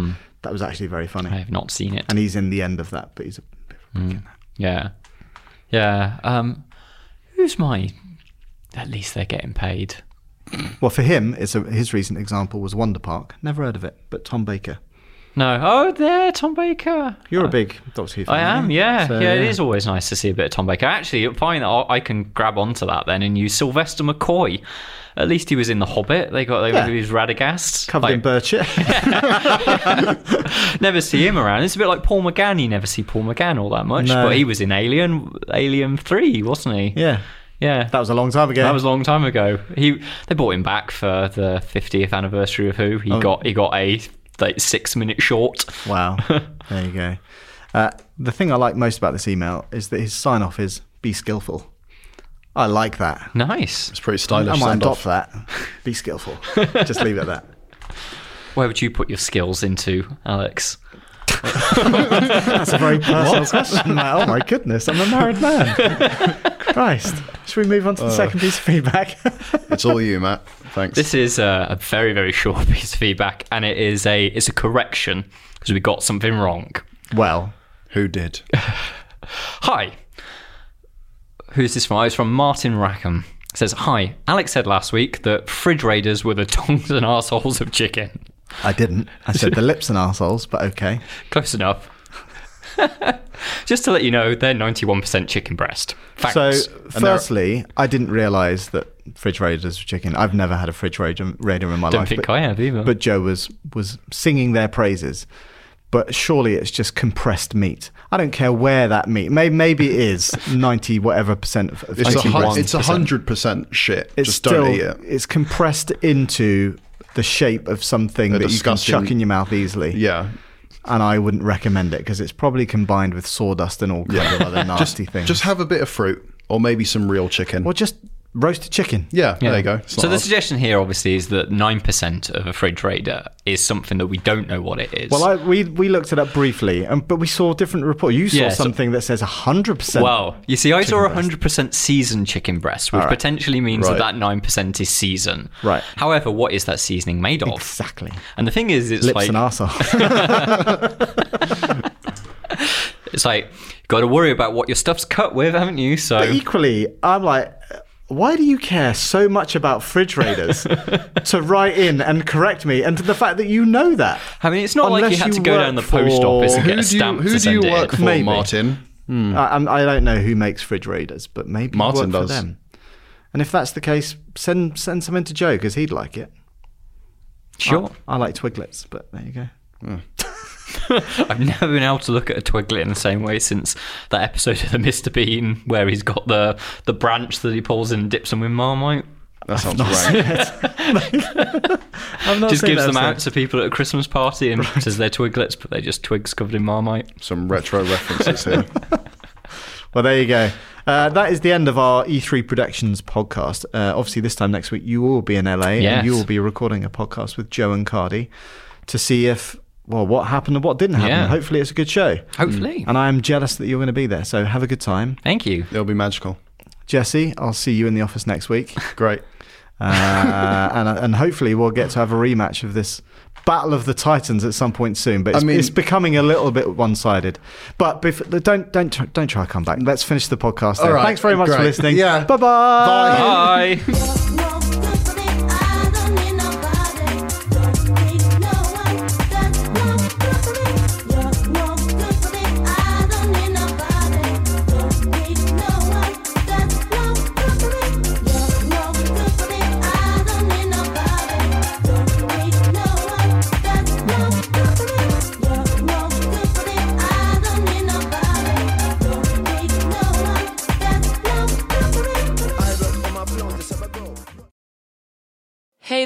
Speaker 1: That was actually very funny.
Speaker 3: I have not seen it.
Speaker 1: And he's in the end of that, but he's a bit of a prick in that.
Speaker 3: Yeah. Yeah. Um, who's my. At least they're getting paid.
Speaker 1: Well, for him, it's a, his recent example was Wonder Park. Never heard of it, but Tom Baker.
Speaker 3: No. Oh, there, Tom Baker.
Speaker 1: You're a big Doctor Who fan.
Speaker 3: I am, yeah.
Speaker 1: So,
Speaker 3: yeah, it is always nice to see a bit of Tom Baker. Actually, fine, I I can grab onto that then and use Sylvester McCoy. At least he was in The Hobbit. They got they
Speaker 1: Yeah.
Speaker 3: used Radagast.
Speaker 1: Covered in
Speaker 3: Like,
Speaker 1: birch.
Speaker 3: never see him around. It's a bit like Paul McGann. You never see Paul McGann all that much,
Speaker 1: No.
Speaker 3: but he was in Alien, Alien Three, wasn't he?
Speaker 1: yeah.
Speaker 3: yeah.
Speaker 1: That was a long time ago.
Speaker 3: That was a long time ago. He they brought him back for the 50th anniversary of Who.
Speaker 1: Oh.
Speaker 3: He got he got a like six minute short.
Speaker 1: Wow. there you go. Uh, the thing I like most about this email is that his sign off is be skillful. I like that.
Speaker 3: Nice.
Speaker 2: It's pretty
Speaker 1: I
Speaker 2: stylish.
Speaker 1: might
Speaker 2: send
Speaker 1: adopt
Speaker 2: off.
Speaker 1: that. Be skillful. Just leave it at that.
Speaker 3: Where would you put your skills into, Alex?
Speaker 1: That's a very personal question. Matt. Oh my goodness, I'm a married man. Christ. Should we move on to the second piece of feedback?
Speaker 2: It's all you, Matt. Thanks.
Speaker 3: This is a, a very very short piece of feedback, and it is a it's a correction because we got something wrong.
Speaker 1: well,
Speaker 2: Who did?
Speaker 3: Hi. Who's this from? Oh, It's from Martin Rackham. It says, Hi, Alex said last week that fridge raiders were the tongues and arseholes of chicken.
Speaker 1: I didn't. I said the lips and arseholes, but okay.
Speaker 3: Close enough. Just to let you know, they're 91% chicken breast. Thanks.
Speaker 1: So,
Speaker 2: And there-
Speaker 1: firstly, I didn't realise that fridge raiders were chicken. I've never had a fridge raider, raider in my
Speaker 3: don't
Speaker 1: life.
Speaker 3: think
Speaker 1: but,
Speaker 3: I have either.
Speaker 1: but Joe was was singing their praises. But surely it's just compressed meat. I don't care where that meat. May, maybe it is ninety whatever percent of. of
Speaker 2: It's a,
Speaker 1: chicken
Speaker 2: hun-
Speaker 1: breast.
Speaker 2: it's a hundred percent shit.
Speaker 1: It's
Speaker 2: Just
Speaker 1: still
Speaker 2: don't eat it.
Speaker 1: it's compressed into the shape of something
Speaker 2: A
Speaker 1: that you can
Speaker 2: disgusting-
Speaker 1: chuck in your mouth easily.
Speaker 2: Yeah.
Speaker 1: And I wouldn't recommend it because it's probably combined with sawdust and all kinds of other nasty things.
Speaker 2: Just have a bit of fruit or maybe some real chicken.
Speaker 1: or just roasted chicken.
Speaker 2: yeah, There you go. It's
Speaker 3: So
Speaker 2: not
Speaker 3: the
Speaker 2: hard.
Speaker 3: suggestion here, obviously, is that 9% of a fridge raider is something that we don't know what it is.
Speaker 1: Well, I, we we looked it up briefly, and but we saw different report. You saw
Speaker 3: Yeah, so-
Speaker 1: something that says hundred percent.
Speaker 3: Well, you see, I saw
Speaker 1: chicken breast.
Speaker 3: 100% seasoned chicken breast, which potentially means
Speaker 2: Right.
Speaker 3: that that 9% is season.
Speaker 1: Right.
Speaker 3: However, what is that seasoning made of?
Speaker 1: exactly.
Speaker 3: And the thing is, it's
Speaker 1: Lips
Speaker 3: like
Speaker 1: and arsehole.
Speaker 3: it's like got to worry about what your stuff's cut with, haven't you? So
Speaker 1: But equally, I'm like, why do you care so much about fridge raiders to write in and correct me, and to the fact that you know that?
Speaker 3: I mean, it's not like you
Speaker 1: Unless
Speaker 3: had
Speaker 1: you
Speaker 3: to go down the
Speaker 1: work
Speaker 3: post
Speaker 1: for-
Speaker 3: office and
Speaker 2: who
Speaker 3: get a
Speaker 2: do you,
Speaker 3: stamp
Speaker 2: who
Speaker 3: to
Speaker 2: do
Speaker 3: send
Speaker 2: you
Speaker 3: it
Speaker 2: work
Speaker 3: in.
Speaker 2: for,
Speaker 1: Maybe.
Speaker 2: Martin?
Speaker 1: I, I'm- I don't know who makes fridge raiders, but maybe you
Speaker 2: Martin
Speaker 1: work for
Speaker 2: does.
Speaker 1: them. And if that's the case, send send some in to Joe because he'd like it.
Speaker 3: Sure,
Speaker 1: I like twiglets, but there you go.
Speaker 3: I've never been able to look at a twiglet in the same way since that episode of the Mr. Bean where he's got the the branch that he pulls and dips them in marmite.
Speaker 2: That sounds right.
Speaker 1: I've not
Speaker 3: Just
Speaker 1: seen
Speaker 3: gives
Speaker 1: that episode.
Speaker 3: them out to people at a Christmas party and says they're twiglets, but they're just twigs covered in marmite.
Speaker 2: Some retro references here.
Speaker 1: Well, there you go. Uh, that is the end of our E3 Productions podcast. Uh, obviously, this time next week, you will be in LA
Speaker 3: Yes.
Speaker 1: and you will be recording a podcast with Joe and Cardi to see if, well, what happened and what didn't happen.
Speaker 3: Yeah.
Speaker 1: Hopefully, it's a good show.
Speaker 3: Hopefully,
Speaker 1: And I am jealous that you're going to be there. So have a good time.
Speaker 3: Mm. thank you.
Speaker 2: It'll be magical.
Speaker 1: Jesse, I'll see you in the office next week.
Speaker 2: Great.
Speaker 1: Uh, and, and hopefully, we'll get to have a rematch of this. Battle of the Titans at some point soon, but it's,
Speaker 2: mean-
Speaker 1: it's becoming a little bit one-sided. But bef- don't don't try, don't try to come back. Let's finish the podcast. there.
Speaker 2: right.
Speaker 1: Thanks very much for
Speaker 2: Great.
Speaker 1: listening.
Speaker 2: Yeah.
Speaker 1: Bye-bye.
Speaker 2: Bye.
Speaker 3: Bye.
Speaker 5: Walk, walk, walk to the I don't need nobody.
Speaker 6: Hey